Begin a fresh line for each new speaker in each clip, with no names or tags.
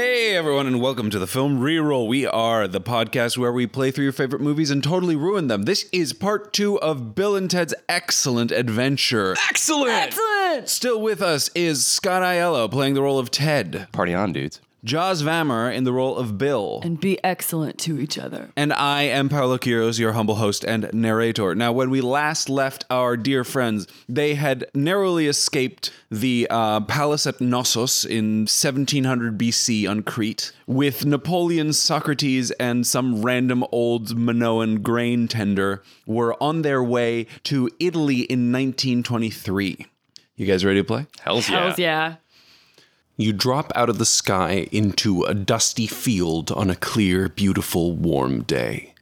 everyone, and welcome to the Film Reroll. We are the podcast where we play through your favorite movies and totally ruin them. This is part two of Bill and Ted's excellent adventure.
Excellent.
Excellent.
Still with us is Scott Aiello playing the role of Ted,
Party on, dudes.
Jaws Vammer in the role of Bill,
And be excellent to each other.
And I am Paolo Quiros, your humble host and narrator. Now, when we last left our dear friends, they had narrowly escaped the uh, palace at Knossos in 1700 BC on Crete with Napoleon, Socrates, and some random old Minoan grain tender were on their way to Italy in 1923. You guys ready to play?
Hell's yeah.
Hells yeah.
You drop out of the sky into a dusty field on a clear, beautiful, warm day.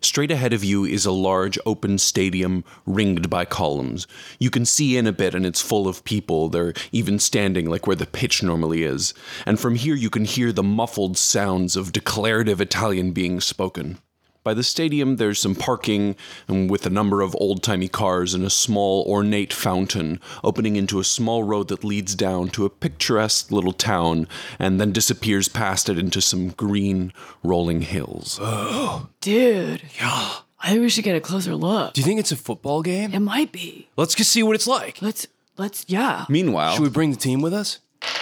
Straight ahead of you is a large open stadium ringed by columns. You can see in a bit and it's full of people. They're even standing like where the pitch normally is. And from here you can hear the muffled sounds of declarative Italian being spoken. By the stadium, there's some parking and with a number of old timey cars and a small, ornate fountain opening into a small road that leads down to a picturesque little town and then disappears past it into some green, rolling hills.
Dude. Yeah. I think we should get a closer look.
Do you think it's a football game?
It might be.
Let's just see what it's like.
Let's let's yeah.
Meanwhile,
Should we bring the team with us?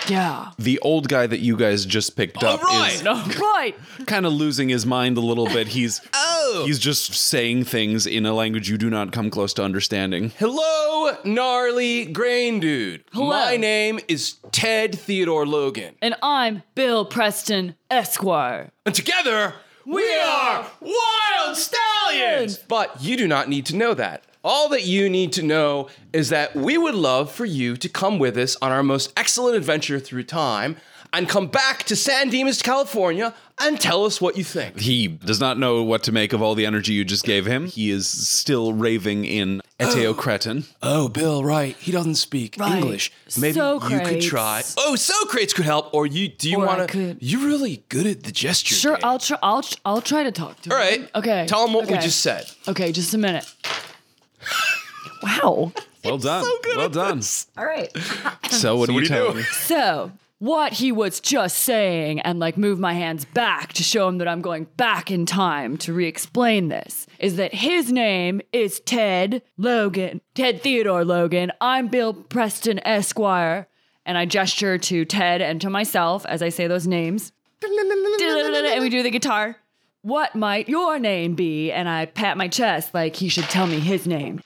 Yeah.
the old guy that you guys just picked
Oh,
up is
No. Right.
kind of losing his mind a little bit. He's oh. he's just saying things in a language you do not come close to understanding.
Hello, gnarly grain dude.
Hello.
My name is Ted Theodore Logan.
And I'm Bill Preston Esquire.
And together, we,
are
Wild Stallions! But you do not need to know that. All that you need to know is that we would love for you to come with us on our most excellent adventure through time and come back to San Dimas, California, and tell us what you think.
He does not know what to make of all the energy you just gave him. He is still raving in Eteocretan.
Oh, Bill, right. He doesn't speak
Right.
English. Maybe you could
Socrates.
try. Oh, Socrates could help. Or you do you
Or I
want to?
could-
You're really good at the gesture.
Sure,
game.
I'll try I'll tr- I'll try to talk to
All
him.
right.
Okay.
Tell him what we
Okay.
just said.
Okay, just a minute. wow.
Well done. well done.
All right.
So what do you tell me?
So, what he was just saying, and like move my hands back to show him that I'm going back in time to re explain this, is that his name is Ted Logan, Ted Theodore Logan. I'm Bill Preston Esquire. And I gesture to Ted and to myself as I say those names. And we do the guitar. What might your name be? And I pat my chest like he should tell me his name.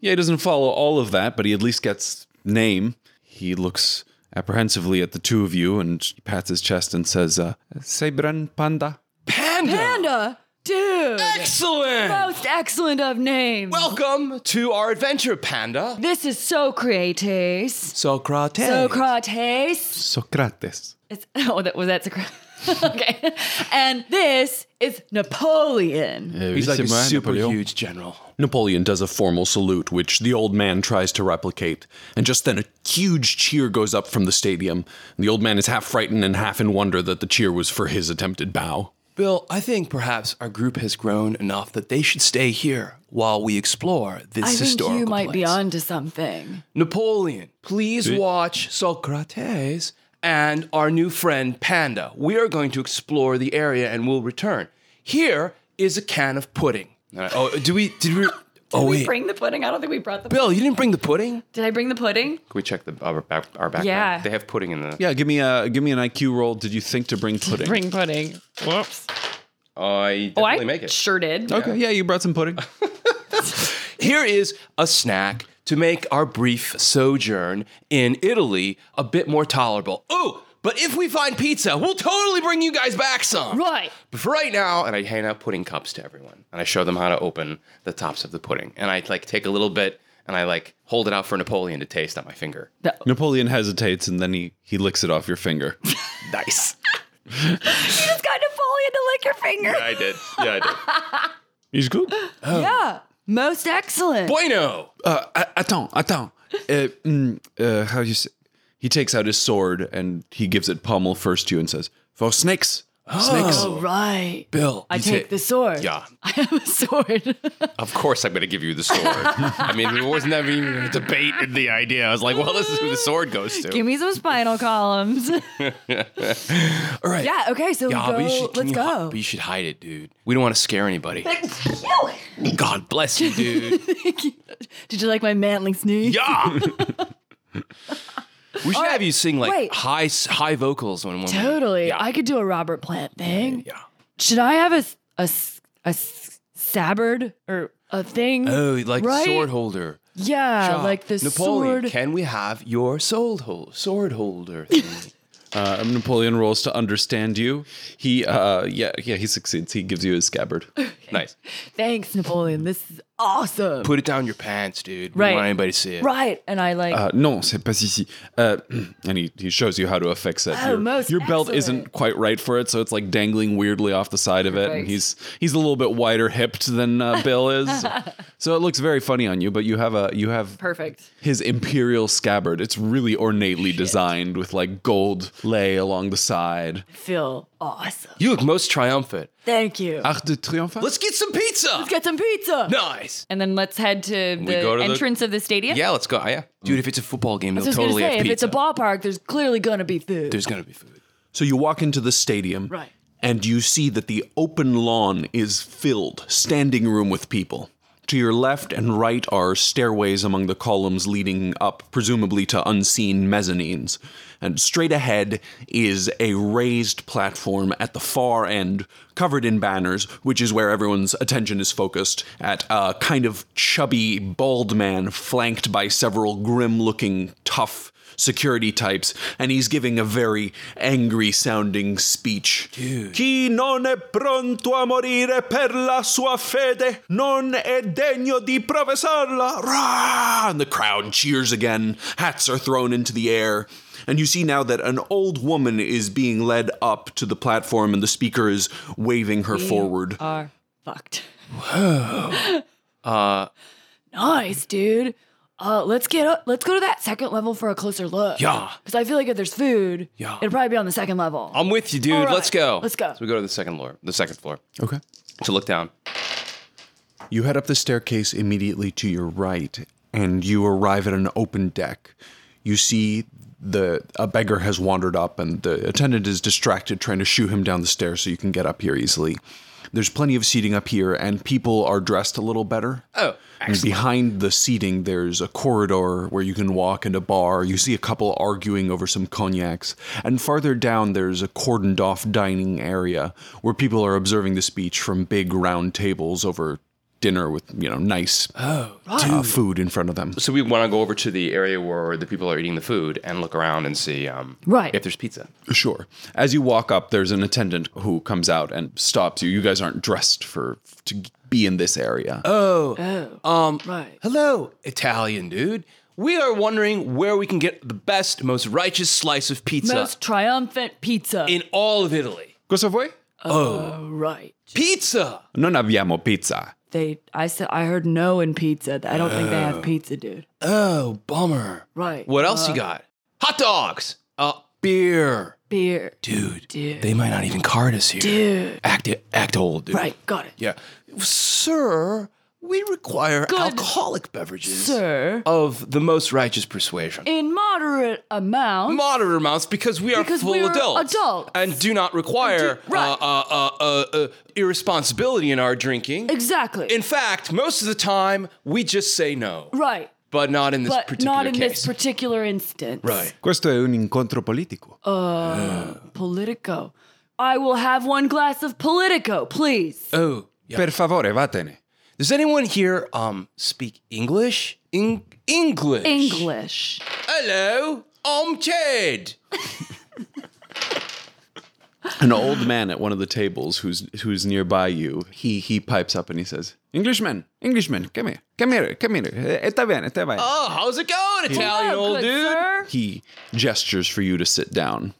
Yeah, he doesn't follow all of that, but he at least gets name. He looks apprehensively at the two of you and pats his chest and says, uh, Sebran Panda.
Panda.
Panda, dude,
Excellent.
most excellent of names.
Welcome to our adventure, Panda.
This is Socrates.
Socrates.
Socrates.
Socrates.
It's, oh, that was that Socrates. okay. And this is Napoleon.
He's like a super huge general.
Napoleon does a formal salute, which the old man tries to replicate, and just then a huge cheer goes up from the stadium. The old man is half frightened and half in wonder that the cheer was for his attempted bow.
Bill, I think perhaps our group has grown enough that they should stay here while we explore this
I think
historical
you might be
place.
onto something.
Napoleon, please watch Socrates and our new friend Panda. We are going to explore the area and we'll return. Here is a can of pudding. All right. Oh, do we? Did we? oh
Did
wait,
we bring the pudding? I don't think we brought the
Bill, you didn't bring the pudding.
Did I bring the pudding?
Can we check the our back our background?
Yeah.
They have pudding in the
Yeah, give me a give me an IQ roll. Did you think to bring pudding?
Bring pudding. Whoops.
I
Oh, I
definitely make it.
sure did.
Okay, yeah, you brought some pudding.
Here is a snack to make our brief sojourn in Italy a bit more tolerable. Oh, but if we find pizza, we'll totally bring you guys back some.
Right.
But for right now, and I hand out pudding cups to everyone, and I show them how to open the tops of the pudding, and I like take a little bit, and I like hold it out for Napoleon to taste on my finger.
Napoleon hesitates and then he he licks it off your finger.
Nice.
You just got Napoleon to lick your finger.
I did. Yeah, I did.
He's good.
Oh.
Yeah. Most excellent.
Bueno.
uh, a- attends, attends. Uh, mm, uh, how do you say? He takes out his sword and he gives it pommel first to you and says, "For snakes,
Snakes.
Oh, right.
Bill.
I take the sword.
Yeah,
I have a sword.
of course I'm going to give you the sword. I mean, there was never even a debate in the idea. I was like, well, this is who the sword goes to.
Give me some spinal columns.
All right.
yeah, okay, so
Yeah,
go,
but you should, can
let's
you hi-
go.
but you should hide it, dude. We don't want to scare anybody. God bless you, dude.
Did you like my mantling sneeze?
Yeah. we should have you sing like
Wait.
high s- high vocals when one.
Totally.
Yeah.
I could do a Robert Plant thing.
yeah.
Should I have a, s- a, s- a s- sabard or a thing?
Oh, like
Right?
sword holder.
yeah, like the
Napoleon,
sword.
can we have your sword hol- sword holder? thingy?
Uh, Napoleon rolls to understand you. He, uh, yeah, yeah, he succeeds. He gives you his scabbard.
nice.
Thanks, Napoleon. This is awesome.
Put it down your pants, dude. We
Right.
don't want anybody to see it.
right. And I like,
Uh, no, c'est pas ici. Uh, and he, he shows you how to affix it.
Oh,
your
most
your belt
excellent.
isn't quite right for it, so it's like dangling weirdly off the side of it. And
Perfect.
he's he's a little bit wider hipped than uh, Bill is, so it looks very funny on you. But you have a you have
perfect.
his imperial scabbard. It's really ornately designed with like gold lay along the side.
Feel awesome.
You look most triumphant.
Thank you.
Uh,
Arc de triomphe.
Let's get some pizza.
let's get some pizza.
nice.
And then let's head to the
go to the-
entrance of the stadium.
Yeah, let's go. Ah, Yeah, dude. If it's a football game,
I
they'll
was
totally
gonna say,
have
if
pizza.
it's a ballpark, there's clearly gonna be food.
There's gonna be food.
So you walk into the stadium,
Right.
And you see that the open lawn is filled, standing room with people. To your left and right are stairways among the columns leading up, presumably to unseen mezzanines. And straight ahead is a raised platform at the far end, covered in banners, which is where everyone's attention is focused at a kind of chubby, bald man flanked by several grim looking, tough security types, and he's giving a very angry sounding speech. Chi non è pronto a morire per la sua fede non è degno di professarla. Rah! And the crowd cheers again, hats are thrown into the air. And you see now that an old woman is being led up to the platform, and the speaker is waving her forward.
are fucked.
Uh,
Nice, dude. Uh, let's get up. Let's go to that second level for a closer look.
Yeah.
Because I feel like if there's food,
Yeah. Oh.
it'll probably be on the second level.
I'm with you, dude.
All right,
Let's go.
let's go.
So we go to the second floor. The second floor
Okay.
to look down.
You head up the staircase immediately to your right, and you arrive at an open deck. You see the a beggar has wandered up, and the attendant is distracted trying to shoo him down the stairs so you can get up here easily. There's plenty of seating up here, and people are dressed a little better.
Oh,
And behind the seating, there's a corridor where you can walk and a bar. You see a couple arguing over some cognacs. And farther down, there's a cordoned off dining area where people are observing the speech from big round tables over dinner with, you know, nice uh, food in front of them.
So we want to go over to the area where the people are eating the food and look around and see um,
Right.
if there's pizza.
Sure. As you walk up, there's an attendant who comes out and stops you. You guys aren't dressed for to be in this area.
right.
Hello, Italian dude. We are wondering where we can get the best, most righteous slice of pizza
Most triumphant pizza. Oh,
in all of Italy.
Cosa vuoi?
right.
Pizza.
Non abbiamo pizza.
They. I said. I heard no in pizza. I don't think they have pizza, dude.
Oh, bummer.
Right. Uh,
What else you got? Hot dogs. Uh, beer.
Beer.
Dude,
Dude.
they might not even card us here.
Dude.
Act act old, dude.
Right. Got it.
Yeah. Sir, we require alcoholic beverages
Sir.
of the most righteous persuasion.
In moderate amount.
Moderate amounts because we are
Because
full
we are
adults,
adults.
and do not require
do- right.
uh, uh, uh, uh, uh, irresponsibility in our drinking.
exactly.
In fact, most of the time we just say no,
right.
but not in this
But
particular
not in
case.
this particular instance.
right.
Questo è un incontro politico.
Politico. I will have one glass of Politico, please.
Oh, yeah.
Per favore, vatene.
Does anyone here um speak English? In- English.
English.
Hello, I'm Ted.
an old man at one of the tables who's who's nearby you. He he pipes up and he says, "Englishman, Englishman, come here, come here, come here. Eh, Etta bene, etta bene."
Oh, how's it going, Italian
Hello,
old
good
dude?
sir.
He gestures for you to sit down.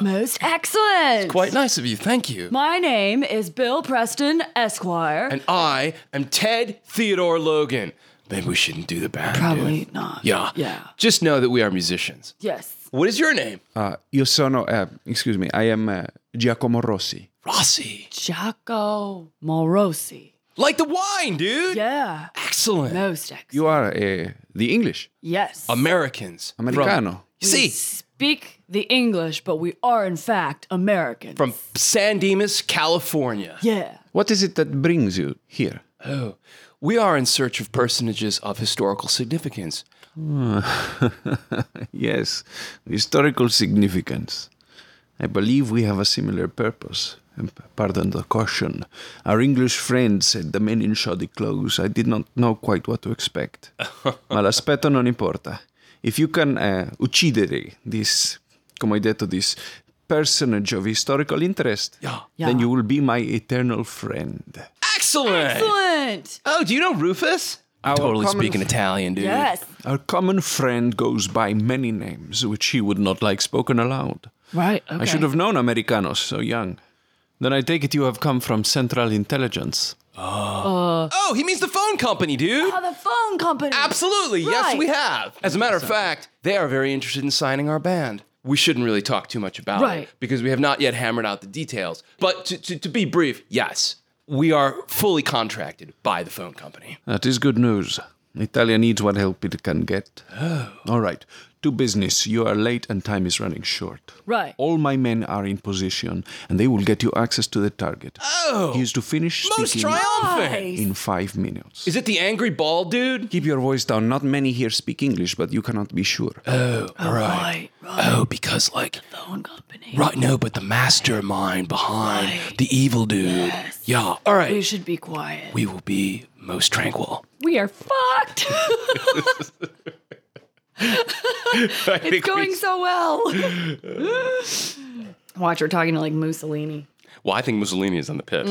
Most excellent.
Quite nice of you, thank you.
My name is Bill Preston Esquire.
and I am Ted Theodore Logan. Maybe we shouldn't do the band.
Probably
dude.
not.
Yeah.
Yeah.
Just know that we are musicians.
Yes.
What is your name?
Uh, io sono. Uh, eh, excuse me. I am uh,
Giacomo Rossi.
Rossi.
Jaco Morosi.
Like the wine, dude.
Yeah.
Excellent.
Most excellent.
You are
eh,
uh, the English,
yes.
Americans. from-
Americano.
we
See.
speak the English, but we are in fact American.
From San Dimas, California.
yeah.
What is it that brings you here?
Oh, we are in search of personages of historical significance.
Yes, historical significance. I believe we have a similar purpose. And p- Pardon the caution. Our English friend said the men in shoddy clothes. I did not know quite what to expect. Ma l'aspetto non importa. If you can uh, uccidere this, come I detto, this personage of historical interest, then
Yeah.
you will be my eternal friend.
Excellent.
Excellent.
Oh, do you know Rufus? I totally
common-
speaking Italian, dude.
Yes.
Our common friend goes by many names, which he would not like spoken aloud.
Right. Okay.
I should have known Americanos so young. Then I take it you have come from Central Intelligence.
Oh, he means the phone company, dude.
Oh, the phone company.
Absolutely. Yes,
Right.
we have. As a matter of fact, they are very interested in signing our band. We shouldn't really talk too much about
Right.
it because we have not yet hammered out the details. But to, to, to be brief, yes, we are fully contracted by the phone company.
That is good news. Italia needs what help it can get.
Oh.
All right, to business. You are late and time is running short.
Right.
All my men are in position and they will get you access to the target. Oh! He is to finish
Most
speaking
triumphant.
in five minutes.
Is it the angry bald dude?
Keep your voice down. Not many here speak English, but you cannot be sure.
Right. Right.
Oh, because like
Phone company.
right no, but the mastermind behind the evil dude. Yeah.
We
All right.
should be quiet.
We will be most tranquil.
We are fucked. it's going so well. Watch, we're talking to like Mussolini.
Well, I think Mussolini is on the piss.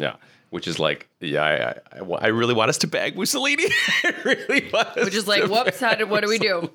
Yeah. Which is like, yeah, I, I- I, wa- I really want us to bag Mussolini. I really want us
Which is like, whoops, how did, what do we do?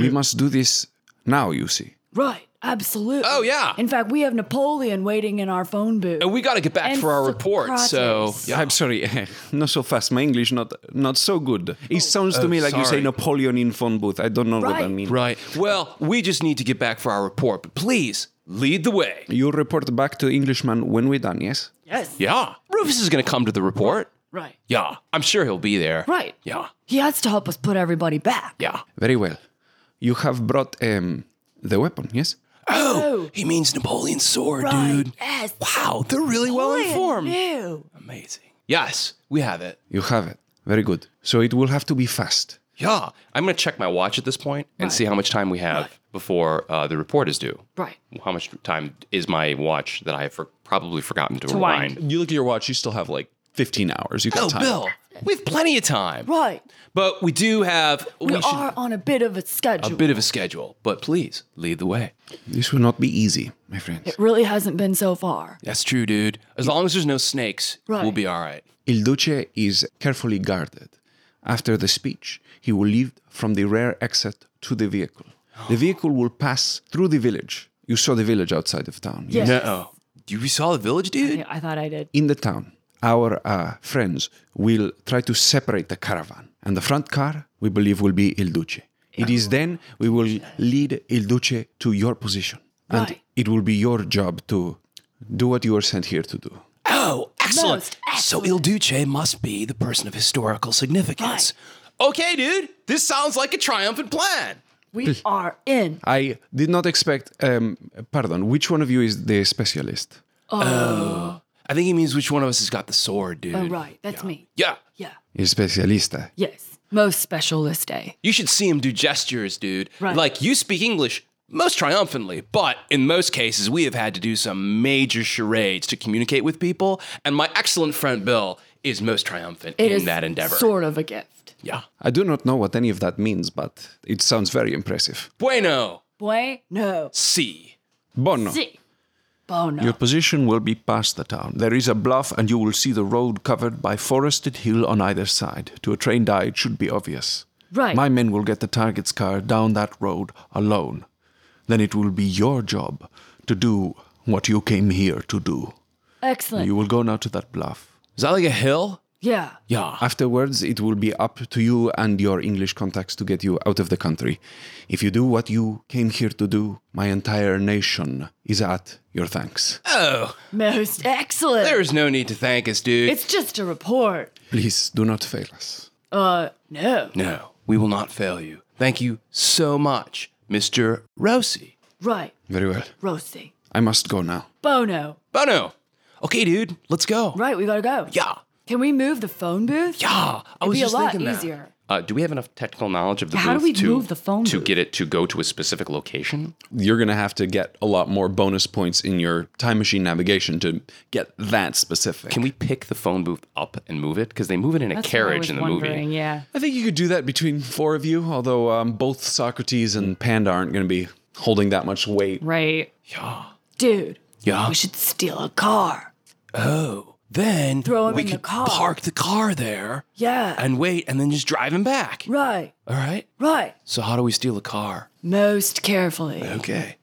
we must do this now, you see.
Right. Absolutely.
Oh, yeah.
In fact, we have Napoleon waiting in our phone booth.
And we got to get back
And
for our report. So,
Socrates.
yeah.
I'm sorry, not so fast. My English not not so good. It sounds to me like you say
sorry.
Napoleon in phone booth. I don't know what I
Right.
mean.
Right. Well, we just need to get back for our report, but please lead the way.
You report back to Englishman when we're done, yes?
yes.
Yeah. Rufus is going to come to the report.
Right.
Yeah. I'm sure he'll be there.
Right.
Yeah.
He has to help us put everybody back.
Yeah.
Very well. You have brought um, the weapon, yes?
Oh, he means Napoleon's sword,
Right.
dude.
Yes.
Wow, they're really well
Napoleon
informed.
knew.
Amazing. Yes, we have it.
You have it. Very good. So it will have to be fast.
Yeah. I'm going to check my watch at this point and see how much time we have before uh, the report is due.
Right.
How much time is my watch that I have for, probably forgotten to,
wind.
rewind?
You look at your watch, you still have like 15 hours. You got
Oh,
time.
Bill, we have plenty of time.
Right.
But we do have
We,
we should,
are on a bit of a schedule.
a bit of a schedule. But please lead the way.
This will not be easy, my friends.
It really hasn't been so far.
That's true, dude. As long as there's no snakes,
Right.
we'll be all right.
Il Duce is carefully guarded. After the speech, he will leave from the rear exit to the vehicle. The vehicle will pass through the village. You saw the village outside of town.
Yes.
Oh, you we saw the village, dude.
Yeah, I thought I did.
In the town, our uh, friends will try to separate the caravan. And the front car, we believe, will be Il Duce. It is then we will lead Il Duce to your position. And
Right.
it will be your job to do what you are sent here to do.
Oh, excellent.
Most
So Il Duce must be the person of historical significance. Okay, dude, this sounds like a triumphant plan.
We are in.
I did not expect. Um, pardon, which one of you is the specialist?
I think he means which one of us has got the sword, dude.
Oh, right. That's me.
Yeah.
Yeah.
Il specialista.
Yes. Most specialist day.
You should see him do gestures, dude.
Right.
Like you speak English most triumphantly, but in most cases, we have had to do some major charades to communicate with people. And my excellent friend Bill is most triumphant
It is
in that endeavor.
sort of a gift.
yeah.
I do not know what any of that means, but it sounds very impressive.
Bueno,
Boy, no.
si.
Bono.
See. Bono.
Your position will be past the town. There is a bluff, and you will see the road covered by forested hill on either side. To a trained eye, it should be obvious.
Right.
My men will get the target's car down that road alone. Then it will be your job to do what you came here to do.
Excellent.
You will go now to that bluff.
Is that like a hill?
Yeah.
Yeah. Afterwards, it will be up to you and your English contacts to get you out of the country. If you do what you came here to do, my entire nation is at your thanks.
Oh,
Most excellent.
there's no need to thank us, dude.
it's just a report.
Please do not fail us.
Uh, no.
no, we will not fail you. Thank you so much, Mr. Rossi.
Right.
Very well.
Roasty.
I must go now.
Bono.
Bono. Okay, dude, let's go.
Right, we gotta go.
Yeah.
Can we move the phone booth?
Yeah. I
It'd
was
be a
just
lot
thinking that.
easier.
Uh, do we have enough technical knowledge of the
How do
booth
we
to,
move the phone
to
booth?
get it to go to a specific location?
You're going to have to get a lot more bonus points in your time machine navigation to get that specific.
Can we pick the phone booth up and move it? Because they move it in a carriage in the movie.
Yeah.
I think you could do that between four of you, although um, both Socrates and Panda aren't going to be holding that much weight.
Right. Yeah. Dude.
Yeah.
We should steal a car.
Oh, then
Throw him
we
in the
could
car.
park the car there
Yeah.
and wait and then just drive him back.
right.
All right.
Right.
So, how do we steal a car?
Most carefully.
Okay.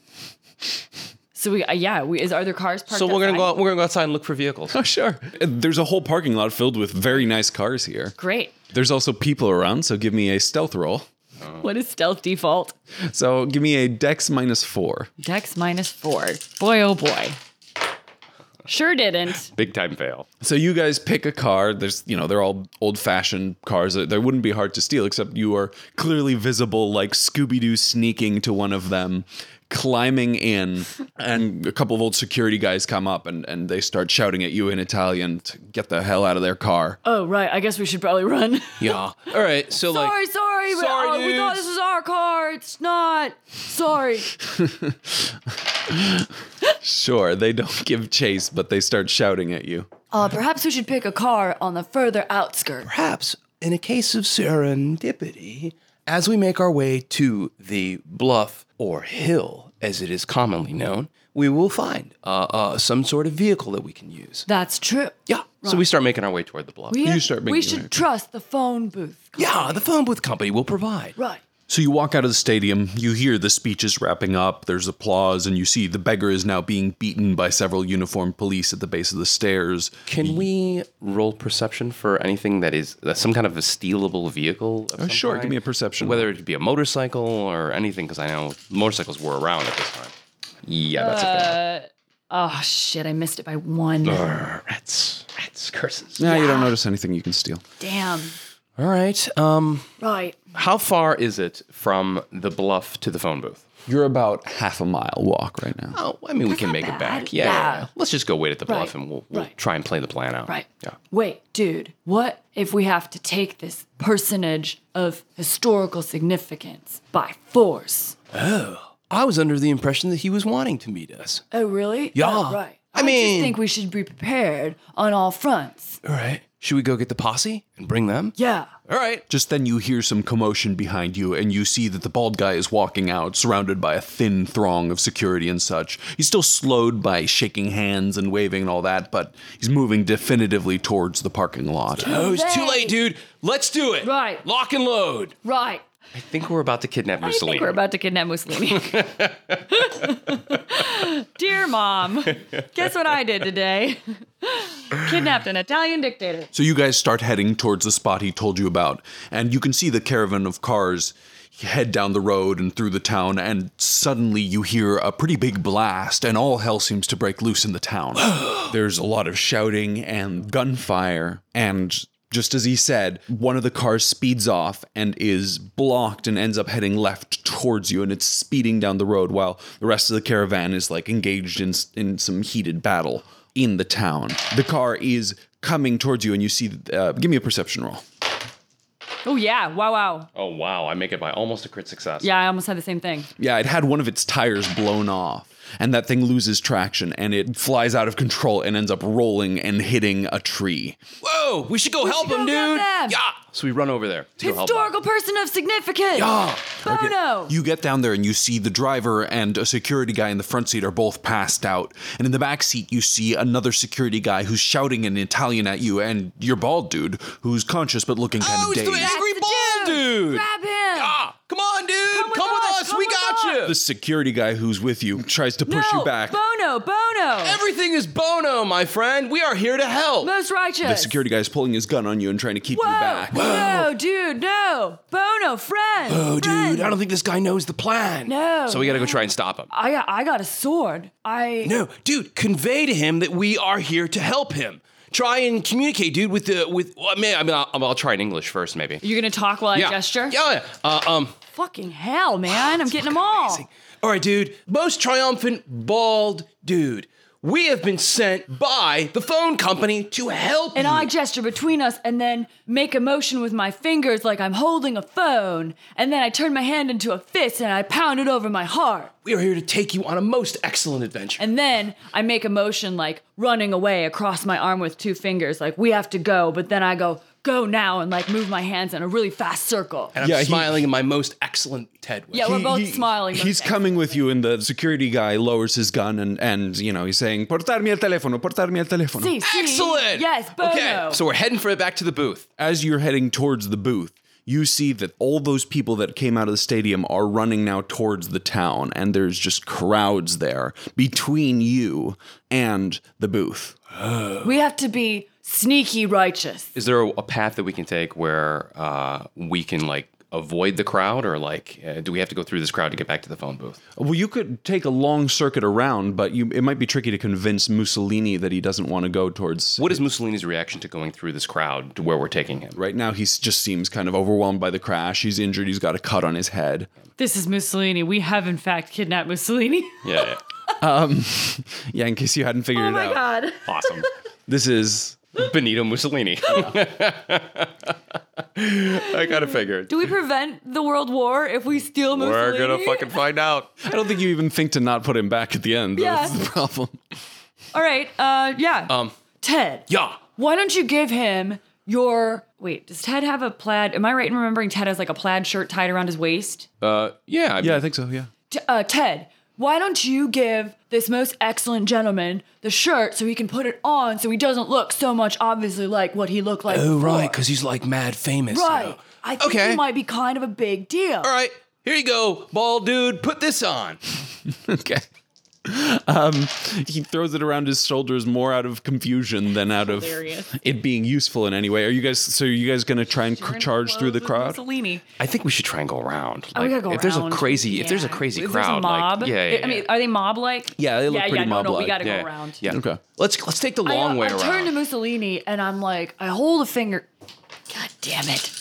So we, uh, yeah. We, is are there cars parked?
So we're gonna
outside?
go. Out, we're gonna go outside and look for vehicles.
Oh, sure. There's a whole parking lot filled with very nice cars here.
Great.
There's also people around, so give me a stealth roll.
What is stealth default?
So give me a dex minus four.
Dex minus four. Boy, oh boy. Sure didn't.
Big time fail.
So you guys pick a car. There's, you know, they're all old fashioned cars. They they wouldn't be hard to steal, except you are clearly visible, like Scooby Doo sneaking to one of them, climbing in, and a couple of old security guys come up and, and they start shouting at you in Italian to get the hell out of their car.
Oh right. I guess we should probably run.
Yeah. All right. So, like,
sorry, sorry. but,
Sorry,
uh, we thought
dudes.
this was our car. It's not. Sorry.
Sure, they don't give chase, but they start shouting at you.
Uh, perhaps we should pick a car on the further outskirts.
perhaps in a case of serendipity, as we make our way to the bluff or hill, as it is commonly known, we will find uh, uh, some sort of vehicle that we can use.
That's true.
Yeah.
So we start making our way toward the bluff.
We,
You
have-
start
we
making
should
it.
trust the phone booth.
Yeah. The phone booth company will provide.
Right.
So you walk out of the stadium, you hear the speeches wrapping up, there's applause, and you see the beggar is now being beaten by several uniformed police at the base of the stairs.
Can we roll perception for anything that is that's some kind of a stealable vehicle? Of some
Uh, sure, give
kind?
me a perception.
Whether it be a motorcycle or anything, because I know motorcycles were around at this time. Yeah, that's
Oh shit! I missed it by one.
a fail. Rats, rats, curses.
No, you don't notice anything you can steal.
Damn.
All right. Um.
Right.
How far is it from the bluff to the phone booth?
You're about half a mile walk right now.
Oh, I mean, we can make it back. Yeah, yeah,
Yeah.
yeah. Let's just go wait at the bluff
Right,
and we'll, we'll
right.
try and play the plan out.
Right.
Yeah.
Wait, dude. What if we have to take this personage of historical significance by force?
I was under the impression that he was wanting to meet us.
Oh really?
Yeah.
Oh, right.
I
just
mean-
think we should be prepared on all fronts.
All right. Should we go get the posse and bring them?
Yeah.
All right.
Just then you hear some commotion behind you, and you see that the bald guy is walking out, surrounded by a thin throng of security and such. He's still slowed by shaking hands and waving and all that, but he's moving definitively towards the parking lot.
Oh, it's too
Hooray.
late, dude. Let's do it.
Right.
Lock and load.
Right.
I think we're about to kidnap
I
Mussolini.
think we're about to kidnap Mussolini. Dear mom, guess what I did today? Kidnapped an Italian dictator.
So you guys start heading towards the spot he told you about, and you can see the caravan of cars head down the road and through the town, and suddenly you hear a pretty big blast, and all hell seems to break loose in the town. There's a lot of shouting and gunfire, and just as he said, one of the cars speeds off and is blocked and ends up heading left towards you, and it's speeding down the road while the rest of the caravan is like engaged in in some heated battle in the town. The car is coming towards you, and you see. Uh, give me a perception roll.
Oh yeah! Wow! Wow!
Oh, wow. I make it by almost a crit success.
Yeah, I almost had the same thing.
Yeah, it had one of its tires blown off. And that thing loses traction and it flies out of control and ends up rolling and hitting a tree.
Whoa, we should go help
should go
him, dude.
get them.
Yeah.
So we run over there to go help out.
Historical person of significance.
Yeah.
Bono.
You get down there and you see the driver and a security guy in the front seat are both passed out. And in the back seat, you see another security guy who's shouting in Italian at you and your bald dude who's conscious but looking kind
Oh,
of
it's the
dazed.
angry
the dude.
bald dude.
Grab him.
Ah, come on, dude. Come with,
with us,
us.
come
We
with
got
us.
you.
The security guy who's with you tries to push
no,
you back.
Bono, Bono, Bono.
Everything is Bono, my friend. We are here to help.
Most righteous.
The security guy is pulling his gun on you and trying to keep
Whoa,
you back.
no, dude, no. Bono, friend.
Oh,
friend.
dude, I don't think this guy knows the plan.
No.
So we gotta go try and stop him.
I got, I got a sword. I.
No, dude, convey to him that we are here to help him. Try and communicate, dude, with the with. Well, man, I mean, I'll, I'll try in English first, maybe.
You're gonna talk while I
yeah.
gesture?
Yeah. yeah. Uh, um.
Fucking hell, man. I'm getting them all.
All right, dude. Most triumphant bald dude. We have been sent by the phone company to help
And
you.
I gesture between us and then make a motion with my fingers like I'm holding a phone. And then I turn my hand into a fist and I pound it over my heart.
we are here to take you on a most excellent adventure.
And then I make a motion like running away across my arm with two fingers, like we have to go. But then I go, go now, and like move my hands in a really fast circle.
And I'm
Yeah, he-
smiling in my most excellent Ted way.
Yeah, we're
He-
both
he-
smiling.
He's
Okay.
coming with you, and the security guy lowers his gun and, and you know, he's saying, Portarmi al telefono, portarmi al telefono.
See, see?
Excellent.
Yes, Bono.
Okay, so we're heading for it back to the booth.
As you're heading towards the booth, you see that all those people that came out of the stadium are running now towards the town, and there's just crowds there between you and the booth.
we have to be sneaky righteous.
Is there a, a path that we can take where uh, we can like avoid the crowd, or like uh, do we have to go through this crowd to get back to the phone booth?
Well, you could take a long circuit around, but you, it might be tricky to convince Mussolini that he doesn't want to go towards.
What is Mussolini's reaction to going through this crowd to where we're taking him?
Right now, he just seems kind of overwhelmed by the crash. He's injured. He's got a cut on his head.
This is Mussolini. We have, in fact, kidnapped Mussolini.
Yeah, yeah.
Yeah, in case you hadn't figured
Oh
it out.
God.
awesome.
This is
Benito Mussolini. I gotta figure. it.
Do we prevent the world war if we steal
We're
Mussolini?
gonna fucking find out.
I don't think you even think to not put him back at the end. That's
Yeah.
the problem.
All right. Uh, yeah. Um, Ted.
Yeah.
Why don't you give him your? Wait, does Ted have a plaid? Am I right in remembering Ted has like a plaid shirt tied around his waist?
Uh, yeah, I
Yeah, I think so. Yeah.
T- uh, Ted, why don't you give this most excellent gentleman the shirt so he can put it on so he doesn't look so much obviously like what he looked like?
Oh,
before?
right, because he's like mad famous.
uh,
Right.
now.
I think
Okay.
it might be kind of a big deal.
All right, here you go, bald dude. Put this on.
Okay. Um, he throws it around his shoulders more out of confusion than out of
Hilarious.
it being useful in any way. Are you guys? So are you guys gonna try and cr- charge through the crowd?
Mussolini.
I think we should try and go around.
Oh, we
Like,
gotta go
if there's a
around.
crazy, if there's a
Yeah.
crazy
If there's a
crowd,
mob,
like, yeah, yeah,
I mean,
yeah.
are they mob like?
Yeah, they look
yeah,
pretty
yeah, no, no, we
mob-like.
gotta
Yeah.
go around.
Yeah.
Okay.
Let's let's take the
I, uh,
long way
I
around.
turn to Mussolini and I'm like, I hold a finger. God damn it.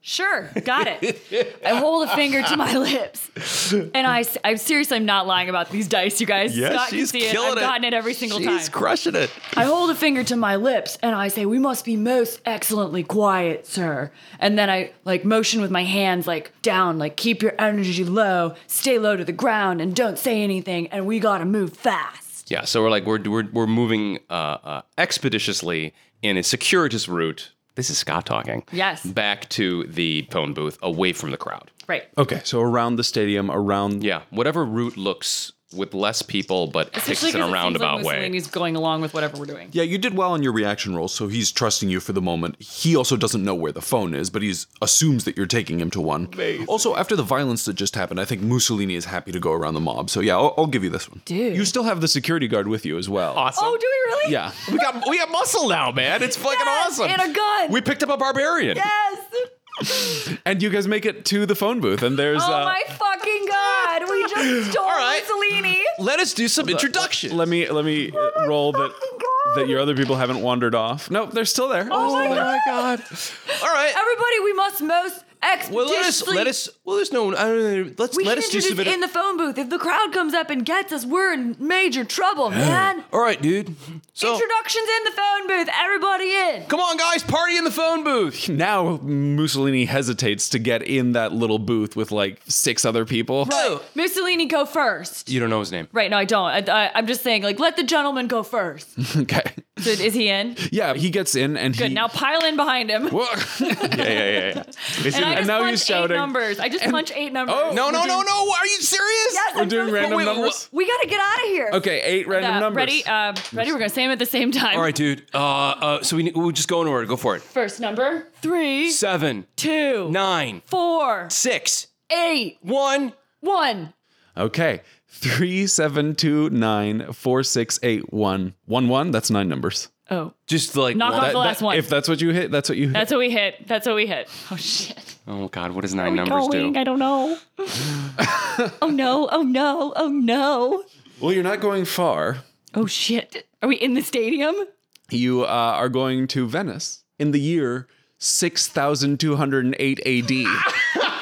Sure, got it. I hold a finger to my lips. And I, am seriously, I'm not lying about these dice, you guys.
Yeah,
Scott
she's
can see it.
killing
I've
it.
gotten it every single
She's
time.
crushing it.
I hold a finger to my lips and I say, "We must be most excellently quiet, sir." And then I like motion with my hands like down, like keep your energy low, stay low to the ground and don't say anything and we got to move fast.
Yeah, so we're like we're we're, we're moving uh, uh, expeditiously in a circuitous route. This is Scott talking.
Yes.
Back to the phone booth, away from the crowd.
Right.
Okay. So around the stadium, around.
Yeah, whatever route looks with less people, but takes it in a roundabout way.
Mussolini's going along with whatever we're doing.
Yeah, you did well on your reaction roll, so he's trusting you for the moment. He also doesn't know where the phone is, but he assumes that you're taking him to one. Also, after the violence that just happened, I think Mussolini is happy to go around the mob. So yeah, I'll, I'll give you this one.
Dude.
you still have the security guard with you as well.
Awesome.
Oh, do we really?
Yeah.
we got we got muscle now, man. It's fucking
Yes,
awesome.
and a gun.
We picked up a barbarian.
Yes.
And you guys make it to the phone booth, and there's.
Oh
uh,
my fucking god! We just stole
right.
Mussolini.
Let us do some introduction.
Let me let me uh, roll that
Oh,
that your other people haven't wandered off. No, they're still there. Oh
my
god!
All right.
Everybody, we must most expeditiously.
Well, let us let us well. There's no. I
uh,
don't know. Let's
We
let
can
us do some.
introduce it in the phone booth. If the crowd comes up and gets us, we're in major trouble, man.
All right, dude. So
Introductions in the phone booth. Everybody in.
come on, guys, party in the phone booth.
Now Mussolini hesitates to get in that little booth with like six other people.
Oh,
Mussolini, go first.
You don't know his name.
Right? No, I don't. I, I, I'm just saying, like, let the gentleman go first.
Okay.
So is he in?
Yeah, he gets in and
Good.
he
Now pile in behind him.
Whoa.
Yeah, yeah, yeah. yeah.
and I
and
just
now
punch
he's
eight
shouting.
numbers. I just punch eight numbers.
Oh,
No, no, no, no. Are you serious?
Yes,
We're
I'm
doing
so
random
sorry.
numbers.
We gotta get out of here.
Okay, eight random
Uh,
numbers.
ready? Uh, ready? We're gonna say them at the same time.
All right, dude. Uh, uh. So we ne- we'll just go in order. Go for it.
First number three,
Seven,
two,
nine,
four,
six,
eight,
one.
one.
Okay. 3729468111. That's nine numbers.
Oh,
Just like
knock
one-
off the last one.
If that's what you hit, that's what you hit.
That's what we hit. That's what we hit. Oh shit.
Oh God, what does nine numbers
Going?
do?
I don't know. oh no. Oh no. Oh no.
well, you're not going far.
Oh shit. Are we in the stadium?
You uh, are going to Venice in the year 6208 AD.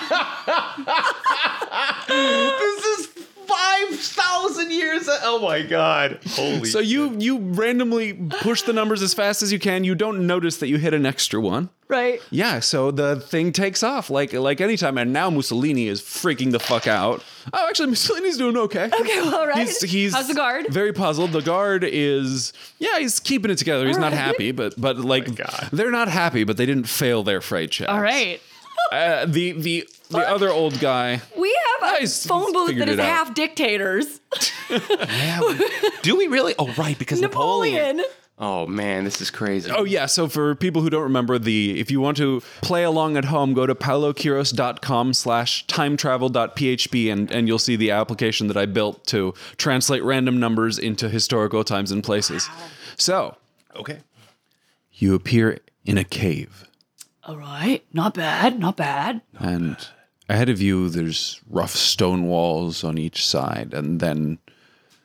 This is five thousand years. Oh my god! Holy.
So you you randomly push the numbers as fast as you can. You don't notice that you hit an extra one.
Right.
Yeah, so the thing takes off like like anytime, and now Mussolini is freaking the fuck out. Oh, actually, Mussolini's doing okay.
Okay, well, all right.
He's, he's
How's the guard?
Very puzzled. The guard is yeah, he's keeping it together. He's
All
not
right. Oh
happy, but but like
God.
they're not happy, but they didn't fail their freight check.
All right.
Uh, the the the other old guy.
We have a
Nice.
phone
He's
booth
figured
that
it
is
out.
half dictators.
Do we really? Oh right, because Napoleon.
Napoleon.
Oh man, this is crazy.
Oh yeah, so for people who don't remember the if you want to play along at home, go to paoloquiros.com slash time travel.php and, and you'll see the application that I built to translate random numbers into historical times and places. So
okay.
you appear in a cave
All right. Not bad. Not bad.
and ahead of you there's rough stone walls on each side, and then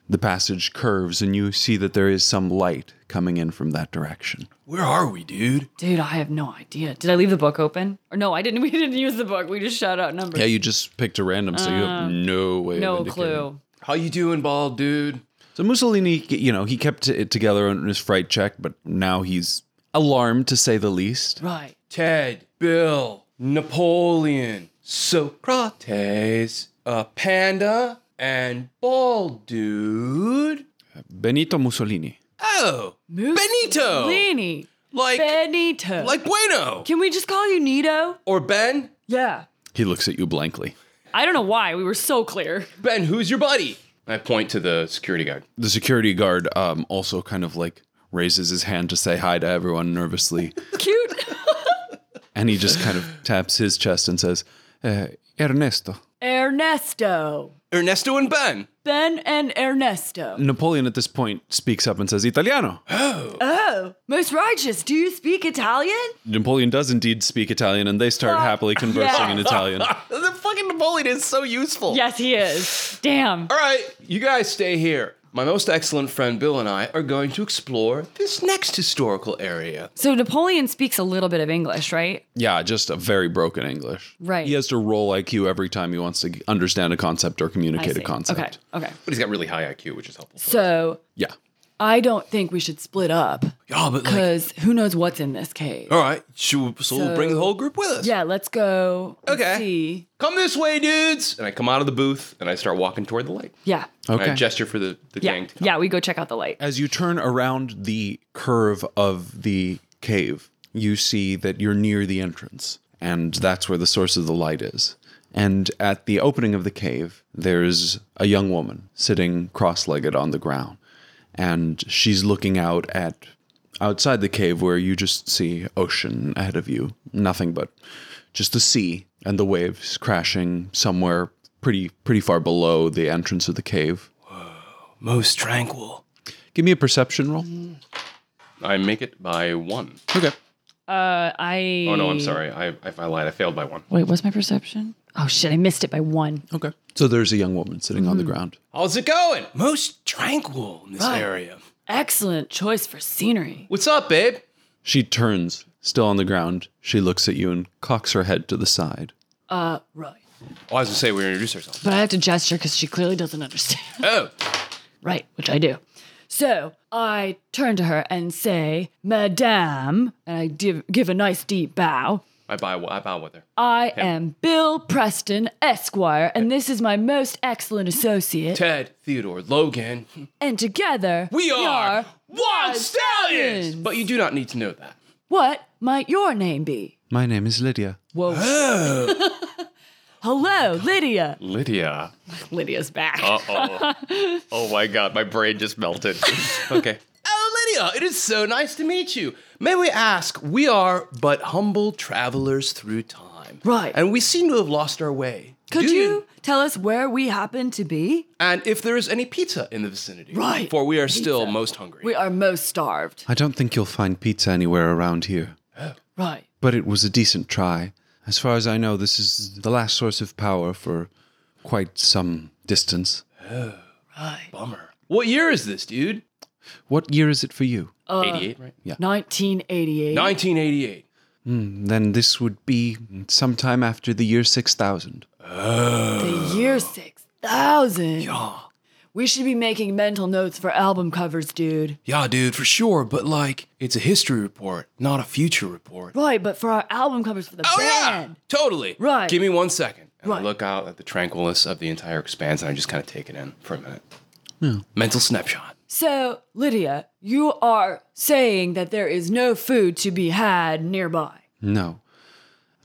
the passage curves and you see that there is some light coming in from that direction.
Where are we, dude?
Dude, I have no idea. Did I leave the book open? Or no, I didn't. We didn't use the book. We just shot out numbers.
Yeah, Uh, you just picked a random, so you have no way. of
Uh, no
indicating.
clue.
How you doing, bald dude?
So Mussolini, you know, he kept it together on his fright check, but now he's alarmed to say the least.
Right.
Ted, Bill, Napoleon, Socrates, a panda, and bald dude.
Benito Mussolini.
Oh, Benito.
Mussolini.
like
Benito.
like Bueno
Can we just call you Nito?
or Ben.
Yeah.
He looks at you blankly.
I don't know why. We were so clear.
Ben, who's your buddy?
I point to the security guard.
The security guard um, also kind of like raises his hand to say hi to everyone nervously,
Cute.
and he just kind of taps his chest and says, uh, "Ernesto."
Ernesto.
Ernesto and Ben.
Ben and Ernesto.
Napoleon at this point speaks up and says, "Italiano."
Oh, most righteous. Do you speak Italian?
Napoleon does indeed speak Italian, and they start happily conversing in Italian.
The fucking Napoleon is so useful.
Yes, he is. Damn.
All right, you guys stay here. My most excellent friend Bill and I are going to explore this next historical area.
So Napoleon speaks a little bit of English, right?
Yeah, just a very broken English.
Right.
He has to roll IQ every time he wants to understand a concept or communicate a
see.
concept.
Okay. Okay.
But he's got really high IQ, which is helpful.
So
Yeah.
I don't think we should split up
Yeah, but like,
because who knows what's in this cave.
all right, so, so we'll bring the whole group with us.
Yeah, let's go. Let's
Okay.
see.
Come this way, dudes.
And I come out of the booth and I start walking toward the light.
Yeah.
And
Okay.
I gesture for the, the
Yeah.
gang to come.
Yeah, we go check out the light.
As you turn around the curve of the cave, you see that you're near the entrance, and that's where the source of the light is. And at the opening of the cave, there's a young woman sitting cross legged on the ground, and she's looking out at outside the cave where you just see ocean ahead of you. Nothing but just the sea and the waves crashing somewhere pretty pretty far below the entrance of the cave.
Most tranquil.
Give me a perception roll.
I make it by one.
Okay.
Uh, I.
Oh no, I'm sorry. I I, I lied. I failed by one.
Wait, what's my perception? Oh shit, I missed it by one.
Okay. So there's a young woman sitting on the ground.
How's it going? Most tranquil in this area.
Excellent choice for scenery.
What's up, babe?
She turns, still on the ground. She looks at you and cocks her head to the side.
Uh, right.
Oh, I was gonna say we introduce ourselves.
But I have to gesture because she clearly doesn't understand.
Oh,
right, which I do. So I turn to her and say, Madame, and I div- give a nice deep bow.
I buy I bow with her.
I am Bill Preston, Esquire, and this is my most excellent associate.
Ted, Theodore, Logan.
and together
We are one
stallions.
stallions. But you do not need to know that.
What might your name be?
My name is Lydia.
Whoa. Hello, Lydia.
Lydia.
Lydia's back.
Oh. oh my god, my brain just melted. okay.
Oh, Lydia, it is so nice to meet you. May we ask, we are but humble travelers through time.
Right.
And we seem to have lost our way.
Could
Do
you Tell us where we happen to be.
and if there is any pizza in the vicinity.
Right.
For we are still most hungry.
We are most starved.
I don't think you'll find pizza anywhere around here,
Right.
but it was a decent try. As far as I know, this is the last source of power for quite some distance.
Bummer. What year is this, dude?
What year is it for you?
Uh,
88, right?
1988.
1988.
Then this would be sometime after the year 6000.
The year 6000. Yeah. We should be making mental notes for album covers, dude.
Yeah, dude, for sure. But like, it's a history report, not a future report.
Right, but for our album covers for the
Oh
band.
yeah, totally.
Right.
Give me one second.
And
Right.
I look out at the tranquilness of the entire expanse and I just kind of take it in for a minute.
Mental snapshot.
So, Lydia, you are saying that there is no food to be had nearby.
No,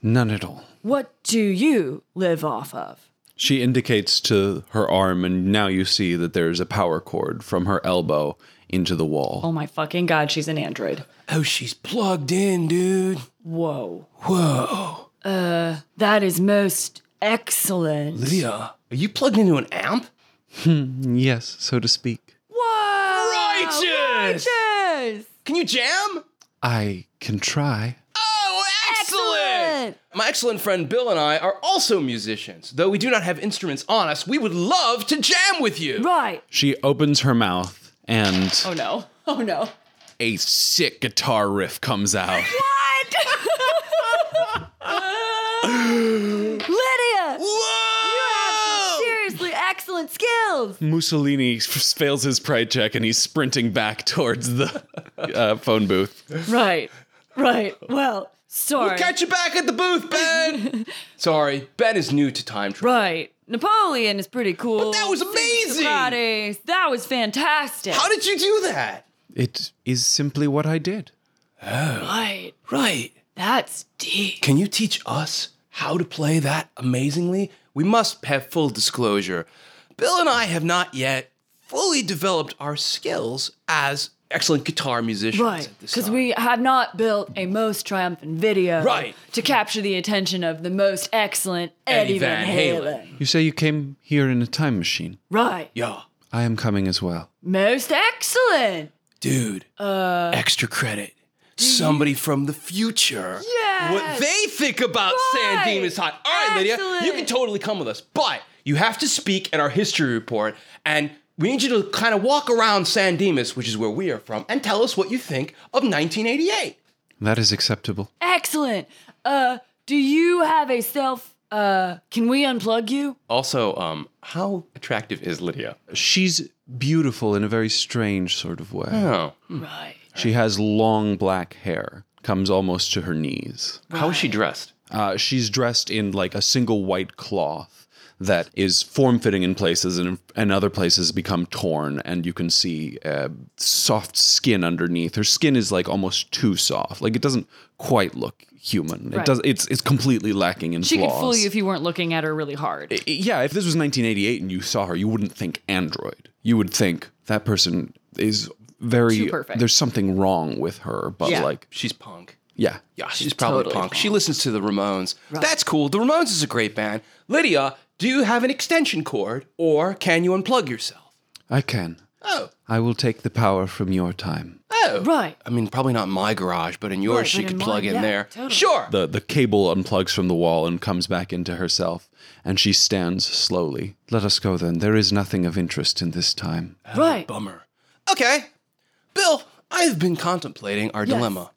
none at all.
What do you live off of?
She indicates to her arm, and now you see that there is a power cord from her elbow into the wall.
Oh my fucking god, she's an android.
Oh, she's plugged in, dude.
Whoa.
Whoa,
That is most excellent.
Leah, are you plugged into an amp?
Yes, so to speak.
Whoa!
Righteous.
Yes!
Can you jam?
I can try.
Oh, excellent.
Excellent.
My excellent friend Bill and I are also musicians. Though we do not have instruments on us, we would love to jam with you.
Right.
She opens her mouth, and
Oh no. Oh no.
a sick guitar riff comes out.
Lydia!
Whoa!
Seriously, excellent skills!
Mussolini f- fails his pride check, and he's sprinting back towards the uh, phone booth.
Right. Right. Well, sorry.
Catch you back at the booth, Ben. Sorry, Ben is new to time travel.
Right. Napoleon is pretty cool. But
that was amazing!
Socrates. That was fantastic.
How did you do that?
It is simply what I did.
right.
Right.
That's deep.
Can you teach us how to play that amazingly? We must have full disclosure. Bill and I have not yet fully developed our skills as excellent guitar musicians.
Right.
at this
Because
time.
we have not built a most triumphant video
Right.
to capture the attention of the most excellent Eddie,
Eddie Van
Van,
Halen.
Halen.
You say you came here in a time machine.
Right.
Yeah.
I am coming as well.
Most excellent.
Dude. Uh, extra credit. Somebody from the future.
Yes.
What they think about
Right.
San Dimas Hot. All right, Lydia, you
Excellent.
can totally come with us, but you have to speak at our history report, and we need you to kind of walk around San Dimas, which is where we are from, and tell us what you think of 1988.
That is acceptable.
Excellent. Uh, do you have a self? Uh, can we unplug you?
Also, um, how attractive is Lydia?
She's beautiful in a very strange sort of way.
Oh.
Um,
Right.
She has long black hair, comes almost to her knees.
How is she dressed?
Uh, she's dressed in like a single white cloth that is form fitting in places and and other places become torn, and you can see uh, soft skin underneath. Her skin is like almost too soft; like it doesn't quite look human. It
Right.
does. It's it's completely lacking in
She
flaws.
could fool you if you weren't looking at her really hard.
I- yeah, if this was 1988 and you saw her, you wouldn't think android. You would think that person is very
Too perfect.
There's something wrong with her, but
Yeah.
like,
She's punk.
yeah,
Yeah, she's probably
totally
punk. She listens to the Ramones. That's cool. The Ramones is a great band. Lydia, do you have an extension cord, or can you unplug yourself?
I can.
Oh,
I will take the power from your time.
oh.
Right.
I mean, probably not in my garage, but in yours,
Right,
she
but
could
in
plug
mine,
in
yeah,
there.
totally.
Sure.
The the cable unplugs from the wall and comes back into herself, and she stands slowly.
Let us go then. There is nothing of interest in this time.
right.
Bummer. Okay. Bill, I've been contemplating our dilemma.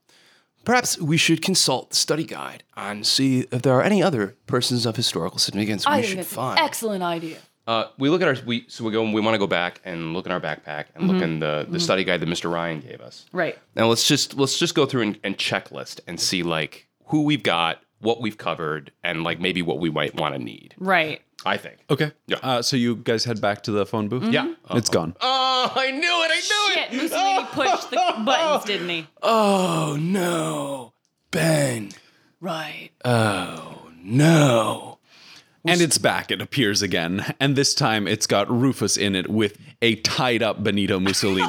Perhaps we should consult the study guide and see if there are any other persons of historical significance we
I think
should
that's
find.
an excellent idea.
Uh, we look at our we so we go we want to go back and look in our backpack and
Mm-hmm.
look in the, the study guide that Mr. Ryan gave us.
Right.
Now let's just let's just go through and, and checklist and see like who we've got, what we've covered, and like maybe what we might want to need.
Right.
I think.
Okay. Yeah. Uh, so you guys head back to the phone booth.
Yeah.
It's gone.
oh, I knew it. I knew
Shit, Mussolini pushed the buttons, didn't he?
Oh, no. Ben.
Right.
Oh, No.
and it's back. It appears again, and this time it's got Rufus in it with a tied up Benito Mussolini.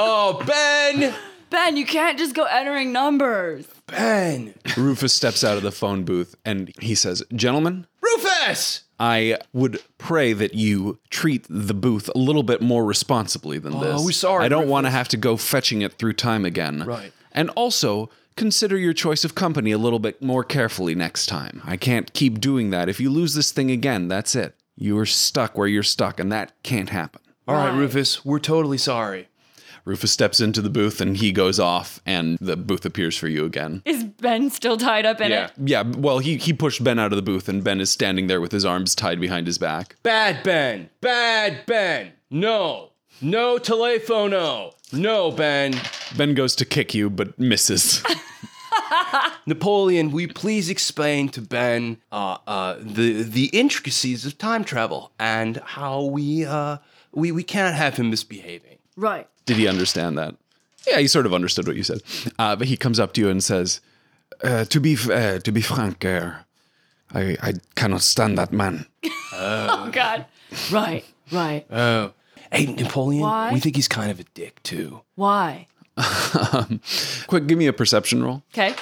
Oh, Ben.
Ben, you can't just go entering numbers.
Ben!
Rufus steps out of the phone booth and he says, Gentlemen,
Rufus!
I would pray that you treat the booth a little bit more responsibly than this.
Oh, we sorry,
I don't want to have to go fetching it through time again.
Right.
And also, consider your choice of company a little bit more carefully next time. I can't keep doing that. If you lose this thing again, that's it. You're stuck where you're stuck, and that can't happen.
All right, Rufus, we're totally sorry.
Rufus steps into the booth and he goes off, and the booth appears for you again.
Is Ben still tied up in
Yeah.
it?
Yeah, well, he, he pushed Ben out of the booth, and Ben is standing there with his arms tied behind his back.
Bad Ben! Bad Ben! No! No telephono! No, Ben!
Ben goes to kick you, but misses.
Napoleon, will you please explain to Ben uh, uh, the the intricacies of time travel and how we uh, we we can't have him misbehaving?
Right.
Did he understand that? Yeah, he sort of understood what you said. Uh, but he comes up to you and says, uh, "To be f- uh, to be frank, uh, I I cannot stand that man.
Oh God. Right. Right.
Hey, Napoleon,
Why?
we think he's kind of a dick too.
Why?
Quick, give me a perception roll.
Okay.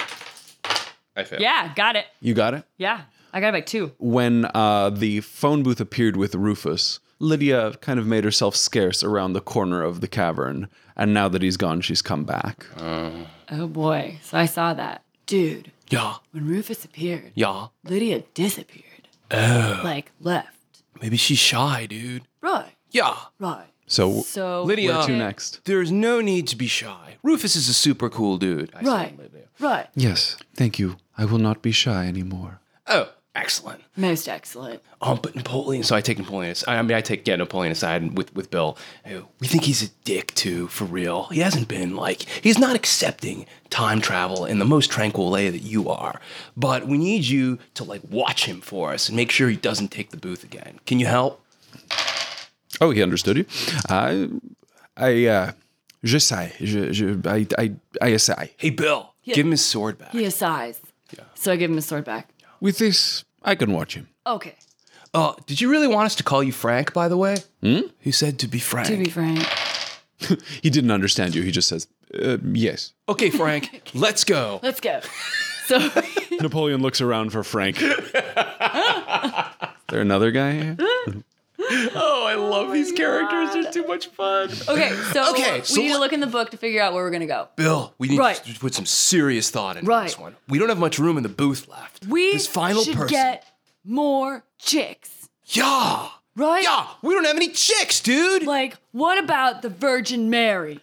I failed.
Yeah. Got it.
You got it.
Yeah. I got it by two.
When uh, the phone booth appeared with Rufus, Lydia kind of made herself scarce around the corner of the cavern, and now that he's gone, she's come back.
Oh boy. So I saw that. Dude,
Yeah,
when Rufus appeared,
yeah.
Lydia disappeared. Oh. Like left.
Maybe she's shy, dude.
Right.
Yeah.
Right.
So,
So
Lydia-
where to
Okay.
next?
There's no need to be shy. Rufus is a super cool dude. I say,
Right.
Lydia.
Right.
Yes, thank you. I will not be shy anymore.
Oh, excellent.
Most excellent.
Um, but Napoleon. So I take Napoleon. as- I mean, I take yeah Napoleon aside and with with Bill. Uh, We think he's a dick too, for real. He hasn't been like he's not accepting time travel in the most tranquil way that you are. But we need you to like watch him for us and make sure he doesn't take the booth again. Can you help?
Oh, he understood you. I, I, uh, je sais. Je, je, I, I, I essay.
Hey, Bill, give him his sword back.
He has size. So I give him his sword back.
With this, I can watch him.
Okay.
Uh, did you really want us to call you Frank? By the way, hmm? who said to be Frank?
To be frank.
He didn't understand you. He just says, uh, yes.
okay, Frank, let's go.
Let's go. So
Napoleon looks around for Frank. Is there another guy here?
Oh, I love these characters. They're too much fun.
Okay, so
Okay,
we
so
need to
let-
look in the book to figure out where we're gonna go.
Bill, we need
Right.
to put some serious thought into
Right.
this one. We don't have much room in the booth left.
we
this final
should
person.
get more chicks.
yeah,
Right?
yeah. We don't have any chicks, dude.
Like, what about the Virgin Mary?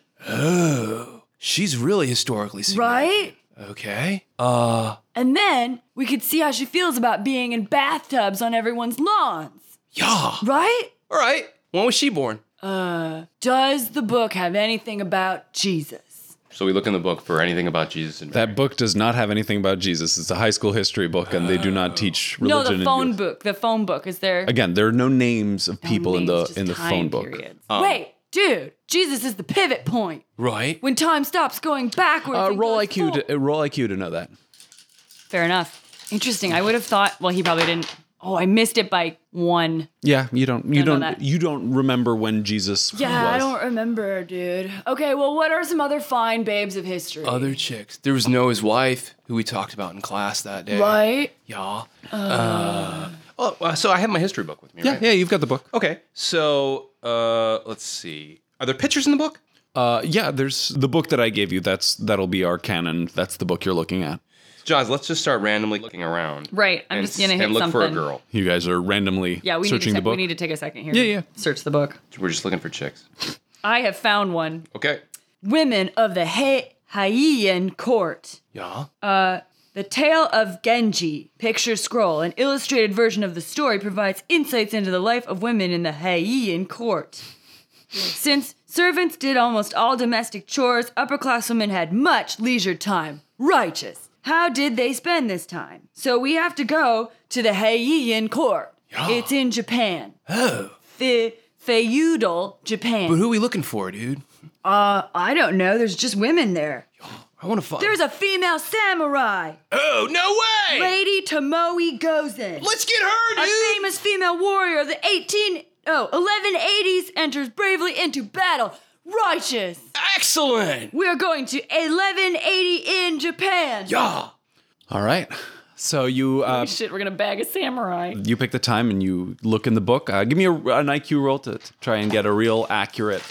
She's really historically significant.
Right?
Okay. Uh,
And then we could see how she feels about being in bathtubs on everyone's lawns.
yeah. All
Right?
right. When was she born?
Does the book have anything about Jesus?
So we look in the book for anything about Jesus and
That book does not have anything about Jesus. It's a high school history book, and they do not teach religion.
Oh. no, the
in
phone
youth.
book. The phone book is there.
Again, there are no names of people in the
It's just
in the
time
phone book. Um,
periods.
Wait, dude, Jesus is the pivot point.
Right.
When time stops going backwards.
Uh,
and
roll
goes
IQ.
forward.
To, uh, roll IQ to know that.
Fair enough. Interesting. I would have thought. Well, he probably didn't. Oh, I missed it by one.
Yeah, you don't. You
Don't
don't.
know that.
you don't remember when Jesus.
yeah,
was.
I don't remember, dude. Okay, well, what are some other fine babes of history?
Other chicks. There was Noah's wife, who we talked about in class that day.
right?
Yeah.
Oh, uh, so I have my history book with me,
Yeah,
right?
yeah, you've got the book.
Okay. So uh, let's see. Are there pictures in the book?
Uh, yeah, there's the book that I gave you. That's that'll be our canon. That's the book you're looking at.
Jaws, let's just start randomly looking around.
Right. I'm
and
just gonna
s-
hit
and look for a
something.
girl.
You guys are randomly
Yeah, we need, to
searching
ta-
the book.
we need to take a second here.
Yeah, yeah.
Search the book.
We're just looking for chicks.
I have found one.
Okay.
Women of the He- Heian court. Uh,
Yeah.
The Tale of Genji, picture scroll, an illustrated version of the story provides insights into the life of women in the Heian court. Since servants did almost all domestic chores, upper class women had much leisure time. Righteous. How did they spend this time? So we have to go to the Heian court. It's in Japan. Oh. Fe- feudal Japan.
But who are we looking for, dude?
I don't know. There's just women there.
I want to find.
There's a female samurai,
oh no way!
Lady Tomoe Gozen.
Let's get her,
A
dude.
famous female warrior of the 18 oh 1180s enters bravely into battle. Righteous.
Excellent.
We are going to 1180 in Japan.
Yeah.
All right. So you uh,
Shit, we're gonna bag a samurai.
you pick the time and you look in the book. Uh, give me a, an IQ roll to try and get a real accurate.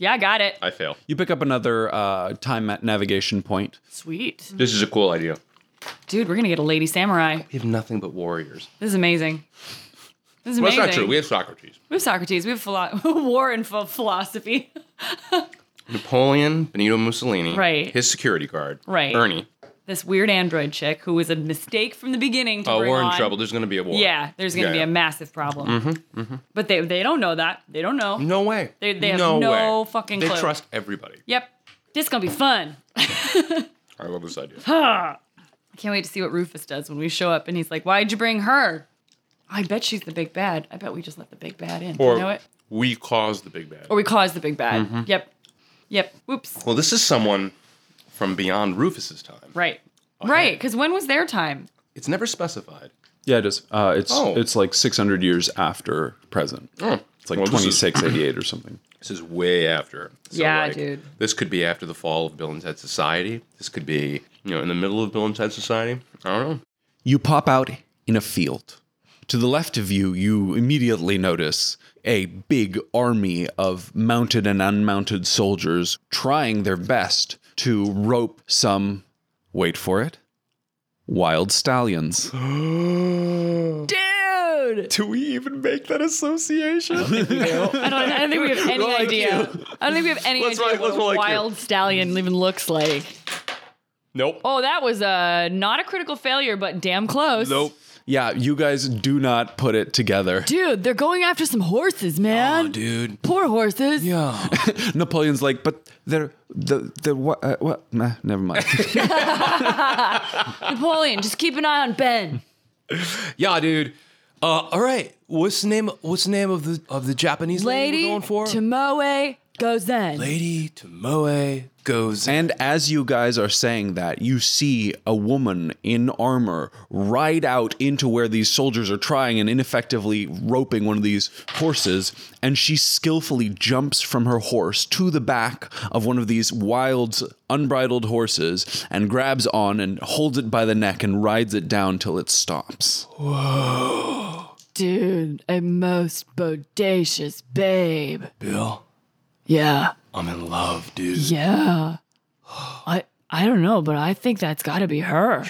Yeah, I got it.
I fail.
You pick up another uh, time ma- navigation point.
Sweet.
This is a cool idea.
Dude, we're gonna get a lady samurai.
We have nothing but warriors.
This is amazing. This is
Well,
amazing.
that's not true. We have Socrates,
We have Socrates. We have philo- war and ph- philosophy.
Napoleon, Benito Mussolini,
Right.
His security guard,
Right.
Ernie.
this weird android chick who was a mistake from the beginning. To
Oh,
bring
we're in
on.
trouble. There's going to be a war.
Yeah, there's gonna
Yeah,
be
yeah.
a massive problem. But they they don't know that. They don't know.
No way.
They- they have
no,
no
way.
fucking
They
clue.
trust everybody.
Yep. This is gonna be fun.
I love this idea.
I can't wait to see what Rufus does when we show up and he's like, "Why'd you bring her?" I bet she's the big bad. I bet we just let the big bad in.
Or
you
Mm-hmm.
know it?
we caused the big bad.
Or we caused the big bad. Yep. Yep. Whoops.
well, this is someone from beyond Rufus's time.
Right.
Oh,
Right. Because when was their time?
It's never specified.
Yeah, it is. Uh, it's
Oh.
it's like 600 years after present. It's like
Well, this is-
2688 or something.
This is way after. So,
Yeah,
like,
dude.
This could be after the fall of Bill and Ted Society. This could be, you know, in the middle of Bill and Ted Society. I don't know.
You pop out in a field. To the left of you, you immediately notice a big army of mounted and unmounted soldiers trying their best to rope some, wait for it, wild stallions.
Dude.
Do we even make that association?
I don't, I don't think we have any idea. I don't think we have any idea
like-
what
let's
a
like you.
wild stallion even looks like.
Nope.
Oh, that was uh, not a critical failure, but damn close.
Nope.
yeah, you guys do not put it together.
Dude, they're going after some horses, man.
Dude.
Poor horses.
Napoleon's like, but they're the the what? Uh, what? Nah, never mind.
Napoleon, just keep an eye on Ben.
Yeah, dude. Uh, all right. What's the name? What's the name of the of the Japanese lady,
Lady
we're going for?
Tomoe Gozen.
lady Tomoe goes.
And as you guys are saying that, you see a woman in armor ride out into where these soldiers are trying and ineffectively roping one of these horses, and she skillfully jumps from her horse to the back of one of these wild, unbridled horses and grabs on and holds it by the neck and rides it down till it stops.
Dude, a most bodacious babe.
Bill,
Yeah.
I'm in love, dude.
Yeah. I I don't know, but I think that's got to be her.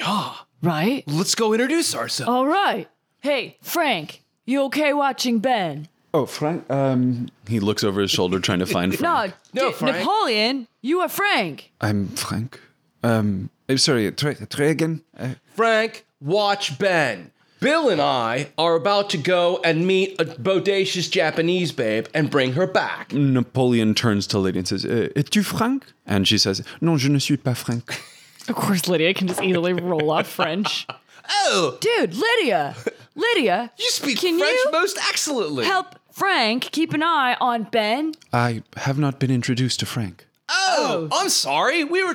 Right?
Let's go introduce ourselves.
All right. Hey, Frank, you okay watching Ben?
Oh, Frank. Um, he looks over his shoulder trying to find Frank.
No,
No,
D-
Frank.
Napoleon, you are Frank.
I'm Frank. Um, I'm sorry. Try, try again. Uh,
Oh.
Frank, watch Ben. Bill and I are about to go and meet a bodacious Japanese babe and bring her back.
Mm.
Napoleon turns to Lady and says, uh, "Es-tu Frank?" And she says, "Non, je ne suis pas Frank."
Of course, Lydia can just easily roll off French.
Oh,
Dude, Lydia. Lydia,
you speak
Can
French
you
most excellently.
help Frank keep an eye on Ben.
I have not been introduced to Frank.
Oh, I'm sorry. We were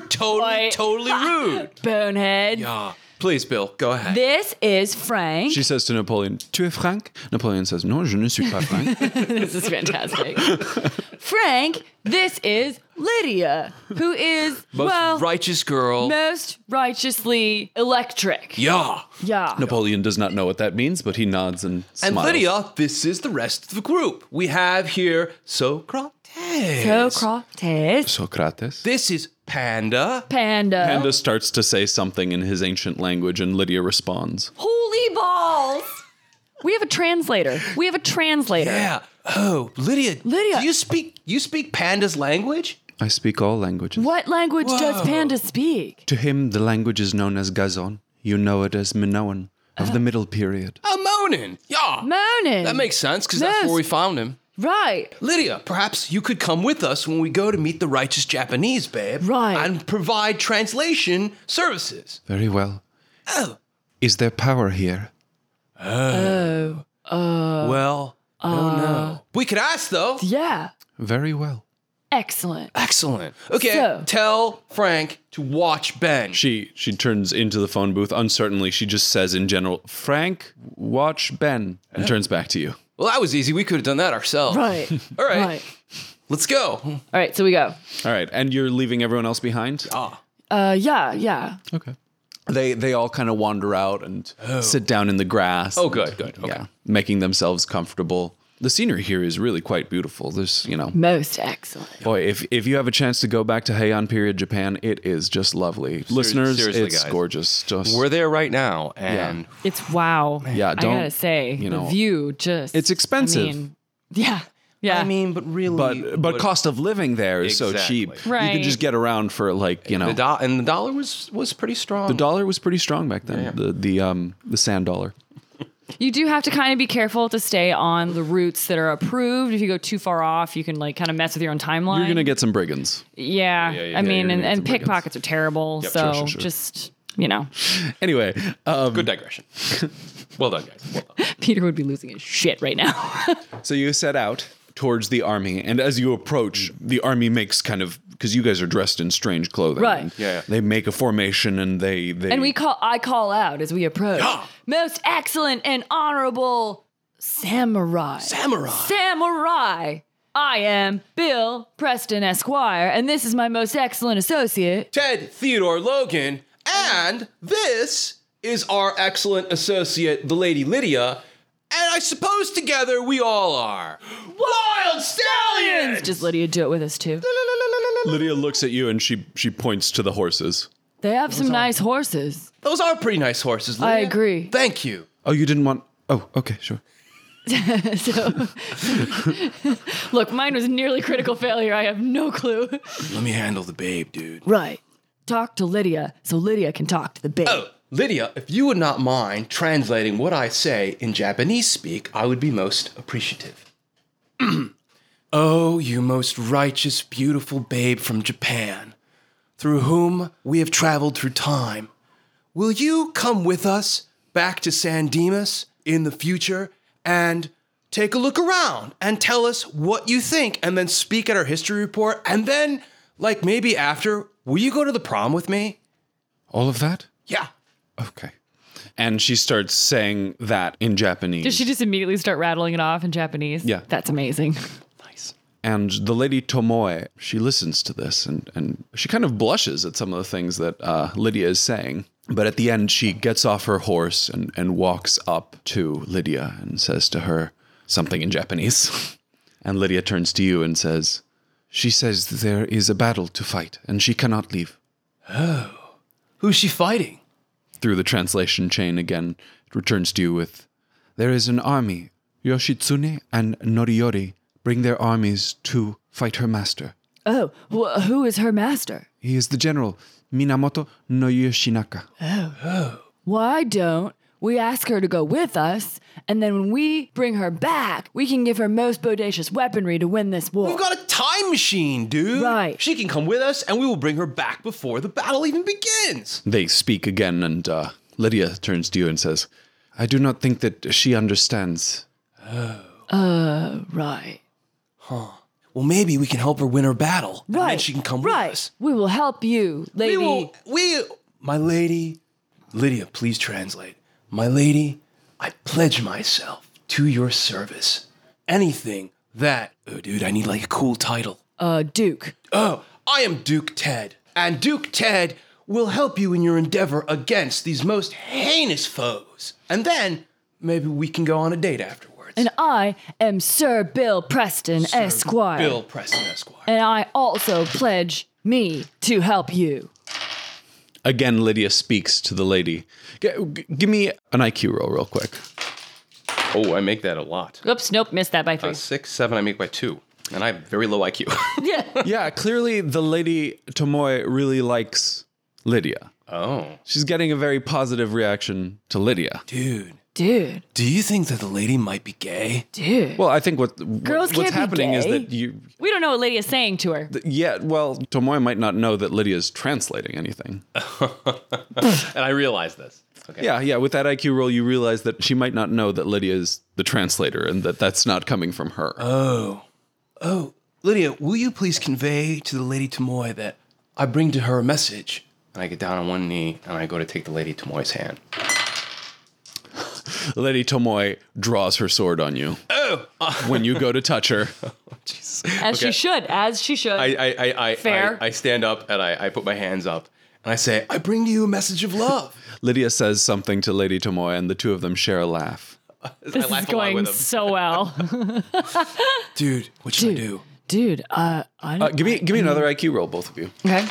Why-
totally, totally rude.
Bonehead.
Ah, please, Bill, go ahead.
This is Frank.
She says to Napoleon, "Tu es Frank?" Napoleon says, "Non, je ne suis pas Frank."
this is fantastic.
Frank, this is Lydia, who is
Most
well
righteous girl.
most righteously electric.
yeah.
Yeah.
Napoleon does not know what that means, but he nods and
And
smiles.
Lydia, this is the rest of the group. We have here Socrates.
Socrates.
Socrates.
This is Panda.
Panda.
Panda starts to say something in his ancient language, and Lydia responds.
Holy balls!
we have a translator. We have a translator.
Yeah. Oh, Lydia.
Lydia.
do you speak you speak Panda's language?
I speak all languages.
What language does Panda speak?
To him, the language is known as Gazon. You know it as Minoan of the Middle Period.
A Monin. Yeah.
Moaning.
that makes sense because that's
Yes.
where we found him.
Right.
Lydia, perhaps you could come with us when we go to meet the righteous Japanese babe.
Right.
And provide translation services.
Very well.
Oh.
Is there power here?
Uh,
well, oh no. We could ask though.
Yeah.
Very well.
Excellent.
Excellent. Okay,
So-
tell Frank to watch Ben.
She she turns into the phone booth uncertainly. She just says in general, "Frank, watch Ben," and turns back to you.
Well, that was easy. We could have done that ourselves.
Right.
All right.
Right.
Let's go.
All right, so we go.
All right, and you're leaving everyone else behind.
Uh, yeah, yeah.
Okay. They they all kind of wander out and sit down in the grass. Oh,
good, good, okay.
Yeah, making themselves comfortable. The scenery here is really quite beautiful. There's, you know,
Most excellent.
boy, if if you have a chance to go back to Heian period Japan, it is just lovely. Listeners,
seriously,
it's
guys.
gorgeous. Just
We're there right now, and
It's wow.
yeah, don't
I gotta say,
you know,
the view just.
it's expensive.
I mean, yeah. Yeah.
I mean, but really,
but but cost of living there is so cheap.
Exactly.
You
Right.
can just get around for like, you know,
the do- and the dollar was was pretty strong.
the dollar was pretty strong back then. The the um the sand dollar.
You do have to kind of be careful to stay on the routes that are approved. If you go too far off, you can like kind of mess with your own timeline.
You're going to get some brigands.
yeah. I mean,
gonna
and,
get
and
some brigands.
pickpockets are terrible. so
sure, sure, sure.
just you know,
Anyway, um,
Good digression. well done, guys. Well done.
Peter would be losing his shit right now.
So you set out towards the army, and as you approach, the army makes kind of because you guys are dressed in strange clothing.
Right.
And
Yeah, yeah.
They make a formation, and they they
And we call I call out as we approach. Most excellent and honorable samurai. Samurai. Samurai. I am Bill Preston Esquire, and this is my most excellent associate.
Ted Theodore Logan, and this is our excellent associate, the Lady Lydia. And I suppose together we all are wild stallions.
Just Lydia do it with us too.
Lydia looks at you, and she she points to the horses.
They have some nice horses.
Those are pretty nice horses. Lydia.
I agree.
Thank you.
Oh, you didn't want. Oh, okay, sure.
So, look, mine was nearly critical failure. I have no clue.
Let me handle the babe, dude.
Right. Talk to Lydia so Lydia can talk to the babe.
Oh, Lydia, if you would not mind translating what I say in Japanese speak, I would be most appreciative. oh, you most righteous, beautiful babe from Japan, through whom we have traveled through time, will you come with us back to San Dimas in the future and take a look around and tell us what you think and then speak at our history report? And then, like maybe after, will you go to the prom with me?
All of that.
Yeah.
Okay. And she starts saying that in Japanese.
Does she just immediately start rattling it off in Japanese?
Yeah.
That's amazing.
and the lady Tomoe, she listens to this and, and she kind of blushes at some of the things that uh, Lydia is saying. But at the end, she gets off her horse and, and walks up to Lydia and says to her something in Japanese. and Lydia turns to you and says, She says there is a battle to fight and she cannot leave.
Who's she fighting?
Through the translation chain again, it returns to you with, There is an army. Yoshitsune and Noriyori bring their armies to fight her master.
Oh, wh- who is her master?
He is the general Minamoto no Yoshinaka.
Why don't we ask her to go with us, and then when we bring her back, we can give her most bodacious weaponry to win this war.
We've got a time machine, dude.
Right.
She can come with us, and we will bring her back before the battle even begins.
They speak again, and uh, Lydia turns to you and says, I do not think that she understands.
right.
Well, maybe we can help her win her battle, and
Right.
then she can come
right.
with us.
We will help you, lady.
We will. We, my lady, Lydia, please translate. My lady, I pledge myself to your service. Anything that. Oh, dude, I need like a cool title.
Uh, Duke.
Oh, I am Duke Ted, and Duke Ted will help you in your endeavor against these most heinous foes. And then maybe we can go on a date afterwards.
And I am Sir Bill Preston Esquire.
Bill Preston Esquire.
And I also pledge me to help you.
Again, Lydia speaks to the lady. G- g- give me an IQ roll, real quick.
Oh, I make that a lot.
Oops, nope, missed that by three.
Six, seven, I make by two, and I have very low IQ.
yeah, clearly the lady Tomoe really likes Lydia.
oh,
She's getting a very positive reaction to Lydia.
Dude,
Dude,
do you think that the lady might be gay?
dude.
Well, I think what Girls what's
can't be
happening is
gay.
that you,
we don't know what Lydia's saying to her.
yeah, well, Tomoe might not know that Lydia's translating anything.
and I realize this. Okay.
Yeah, yeah. With that IQ roll, you realize that she might not know that Lydia is the translator and that that's not coming from her.
Oh, Lydia, will you please convey to the lady Tamoy that I bring to her a message?
And I get down on one knee and I go to take the lady Tomoy's hand.
Lady Tomoy draws her sword on you. Oh!
No.
when you go to touch her.
As she should, as she should.
I, I, I, I,
Fair.
I, I stand up and I, I put my hands up and I say, I bring to you a message of love.
Lydia says something to Lady Tomoya, and the two of them share a laugh.
this is
laugh along
going
with him.
so well.
Dude, what should I do?
Dude, uh, I
Uh, give me give me another IQ roll, both of you.
okay.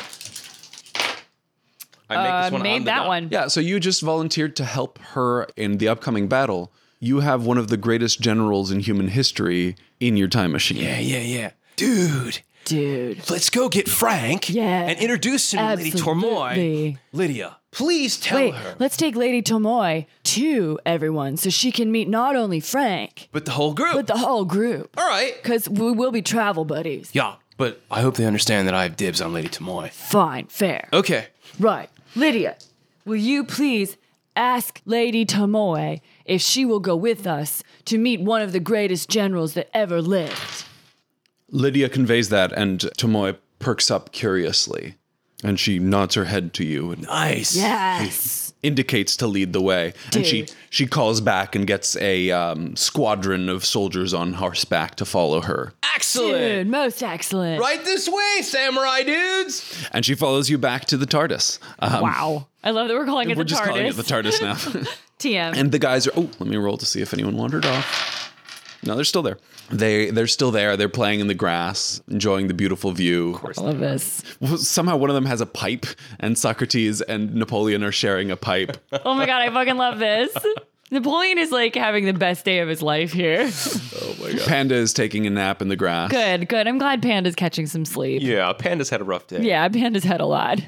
I make
Uh,
this one on
made
the
that
dot.
one.
Yeah, so you just volunteered to help her in the upcoming battle. You have one of the greatest generals in human history in your time machine.
Yeah, yeah, yeah. Dude,
Dude.
let's go get Frank
Yeah,
and introduce him to Lady Tormoy.
absolutely.
Lydia, please tell
Wait,
her.
let's take Lady Tomoy to everyone so she can meet not only Frank,
But the whole group.
but the whole group.
All right.
Because we will be travel buddies.
Yeah, but I hope they understand that I have dibs on Lady Tamoy.
Fine, fair.
Okay.
Right. Lydia, will you please ask Lady Tomoe if she will go with us to meet one of the greatest generals that ever lived?
Lydia conveys that, and Tomoe perks up curiously. And she nods her head to you and
Nice.
Yes.
indicates to lead the way. And she,
Dude.
she calls back and gets a um, squadron of soldiers on horseback to follow her.
Excellent.
Dude, most excellent.
Right this way, samurai dudes.
And she follows you back to the TARDIS. Um,
Wow. I love that we're calling it
We're
the
just
TARDIS.
calling it the TARDIS now.
TM.
and the guys are, oh, let me roll to see if anyone wandered off. No, they're still there. They they're still there. They're playing in the grass, enjoying the beautiful view. Of course.
love this.
Somehow one of them has a pipe, and Socrates and Napoleon are sharing a pipe.
Oh my god, I fucking love this. Napoleon is like having the best day of his life here.
Panda is taking a nap in the grass.
Good, good. I'm glad Panda's catching some sleep. Yeah,
Yeah, Panda's had a rough day.
Panda's had a lot.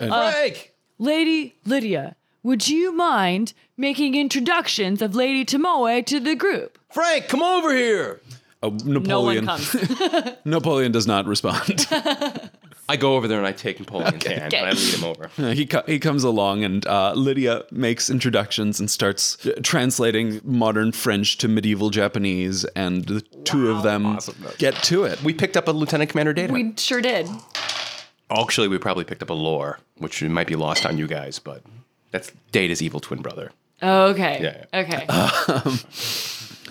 Uh, Frank.
Lady Lydia, would you mind making introductions of Lady Tomoe to the group?
Frank, come over here.
Uh, Napoleon. Napoleon does not respond.
I go over there and I take Napoleon's hand and I lead him over.
he co- he comes along, and uh, Lydia makes introductions and starts uh, translating modern French to medieval Japanese, and the two of them get to it.
We picked up a Lieutenant Commander data.
We sure did.
Actually, we probably picked up a lore, which might be lost on you guys, but that's Data's evil twin brother.
Okay.
Yeah,
Okay.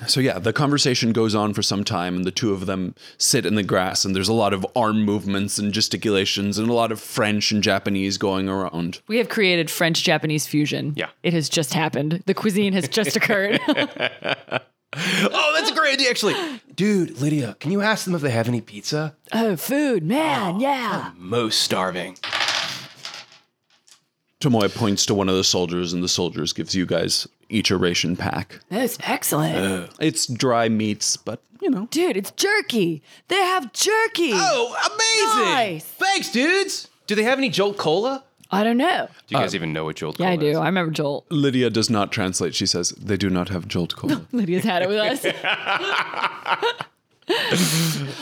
So yeah, the conversation goes on for some time, and the two of them sit in the grass, and there's a lot of arm movements and gesticulations, and a lot of French and Japanese going around.
We have created French Japanese fusion.
Yeah.
It has just happened. The cuisine has just occurred.
Oh, that's a great idea, actually. Dude, Lydia, can you ask them if they have any pizza?
oh, food, man, yeah.
Most starving.
Tomoe points to one of the soldiers, and the soldiers gives you guys each a ration pack.
That's excellent.
It's dry meats, but you know.
Dude, it's jerky. They have jerky.
Oh, amazing.
Nice.
Thanks, dudes. Do they have any Jolt Cola?
I don't know.
Do you
Uh,
guys even know what Jolt
Yeah, I
Cola is?
do. I remember Joel.
Lydia does not translate. She says they do not have jolt cola.
Lydia's had it with us.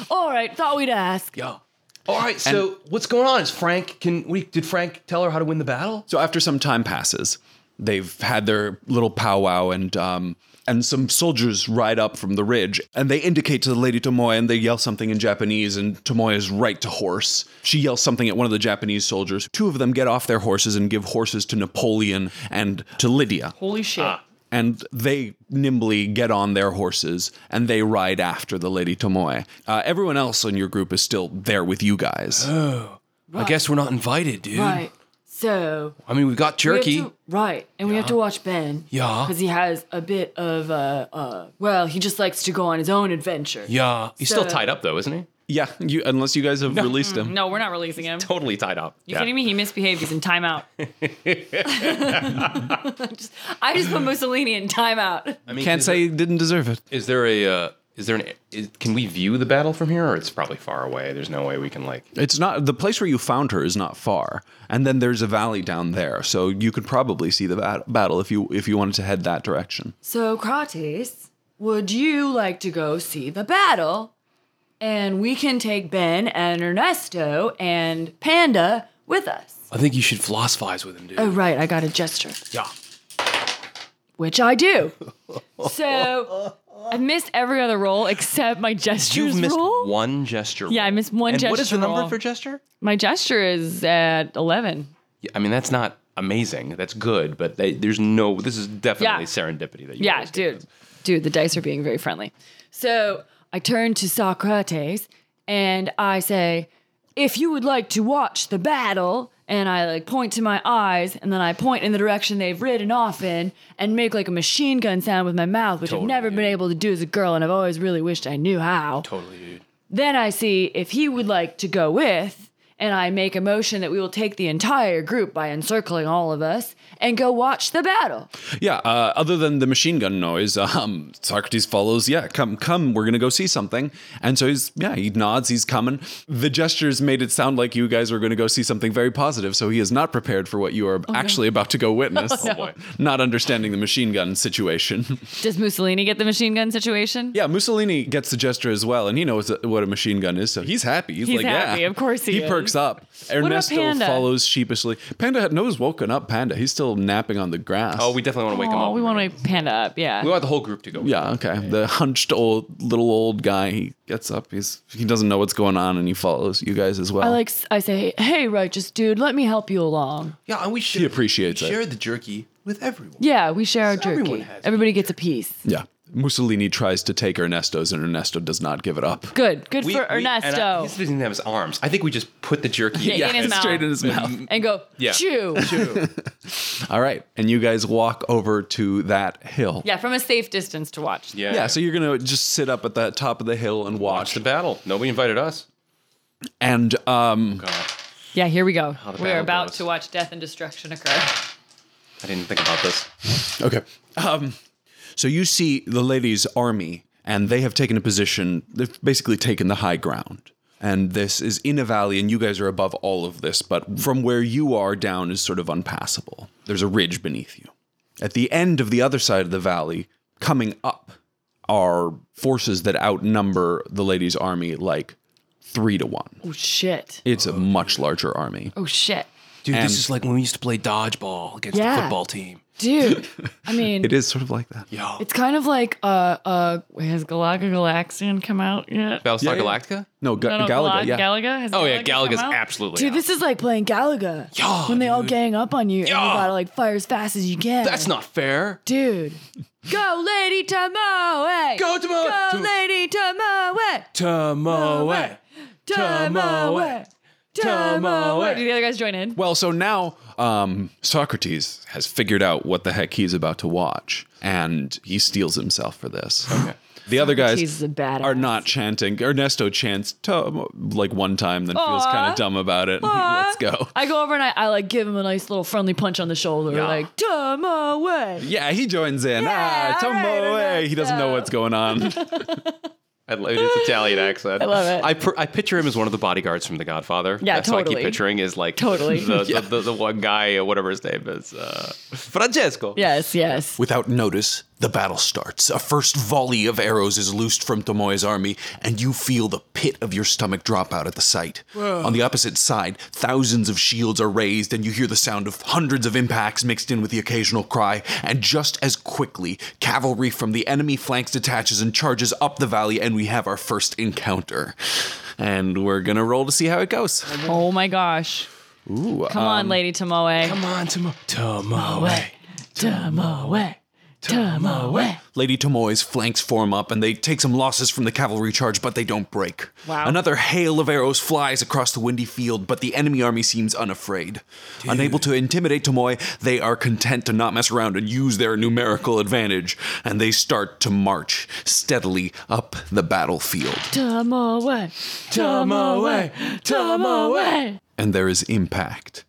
All right, thought we'd ask.
Yo. All right, so what's going on? Is Frank can we did Frank tell her how to win the battle?
so after some time passes, they've had their little powwow, and um, and some soldiers ride up from the ridge, and they indicate to the lady Tomoe, and they yell something in Japanese, and Tomoe is right to horse. She yells something at one of the Japanese soldiers. Two of them get off their horses and give horses to Napoleon and to Lydia.
Holy shit.
Ah.
and they nimbly get on their horses and they ride after the Lady Tomoe. Uh, everyone else in your group is still there with you guys.
I guess we're not invited, dude.
Right. So
I mean, we've got
we have
jerky.
to- right, and we have to watch Ben.
Yeah.
Because he has a bit of uh, uh, well, he just likes to go on his own adventure.
Yeah.
He's still tied up, though, isn't he?
Yeah, you, unless you guys have released him.
No, we're not releasing him.
Totally tied up.
You kidding me? He misbehaved. He's in timeout.
I just put Mussolini in timeout.
I mean,
Can't
is
say he didn't deserve it.
There, is there a. Uh, is there an. Is, can we view the battle from here, or it's probably far away? There's no way we can, like.
It's not the place where you found her is not far, and then there's a valley down there, so you could probably see the bat- battle if you if you wanted to head that direction.
So Kratis, would you like to go see the battle? And we can take Ben and Ernesto and Panda with us.
I think you should philosophize with him, dude.
Oh right, I got a gesture.
Yeah.
which I do. so I missed every other role except my gestures
You've missed
role.
one gesture.
Yeah, I missed one
and
gesture.
What is the number
role.
for gesture?
My gesture is at 11.
Yeah, I mean, that's not amazing. That's good, but they, there's no. This is definitely
Yeah.
serendipity that you
Yeah,
guys did
dude.
this.
Dude, the dice are being very friendly. So I turn to Socrates and I say, if you would like to watch the battle, and I like point to my eyes, and then I point in the direction they've ridden off in, and make like a machine gun sound with my mouth, which I've never been able to do as a girl, and I've always really wished I knew how. Totally, dude. Then I see if he would like to go with, and I make a motion that we will take the entire group by encircling all of us and go watch the battle.
Yeah. Uh, other than the machine gun noise, um, Socrates follows. Yeah, come, come. We're gonna go see something. And so he's yeah. He nods. He's coming. The gestures made it sound like you guys were gonna go see something very positive. So he is not prepared for what you are actually about to go witness. Oh, boy. Not understanding the machine gun situation.
Does Mussolini get the machine gun situation?
yeah, Mussolini gets the gesture as well, and he knows what a machine gun is. So he's happy. He's,
He's
like,
happy,
yeah.
of course he
He
is.
perks up.
about
Ernesto
Panda?
follows sheepishly. Panda had nose woken up. Panda. He's still napping on the grass.
Oh, we definitely want to wake him
Oh,
up.
we want to wake Panda up. Yeah.
We want the whole group to go.
Yeah, okay. The hunched old little old guy, he gets up. He's he doesn't know what's going on and he follows you guys as well.
I like I say, hey, righteous dude, let me help you along.
Yeah, and we should
he appreciates it.
share the jerky with everyone.
Yeah, we share our
everyone
jerky.
has
Everybody gets a piece.
Yeah. Mussolini tries to take Ernesto's and Ernesto does not give it up.
Good, good
We-
for
we- and I-
Ernesto.
He doesn't have his arms. I think we just put the jerky.
Yeah, in his mouth.
straight in his mouth.
and go chew.
All right. And you guys walk over to that hill.
yeah, from a safe distance to watch.
yeah.
Yeah, so you're going to just sit up at the top of the hill and watch.
Watch the battle. Nobody invited us.
And um
Yeah, here we go.
the
We're
battle
about
goes.
to watch death and destruction occur.
I didn't think about this.
Okay. Um, so you see the ladies' army, and they have taken a position. They've basically taken the high ground. And this is in a valley, and you guys are above all of this, but from where you are down is sort of unpassable. There's a ridge beneath you. At the end of the other side of the valley, coming up, are forces that outnumber the ladies' army like three to one.
Oh shit.
It's a much larger army.
Oh shit.
Dude,
And-
this is like when we used to play dodgeball against
Yeah.
the football team.
Dude, I mean,
It is sort of like that.
Yo,
it's kind of like uh uh
Has Galaga Galaxian come out yet?
Battlestar
Yeah, yeah.
Galactica?
No, Ga-
No, no,
Galaga,
Gala-
yeah.
Galaga? Has
Oh, yeah.
come
Galaga's
out?
absolutely.
dude,
out.
this is like playing Galaga.
Yeah,
when they all
dude.
gang up on you and you
Yeah.
gotta like fire as fast as you can.
that's not fair.
dude. Go Lady Tomoe!
Go Tomoe!
Go
Tom-
Lady Tomoe!
Tomoe.
Tomoe!
Do the other guys join in?
Well, so now um, Socrates has figured out what the heck he's about to watch, and he steals himself for this. Okay. The other
Socrates is
guys
a badass.
are not chanting. Ernesto chants to, like one time, then feels kind of dumb about it. and Let's go.
I go over and I, I like give him a nice little friendly punch on the shoulder, like Tomoe!
Yeah, he joins in.
Yeah,
ah,
all right,
Tomoe. he doesn't
Ernesto.
know what's going on.
I love his Italian accent. I
love it.
I, per- I picture him as one of the bodyguards from The Godfather.
Yeah,
That's what I
totally.
keep picturing is like
Totally.
the, the, the, the one guy, uh, whatever his name is, uh, Francesco.
Yes, yes.
Without notice, the battle starts. A first volley of arrows is loosed from Tomoe's army, and you feel the pit of your stomach drop out at the sight. On the opposite side, thousands of shields are raised, and you hear the sound of hundreds of impacts mixed in with the occasional cry. And just as quickly, cavalry from the enemy flanks detaches and charges up the valley, and we have our first encounter. And we're gonna roll to see how it goes.
Oh my gosh. Ooh. Come on, Lady Tomoe.
um, Come on, Tomoe. Tomoe.
Tomoe! Tomoe!
Lady Tomoe's flanks form up and they take some losses from the cavalry charge, but they don't break.
Wow.
Another hail of arrows flies across the windy field, but the enemy army seems unafraid. Unable to intimidate Tomoe, they are content to not mess around and use their numerical advantage, and they start to march steadily up the battlefield.
Tomoe! Tomoe! Tomoe!
and there is impact.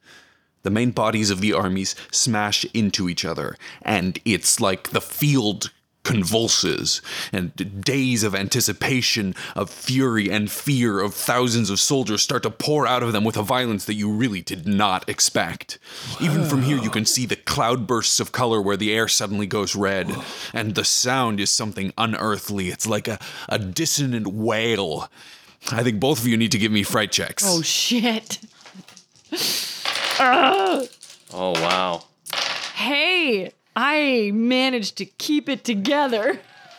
The main bodies of the armies smash into each other, and it's like the field convulses, and days of anticipation, of fury, and fear of thousands of soldiers start to pour out of them with a violence that you really did not expect. Even from here, you can see the cloud bursts of color where the air suddenly goes red, and the sound is something unearthly. It's like a, a dissonant wail. I think both of you need to give me fright checks.
Oh shit!
Oh, wow.
Hey, I managed to keep it together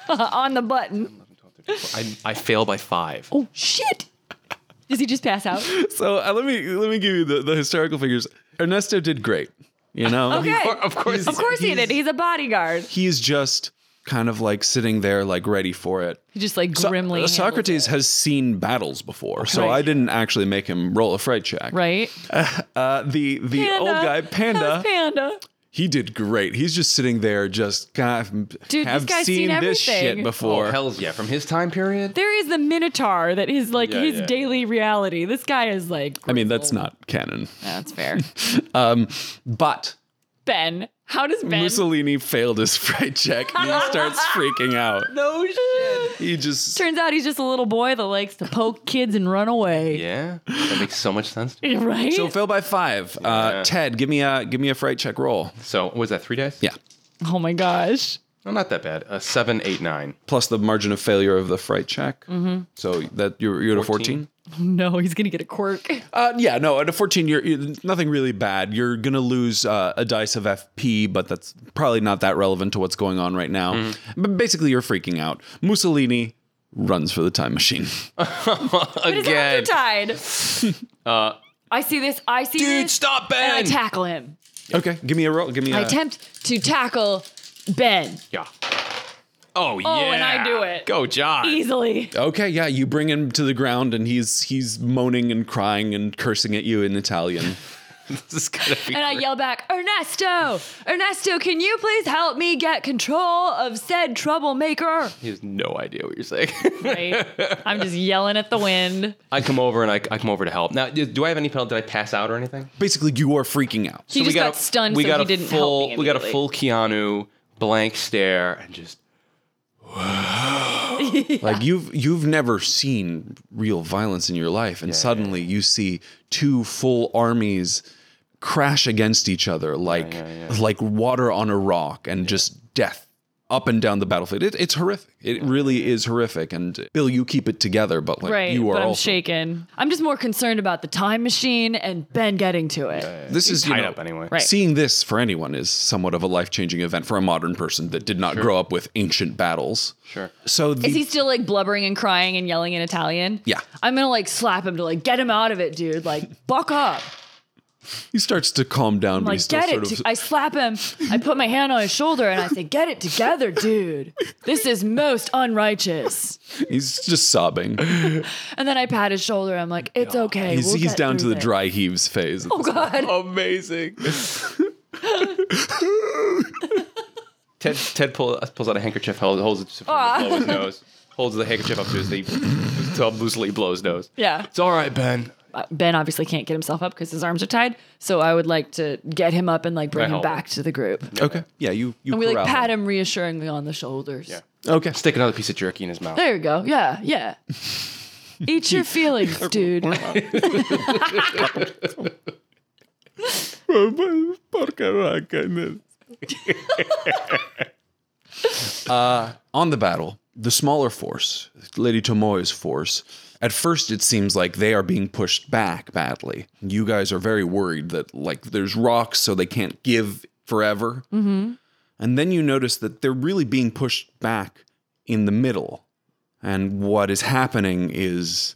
on the button.
I, I fail by five.
Oh shit! Does he just pass out?
so uh, let me let me give you the, the historical figures. Ernesto did great. You know,
Okay.
Of course.
Of course he did. He's a bodyguard.
he is just kind of like sitting there, like ready for it.
He just like
So-
grimly.
uh,
handled
Socrates has seen battles before, so I didn't actually make him roll a fright check.
it, right?
Uh, the the old guy
That
Panda,
was Panda.
he did great. He's just sitting there, just kind of
Dude,
have
this guy's
seen,
seen
this
everything.
shit
Or
before.
hell's yeah, from his time period.
There is the Minotaur that is like his
yeah.
daily reality. This guy is like.
I mean, that's not canon.
That's fair.
Um, but
ben, how does Ben?
Mussolini failed his fright check. and He starts freaking out.
no shit.
He just
Turns out he's just a little boy that likes to poke kids and run away.
Yeah, that makes so much sense. To me.
Right?
so fail by five. Uh, Ted, give me a give me a fright check roll.
So what was that three dice?
Yeah,
oh my gosh.
no, not that bad. A seven, eight, nine.
plus the margin of failure of the fright check. So that you're you're at a fourteen.
Fourteen.
No, he's going to get a quirk.
Uh, yeah, no, at a 14, you're, you're nothing really bad. You're going to lose uh, a dice of FP, but that's probably not that relevant to what's going on right now. But basically, you're freaking out. Mussolini runs for the time machine.
Again, Uh,
Tide.
I see this. I see
dude,
this.
stop
And I
Ben.
tackle him.
okay, give me a roll. Give me
I
a.
attempt to tackle Ben.
yeah. Oh yeah.
and I do it.
Go, John.
E Easily.
okay, yeah, you bring him to the ground, and he's he's moaning and crying and cursing at you in Italian.
This is gonna be.
And I
great.
yell back, Ernesto! Ernesto, can you please help me get control of said troublemaker?
He has no idea what you're saying.
Right? I'm just yelling at the wind.
I come over and I, I come over to help. Now, do do I have any penalty? Did I pass out or anything?
Basically, you are freaking out.
He just got, stunned, so he didn't
full,
help me
We got a
immediately.
full Keanu blank stare and just
Like you've you've never seen real violence in your life, and suddenly you see two full armies crash against each other like like water on a rock, and just death up and down the battlefield. It, it's horrific. It really is horrific. And Bill, you keep it together, but like
Right,
you are
but I'm
also-
shaken.
I'm just more concerned about the time machine and Ben getting to it.
this is you
tied
know,
up anyway.
Right.
Seeing this for anyone is somewhat of a life changing event for a modern person that did not grow up with ancient battles.
Sure.
So the,
Is he still like blubbering and crying and yelling in Italian?
yeah,
I'm gonna like slap him to like get him out of it, dude. Like, buck up.
he starts to calm down, but
Like,
he's still
get
sort
it.
of
to- I slap him. I put my hand on his shoulder and I say, get it together, dude. This is most unrighteous.
he's just sobbing.
And then I pat his shoulder. I'm like, it's okay.
He's,
we'll
he's
get
down to
through
the
this."
dry heaves phase.
Oh, God.
Amazing. Ted Ted pull, uh, pulls out a handkerchief, hold, holds it to blow
Ah.
his nose, holds the handkerchief up to his knee, to loosely blow his nose.
Yeah.
It's all right, Ben.
Uh, Ben obviously can't get himself up because his arms are tied. So I would like to get him up and like bring
I
him
help
back to the group.
Okay. Yeah, you you
And we like
corral
pat
him.
him reassuringly on the shoulders.
Yeah.
Okay.
Stick another piece of jerky in his mouth.
There you go. Yeah, yeah. Eat your feelings, dude.
Uh, On the battle, the smaller force, Lady Tomoe's force, at first it seems like they are being pushed back badly. You guys are very worried that like there's rocks so they can't give forever. Mm-hmm. And then you notice that they're really being pushed back in the middle. And what is happening is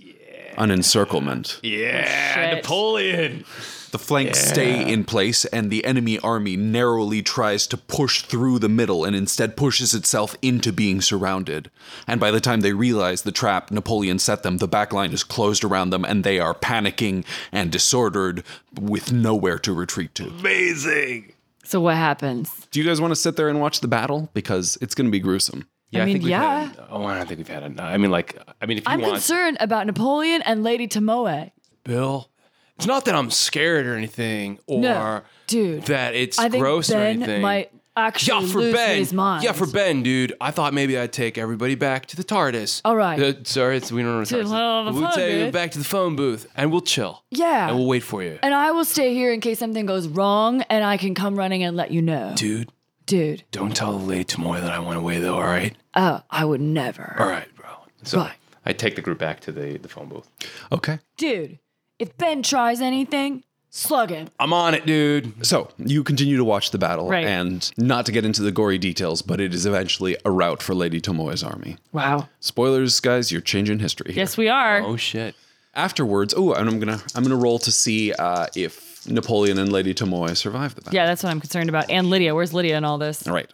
an encirclement.
Yeah, Napoleon.
The flanks stay in place, and the enemy army narrowly tries to push through the middle and instead pushes itself into being surrounded. And by the time they realize the trap Napoleon set them, the back line is closed around them, and they are panicking and disordered with nowhere to retreat to.
Amazing.
so what happens?
Do you guys want to sit there and watch the battle? Because it's going to be gruesome.
Yeah, I,
mean,
think we've
yeah.
Had, oh, I don't think we've had enough. I mean, like, I mean, if you
I'm
want,
concerned about Napoleon and Lady Tomoe.
Bill, it's not that I'm scared or anything, or
No, dude.
that it's
I think
gross or
Ben
anything.
might actually
yeah, for
lose
Ben.
his mind.
Yeah, for Ben, dude. I thought maybe I'd take everybody back to the TARDIS.
All right.
Uh, sorry, it's, we don't know. what
To
TARDIS is.
the phone
We'll take you
booth.
back to the phone booth, and we'll chill.
Yeah.
and we'll wait for you,
And I will stay here in case something goes wrong, and I can come running and let you know, dude.
dude. Don't tell the lady tomorrow that I went away, though. All right.
Oh, I would never.
All right, bro. So
Right.
I take the group back to the the phone booth.
Okay.
Dude, if Ben tries anything, slug him.
I'm on it, dude.
So you continue to watch the battle,
Right.
and not to get into the gory details, but it is eventually a rout for Lady Tomoe's army.
Wow.
Spoilers, guys, you're changing history. here.
Yes, we are.
Oh shit.
afterwards. Oh, and I'm gonna I'm gonna roll to see uh, if Napoleon and Lady Tomoe survive the battle.
Yeah, that's what I'm concerned about. And Lydia. Where's Lydia in all this?
All right.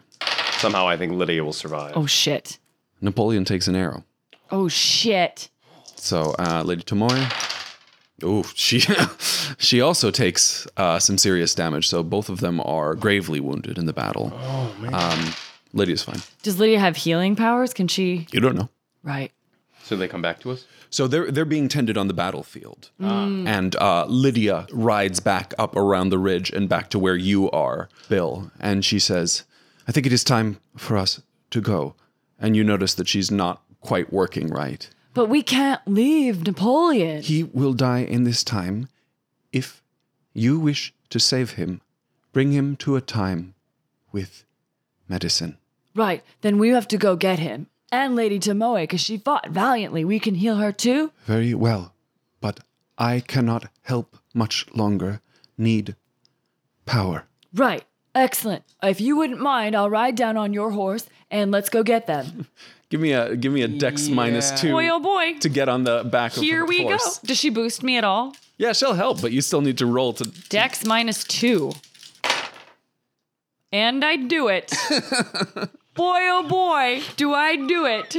Somehow I think Lydia will survive.
Oh shit.
Napoleon takes an arrow.
Oh shit.
So, uh, Lady Tomoya. Oh, she she also takes uh, some serious damage. So both of them are gravely wounded in the battle. Oh man. Um, Lydia's fine.
Does Lydia have healing powers? Can she?
You don't know.
Right.
So they come back to us?
So they're they're being tended on the battlefield, and uh, Lydia rides back up around the ridge and back to where you are, Bill. And she says, "I think it is time for us to go." And you notice that she's not quite working right.
But we can't leave Napoleon.
He will die in this time. If you wish to save him, bring him to a time with medicine.
Right. Then we have to go get him. And Lady Tomoe, because she fought valiantly. We can heal her too.
Very well, but I cannot help much longer. Need power.
Right. Excellent. If you wouldn't mind, I'll ride down on your horse and let's go get them.
Give me a give me a dex minus two
Boy, oh boy.
to get on the back of
Here
the
we go.
horse.
Does she boost me at all?
Yeah, she'll help, but you still need to roll to.
Dex minus two. And I do it. boy, oh boy, do I do it.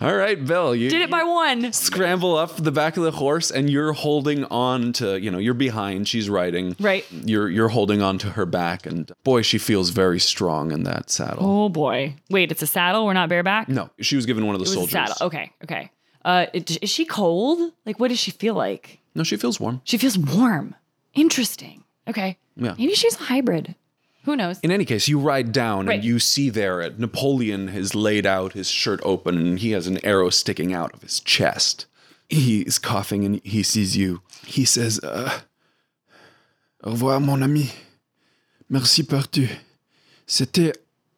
All right, Bill, you
Did it by one.
scramble up the back of the horse, and you're holding on to you know you're behind. She's riding.
Right.
You're you're holding on to her back, and boy, she feels very strong in that saddle.
Oh boy. Wait, it's a saddle. We're not bareback?
No, she was given one of the
It was a
soldiers.
saddle. Okay, okay. Uh, it- is she cold? Like, what does she feel like?
No, she feels warm.
She feels warm. Interesting. Okay.
Yeah.
Maybe she's a hybrid. Who knows?
In any case, you ride down
Right.
and you see there it Napoleon has laid out, his shirt open, and he has an arrow sticking out of his chest. He is coughing and he sees you.
He says, uh, Au revoir, mon ami. Merci partout. C'était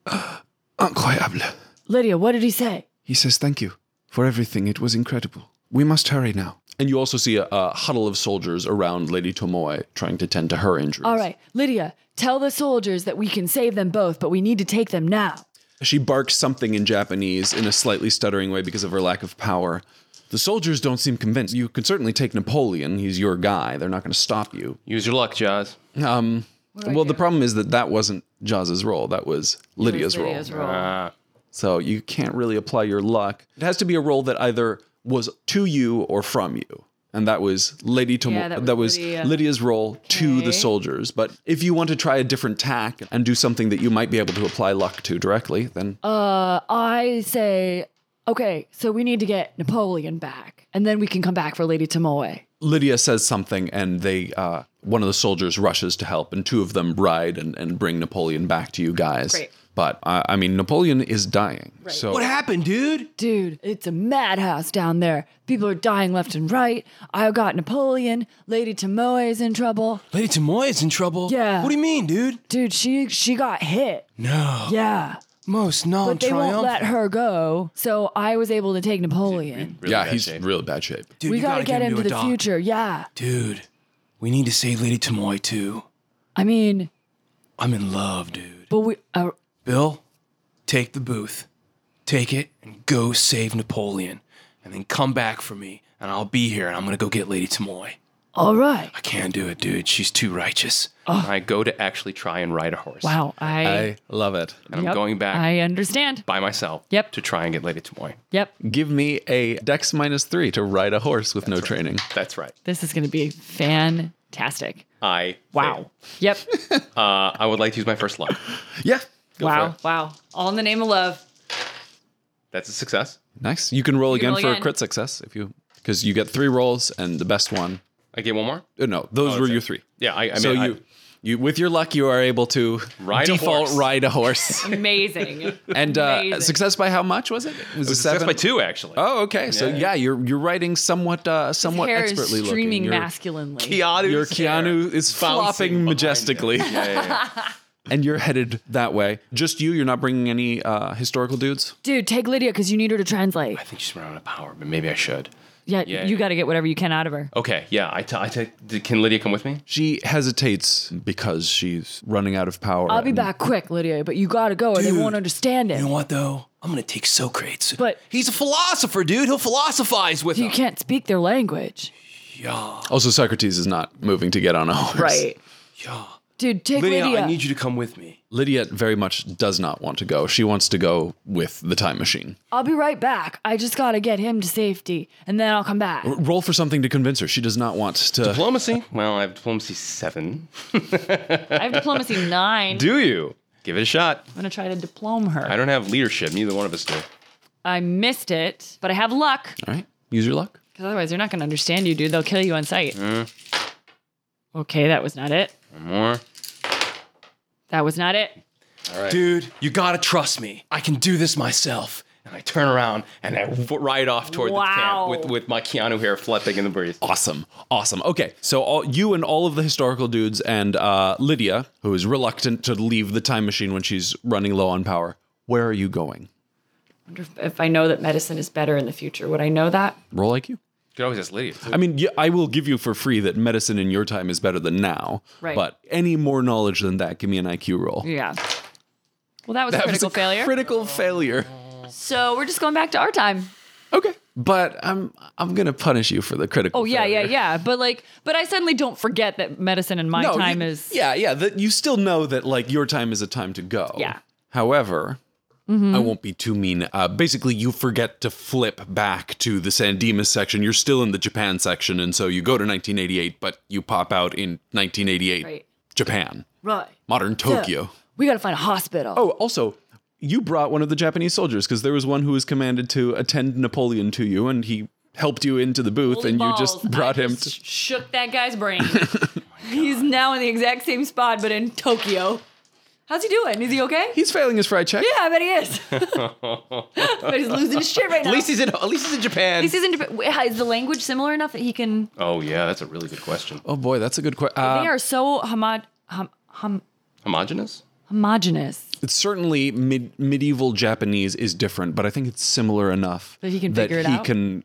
uh,
ah, incroyable.
Lydia, what did he say?
He says, Thank you for everything. It was incredible. We must hurry now.
And you also see a, a huddle of soldiers around Lady Tomoe trying to tend to her injuries.
All right, Lydia, tell the soldiers that we can save them both, but we need to take them now.
She barks something in Japanese in a slightly stuttering way because of her lack of power. The soldiers don't seem convinced. You can certainly take Napoleon. He's your guy. They're not going to stop you.
Use your luck, Jaws.
Um, well, the problem is that that wasn't Jazz's role. That was Lydia's, role. So you can't really apply your luck. It has to be a role that either was to you or from you. And that was Lady Tomo-
Yeah,
that
that
was,
was Lydia.
Lydia's role to the soldiers. But if you want to try a different tack and do something that you might be able to apply luck to directly, then
Uh, I say, okay, so we need to get Napoleon back, and then we can come back for Lady Tomoe.
Lydia says something, and they uh, one of the soldiers rushes to help, and two of them ride and, and bring Napoleon back to you guys.
Great.
But uh, I mean, Napoleon is dying. So
What happened, dude?
Dude, it's a madhouse down there. People are dying left and right. I got Napoleon. Lady Tomoe is in trouble.
Lady Tamoy is in trouble.
Yeah.
What do you mean, dude?
Dude, she she got hit.
No.
Yeah.
Most
But they won't
non-triumphant.
let her go. So I was able to take Napoleon.
Really
yeah,
bad
he's
shape.
really bad shape.
Dude,
we
you
gotta, get
him
into
a
the
doc.
future. Yeah.
Dude, we need to save Lady Tamoy too.
I mean,
I'm in love, dude.
but we. Uh,
Bill, take the booth. Take it and go save Napoleon. And then come back for me, and I'll be here, and I'm gonna go get Lady Tamoy.
all right.
I can't do it, dude. She's too righteous.
Oh.
I go to actually try and ride a horse.
Oh. Wow. I,
I love it.
And I'm
Yep.
going back
I understand.
by myself
Yep.
to try and get Lady Tamoy.
Yep.
Give me a dex minus three to ride a horse with no training.
That's right.
This is going to be fantastic.
I
Wow. Yep.
fail. Uh, I would like to use my first luck.
Yeah.
wow. Wow. All in the name of love.
That's a success.
Nice. You can roll again
roll
for a
again.
crit success if you because you get three rolls and the best one.
I get one more.
Uh, No, those were
Oh, that's
your
it.
three.
Yeah, I, I mean,
so
I-
you. You, with your luck, you are able to
Ride a
default
horse.
ride a horse,
Amazing.
and uh,
Amazing.
success by how much was it? It was, a
Oh, success
seven
by two actually.
Oh, okay. So yeah, you're you're writing somewhat uh, somewhat
Hair is
expertly
streaming
looking. Your-
masculinely.
Keanu's
Your Keanu is flopping majestically,
Yeah, yeah, yeah.
and you're headed that way. Just you. You're not bringing any uh, historical dudes.
Dude, take Lydia because you need her to translate.
I think she's running out of power, but maybe I should.
Yeah,
Yeah,
you
yeah.
got to get whatever you can out of her.
Okay, yeah. I t- I t- d- can Lydia come with me?
She hesitates because she's running out of power.
I'll be
and-
back quick, Lydia, but you gotta go or they
Dude,
won't understand it.
You know what though? Oh, I'm gonna take Socrates.
But-
he's a philosopher, dude. He'll philosophize with
you
you.
can't speak their language.
Yeah,
Oh,
Also, Socrates is not moving to get on a horse.
Right.
yeah.
Dude, take Lydia.
Lydia, I need you to come with me.
Lydia very much does not want to go. She wants to go with the time machine.
I'll be right back. I just gotta get him to safety, and then I'll come back.
Roll for something to convince her. She does not want to.
Diplomacy? Well, I have diplomacy seven.
I have diplomacy nine.
Do you? Give it a shot.
I'm gonna try to diplome her.
I don't have leadership. Neither one of us do.
I missed it, but I have luck.
All right, use your luck.
Because otherwise, they're not going to understand you, dude. They'll kill you on sight. Okay, that was not it.
Mm-hmm. One more.
That was not it.
Dude, you gotta trust me. I can do this myself.
And I turn around and I w- ride off toward
Wow.
the camp with, with my Keanu hair flapping in the breeze.
Oh.
Awesome, awesome. Okay, so all, you and all of the historical dudes and uh, Lydia, who is reluctant to leave the time machine when she's running low on power. Where are you going?
wonder if, if I know that medicine is better in the future. Would I know that?
Roll like you.
You could always ask Lydia.
I mean, yeah, I will give you for free that medicine in your time is better than now.
Right.
But any more knowledge than that, give me an IQ roll.
Yeah. Well, that was a critical failure.
Critical failure.
so we're just going back to our time.
Okay, but I'm I'm gonna punish you for the critical.
Oh yeah,
failure.
yeah, yeah. But like, but I suddenly don't forget that medicine in my
No,
time
you-
is.
Yeah, yeah. That you still know that like your time is a time to go.
Yeah. Mm-hmm.
However, I won't be too mean. Uh, basically, you forget to flip back to the San Dimas section. You're still in the Japan section, and so you go to 1988, but you pop out in 1988
Right.
Japan,
right.
modern Tokyo.
We gotta find a hospital.
Oh, also. You brought one of the Japanese soldiers because there was one who was commanded to attend Napoleon to you, and he helped you into the booth,
Holy
and
balls,
you just
I
brought him.
just
To-
shook that guy's brain. He's now in the exact same spot, but in Tokyo. How's he doing? Is he okay?
He's failing his fry check.
Yeah, I bet he is. but he's losing his shit right now.
At least he's in. At least he's in Japan.
This isn't. Is the language similar enough that he can?
oh yeah, that's a really good question.
Oh boy, that's a good question.
Uh,
they are so homo- hom- hom-
Homogenous.
homogenous
It's certainly mid- medieval Japanese is different, but I think it's similar enough
That he can figure it
he
out?
Can,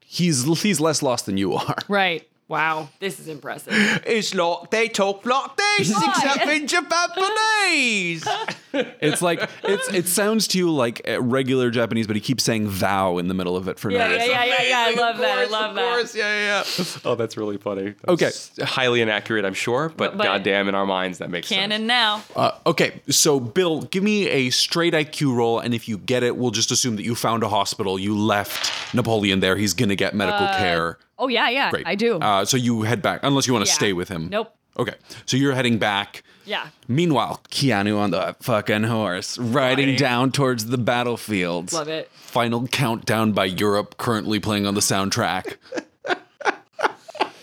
he's he's less lost than you are.
Right. Wow. This is impressive.
It's like they talk like this, except in Japanese.
It's like it's it sounds to you like uh, regular Japanese, but he keeps saying "thou" in the middle of it for no
Yeah, yeah,
reason.
yeah, yeah, yeah. I love that. I
course,
love
of
that.
course. Yeah, yeah, yeah. Oh, that's really funny.
Okay.
That's highly inaccurate, I'm sure, but,
But-
goddamn, in our minds, that makes
Canon now.
Uh, okay, so Bill, give me a straight IQ roll, and if you get it, we'll just assume that you found a hospital, you left Napoleon there, he's gonna get medical care.
Oh yeah, yeah.
Great.
I do.
Uh, so you head back, unless you want to
Yeah.
stay with him.
Nope.
Okay, so you're heading back.
yeah.
Meanwhile, Keanu on the fucking horse, riding down towards the battlefield.
Love it.
Final Countdown by Europe, currently playing on the soundtrack.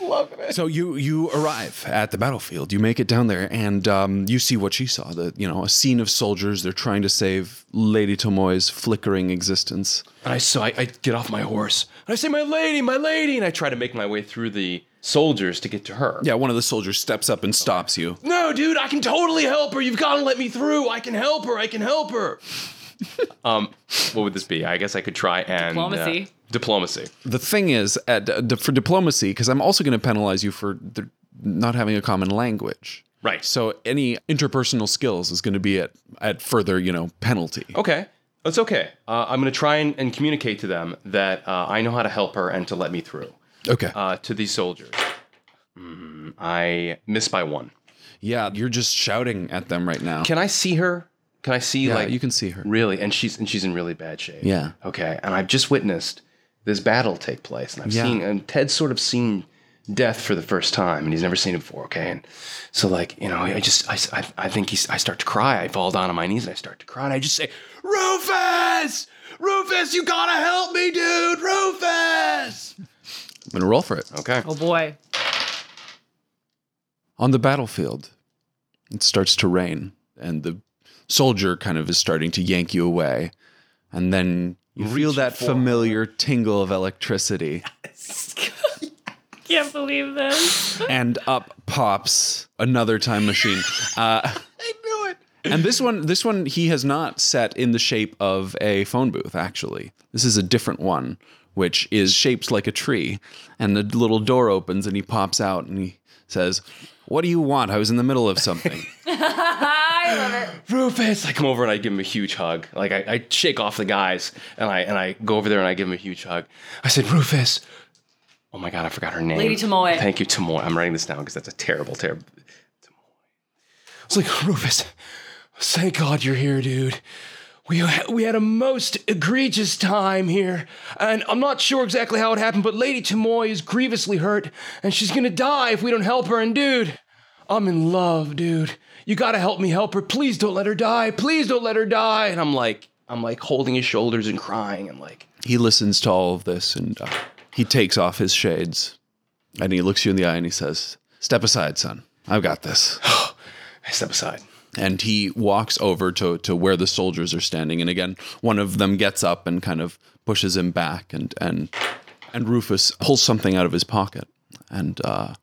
Love it. So you you arrive at the battlefield. You make it down there, and um, you see what she saw. The you know a scene of soldiers. They're trying to save Lady Tomoe's flickering existence.
And I so I, I get off my horse and I say, "My lady, my lady!" And I try to make my way through the soldiers to get to her.
Yeah, one of the soldiers steps up and stops you.
No, dude, I can totally help her. You've got to let me through. I can help her. I can help her. um, what would this be? I guess I could try and uh,
Diplomacy.
diplomacy.
The thing is, at, uh, for diplomacy, because I'm also going to penalize you for the, not having a common language.
Right.
So any interpersonal skills is going to be at at further, you know, penalty.
Okay. That's okay. Uh, I'm going to try and, and communicate to them that uh, I know how to help her and to let me through
Okay.
uh, to these soldiers. Mm, I miss by one.
yeah, you're just shouting at them right now.
Can I see her? Can I see
yeah,
like
you can see her.
really? And she's and she's in really bad shape.
Yeah.
Okay. And I've just witnessed this battle take place, and I've
Yeah.
seen and Ted's sort of seen death for the first time, and he's never seen it before. Okay. And so like you know, I just I s- I, I think he's I start to cry. I fall down on my knees and I start to cry, and I just say, Rufus, Rufus, you gotta help me, dude, Rufus.
I'm going to roll for it.
Okay.
Oh boy.
On the battlefield, it starts to rain and the soldier kind of is starting to yank you away. And then you feel that familiar tingle of electricity.
Can't believe this.
and up pops another time machine. Uh, I knew it. And this one, this one, he has not set in the shape of a phone booth. Actually, this is a different one, which is shaped like a tree. And the little door opens, and he pops out, and he says, "What do you want? I was in the middle of something."
Rufus. I come over and I give him a huge hug. Like I, I shake off the guys and I and I go over there and I give him a huge hug. I said, Rufus. Oh my god, I forgot her name.
Lady Tamoy.
Thank you, Tamoy. I'm writing this down because that's a terrible, terrible. Tamoy.
It's like, Rufus, thank God you're here, dude. We, we had a most egregious time here, and I'm not sure exactly how it happened, but Lady Tamoy is grievously hurt, and she's gonna die if we don't help her. And dude, I'm in love, dude. You gotta help me help her. Please don't let her die. Please don't let her die. And I'm like, I'm like holding his shoulders and crying. and like,
He listens to all of this and uh, he takes off his shades and he looks you in the eye and he says, Step aside, son. I've got this.
I step aside.
And he walks over to, to where the soldiers are standing. And again, one of them gets up and kind of pushes him back. And, and, and Rufus pulls something out of his pocket and, uh,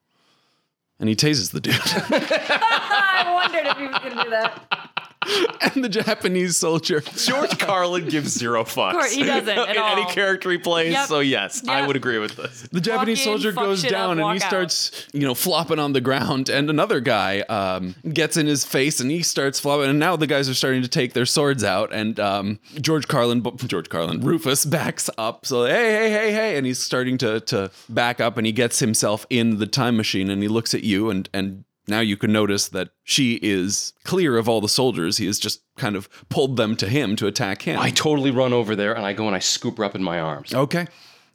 and he tases the dude.
I wondered if he was gonna do that.
and the Japanese soldier.
George Carlin gives zero fucks.
course, he doesn't at
in any
all.
character he plays.
Yep.
So yes, I
Yep.
would agree with this.
The Japanese
in,
soldier
fuck
goes
shit up,
down and he
walk out.
starts, you know, flopping on the ground. And another guy um, gets in his face and he starts flopping. And now the guys are starting to take their swords out. And um, George Carlin, bu- George Carlin, Rufus backs up. So, hey, hey, hey, hey. And he's starting to, to back up and he gets himself in the time machine and he looks at you. And, and now you can notice that she is clear of all the soldiers. He has just kind of pulled them to him to attack him.
I totally run over there and I go and I scoop her up in my arms.
Okay.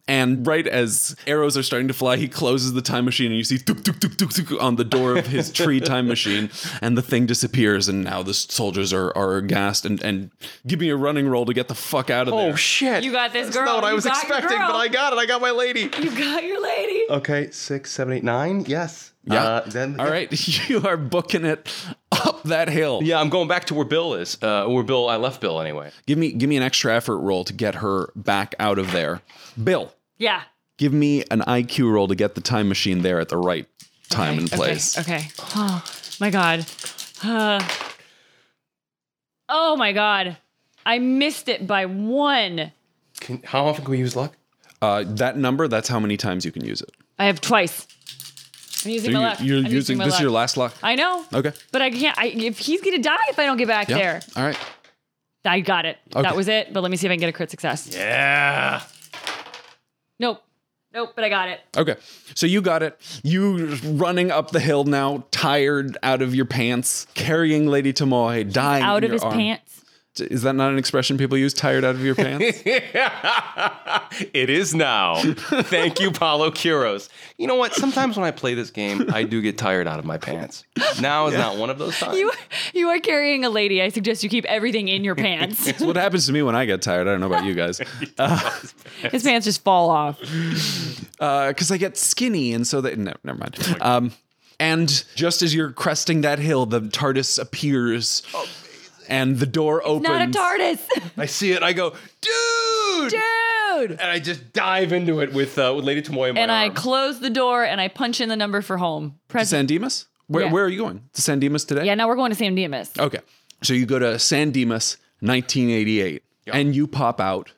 And right as arrows are starting to fly, he closes the time machine, and you see tuk, tuk, tuk, tuk, tuk, on the door of his tree time machine, and the thing disappears. And now the soldiers are are aghast and and give me a running roll to get the fuck out of there.
Oh shit!
You got this,
That's
girl.
not what I
You
was
got your
expecting,
girl.
but I got it. I got my lady.
You got your lady.
Okay, six, seven, eight, nine. Yes.
Yeah.
Uh, then
All right, you are booking it up that hill.
Yeah, I'm going back to where Bill is. Uh, where Bill, I left Bill anyway.
Give me give me an extra effort roll to get her back out of there. Bill,
Yeah.
give me an IQ roll to get the time machine there at the right time and place.
Okay. Oh my god. Uh, oh my god. I missed it by one.
Can, how often can we use luck?
Uh, that number, that's how many times you can use it.
I have twice. I'm using my luck.
You're
I'm
using,
my
this is
luck.
your last luck.
I know.
Okay.
But I can't. I, if he's gonna die if I don't get back
Yeah.
there,
All right.
I got it.
Okay.
That was it. But let me see if I can get a crit success. Yeah. Nope. Nope. But I got it.
Okay. So you got it. You running up the hill now, tired out of your pants, carrying Lady Tamoy, dying
Out
in
of
your
his
arm.
pants.
Is that not an expression people use? Tired out of your pants.
It is now. Thank you, Paulo Quiros. You know what? Sometimes when I play this game, I do get tired out of my pants. Now is not one of those times.
You, you are carrying a lady. I suggest you keep everything in your pants.
That's what happens to me when I get tired. I don't know about you guys, Uh,
his pants just fall off.
because I get skinny, and so they. No, never mind. Um, and just as you're cresting that hill, the TARDIS appears, and the door opens.
Not a TARDIS.
I see it. I go, dude,
Dude.
and I just dive into it with uh, with Lady Tamoya. In my
and I
arms.
close the door and I punch in the number for home.
To
Present.
San Dimas? Where,
Yeah.
where are you going? To San Dimas today?
Yeah, now we're going to San Dimas.
Okay. So you go to San Dimas, 1988, and you pop out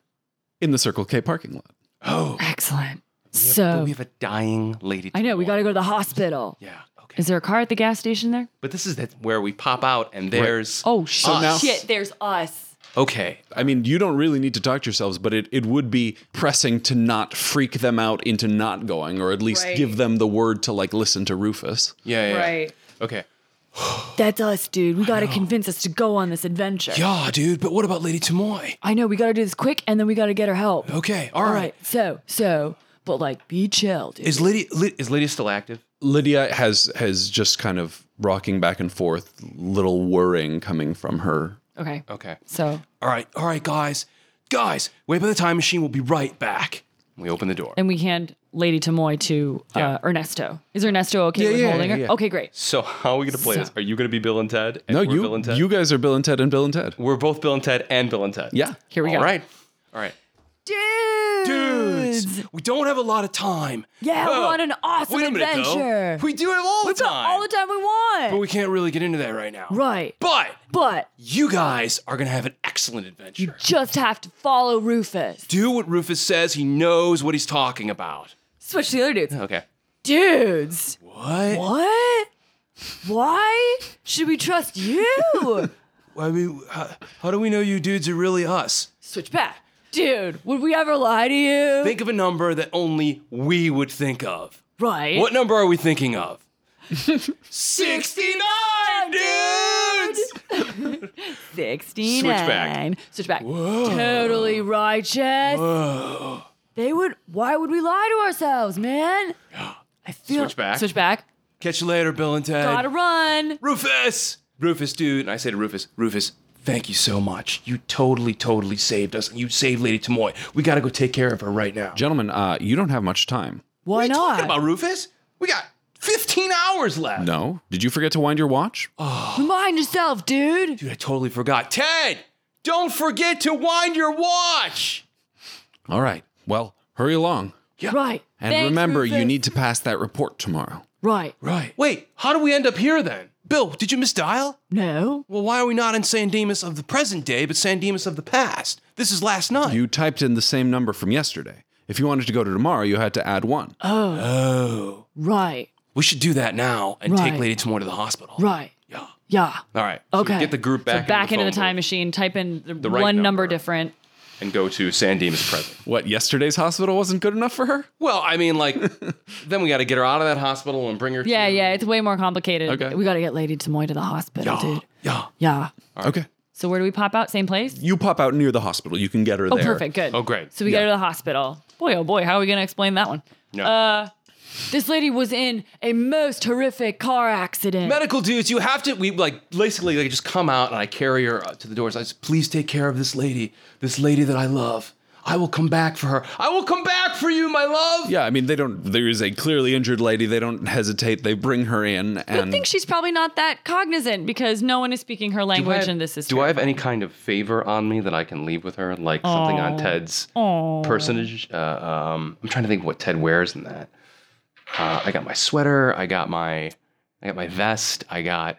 in the Circle K parking lot.
Excellent. So
we have a dying Lady.
I know we
Tamoy.
got to go to the hospital.
Yeah. Okay.
Is there a car at the gas station there?
But this is that where we pop out, and there's
Oh shit!
now-
shit, there's us.
okay.
I mean, you don't really need to talk to yourselves, but it, it would be pressing to not freak them out into not going, or at least
Right.
give them the word to like listen to Rufus.
Yeah. yeah, yeah. Okay.
That's us, dude. We gotta convince us to go on this adventure.
Yeah, Ah, dude. But what about Lady Tamoy?
I know, we gotta do this quick and then we gotta get her help.
Okay.
All right, so, so, but like, be chill, dude.
Is Lady Li- is Lady still active?
Lydia has has just kind of rocking back and forth, little whirring coming from her.
Okay.
Okay.
So
All right. All right, guys. Guys, wait by the time machine. We'll be right back. We open the door.
and we hand Lady Tamoy to uh, Ernesto. Is Ernesto okay with
yeah,
holding
yeah,
her?
yeah.
Okay, great.
So how are we gonna play this? Are you gonna be Bill and Ted? And
No,
we're Bill
you
and Ted?
you guys are Bill and Ted and Bill and Ted.
We're both Bill and Ted and Bill and Ted.
Yeah.
Here we go.
All right. All right. Dudes, we don't have a lot of time.
yeah,
Well,
we're on an awesome
wait a minute, though.
adventure.
We do have all the
got
time.
all the time we want.
but we can't really get into that right now.
right,
But
but
you guys are going to have an excellent adventure.
just have to follow Rufus.
Do what Rufus says. He knows what he's talking about.
Switch to the other dudes.
Okay.
Dudes,
What?
what? Why should we trust you?
I mean, how, how do we know you dudes are really us?
Switch back. Dude, would we ever lie to you?
Think of a number that only we would think of.
right.
What number are we thinking of? 69, dudes!
69.
Switchback.
Switchback. Totally righteous. They would, why would we lie to ourselves, man? I feel,
Switchback.
Switchback.
Catch you later, Bill and Ted.
Gotta run.
Rufus! Rufus, dude. And I say to Rufus, Rufus, thank you so much. You totally, totally saved us. You saved Lady Tamoy. We gotta go take care of her right now.
Gentlemen, uh, you don't have much time.
Why
What are you
not?
talking about, Rufus? We got 15 hours left.
No? Did you forget to wind your watch?
Remind yourself, dude.
Dude, I totally forgot. Ted, don't forget to wind your watch.
All right. Well, hurry along.
Right.
And
Thanks,
remember, you
Rufus.
need to pass that report tomorrow.
Right.
Right. Wait, how do we end up here then? Bill, did you misdial?
No.
Well, why are we not in San Dimas of the present day, but San Dimas of the past? This is last night.
You typed in the same number from yesterday. If you wanted to go to tomorrow, you had to add one.
oh.
Right.
We should do that now and take
Right.
Lady Tamoy to the hospital.
Right.
Yeah.
Yeah.
All right. so we
Okay.
get the group back,
Back into the
phone
time machine, type in the,
right
one
number.
number different.
booth and go to San Dimas present.
What, yesterday's hospital wasn't good enough for her?
Well, I mean, like, then we got to get her out of that hospital and bring her.
Yeah,
to,
yeah, it's way more complicated.
Okay.
We gotta get Lady Tamoy to the hospital, dude.
Yeah.
Yeah.
Okay.
So where do we pop out? Same place?
You pop out near the hospital. You can get her
Oh,
there.
perfect. Good.
Oh, great.
So we go to the hospital. Boy, oh boy, how are we going to explain that one? Uh,
No.
This lady was in a most horrific car accident.
medical dudes, you have to. We like basically like just come out and I carry her uh, to the doors. I say, please take care of this lady, this lady that I love. I will come back for her. I will come back for you, my love.
Yeah, I mean, they don't. There is a clearly injured lady. They don't hesitate. They bring her in,
I
and
think she's probably not that cognizant because no one is speaking her language and this is
Do I have any kind of favor on me that I can leave with her, like something on Ted's personage? Uh, um, I'm trying to think what Ted wears in that. Uh, I got my sweater. I got my, I got my vest. I got.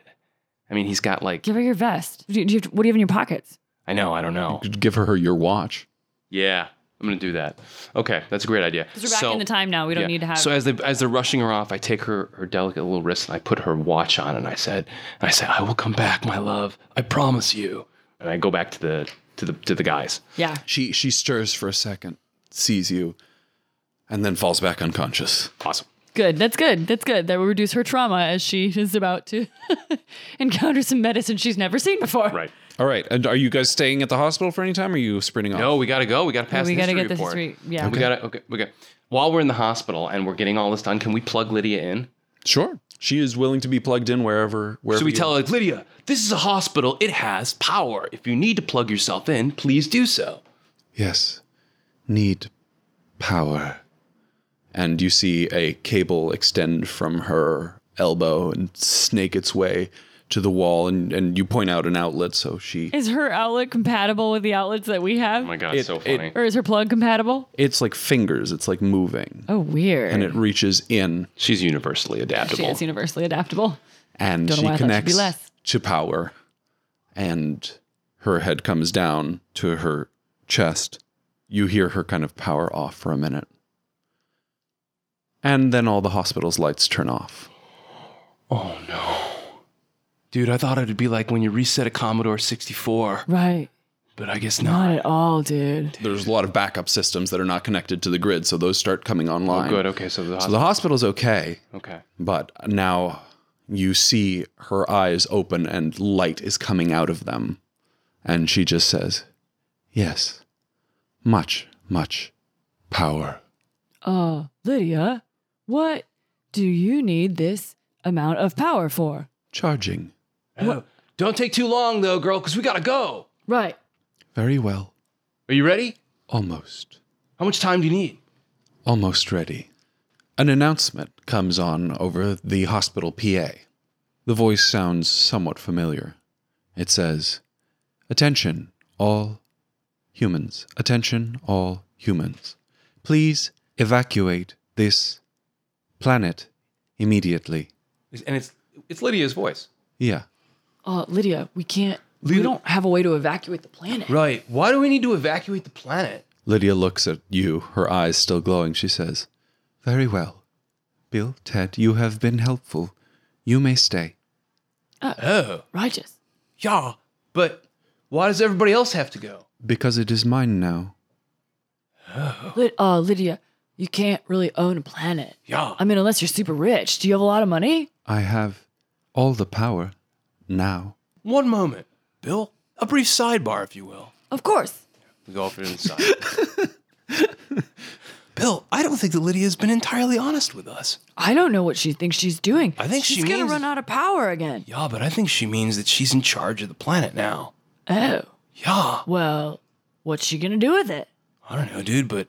I mean, he's got like.
Give her your vest. Do you- do you- what do you have in your pockets?
I know. I don't know.
give her her your watch.
Yeah, I'm gonna do that. Okay, that's a great idea.
Because we're back in the time now. We don't
yeah.
need to have.
So as they as they're rushing her off, I take her her delicate little wrist and I put her watch on and I said and I said, I will come back, my love. I promise you. And I go back to the to the to the guys.
yeah.
She she stirs for a second, sees you, and then falls back unconscious.
Awesome.
Good. That's good. That's good. That will reduce her trauma as she is about to encounter some medicine she's never seen before.
Right.
All right, and are you guys staying at the hospital for any time? Or are you sprinting off?
No, we gotta go. We gotta pass.
we
the
gotta
history
get the
report.
history- yeah.
We gotta. Okay. We got. While we're in the hospital and we're getting all this done, can we plug Lydia in?
Sure, she is willing to be plugged in wherever wherever.
So we
you-
tell her, like Lydia, this is a hospital. It has power. If you need to plug yourself in, please do so.
Oh
yes, need power, and you see a cable extend from her elbow and snake its way to the wall, and and you point out an outlet, so she
Is her outlet compatible with the outlets that we have?
Oh my god, it's so
it-
funny.
or is her plug compatible?
it's like fingers, it's like moving,
Oh, weird.
and it reaches in
She's universally
she
adaptable.
is universally adaptable.
and
Don't know
she
why I thought she'd be
connects
less.
to power and her head comes down to her chest you hear her kind of power off for a minute and then all the hospital's lights turn off
Dude, I thought it'd be like when you reset a Commodore 64,
Right.
but I guess
Not
not.
at all, dude.
there's a lot of backup systems that are not connected to the grid so those start coming online
Oh, Good. Okay. So the
so the
hospital.
hospital's okay
okay.
but now you see her eyes open and light is coming out of them and she just says yes much much power
Uh, Lydia, what do you need this amount of power for?
charging
Oh, Don't take too long though, girl, because we gotta go.
Right.
very well
Are you ready?
almost
How much time do you need?
almost ready an announcement comes on over the hospital pa the voice sounds somewhat familiar it says attention all humans attention all humans please evacuate this planet immediately
And it's it's Lydia's voice.
yeah
Uh, Lydia, we can't. We don't have a way to evacuate the planet.
Right. Why do we need to evacuate the planet?
Lydia looks at you, her eyes still glowing. She says, Very well. Bill, Ted, you have been helpful. You may stay.
Oh.
Righteous.
Yeah. But why does everybody else have to go?
Because it is mine now.
Lid- uh, Lydia, you can't really own a planet.
Yeah.
I mean, unless you're super rich. Do you have a lot of money?
I have all the power now.
One moment, Bill. A brief sidebar, if you will.
Of course.
We go off inside. Bill, I don't think that Lydia's been entirely honest with us.
I don't know what she thinks she's doing.
I think
she's
she
gonna
means-
run out of power again.
Yeah, but I think she means that she's in charge of the planet now.
Oh,
Yeah,
well, what's she gonna do with it?
I don't know, dude, but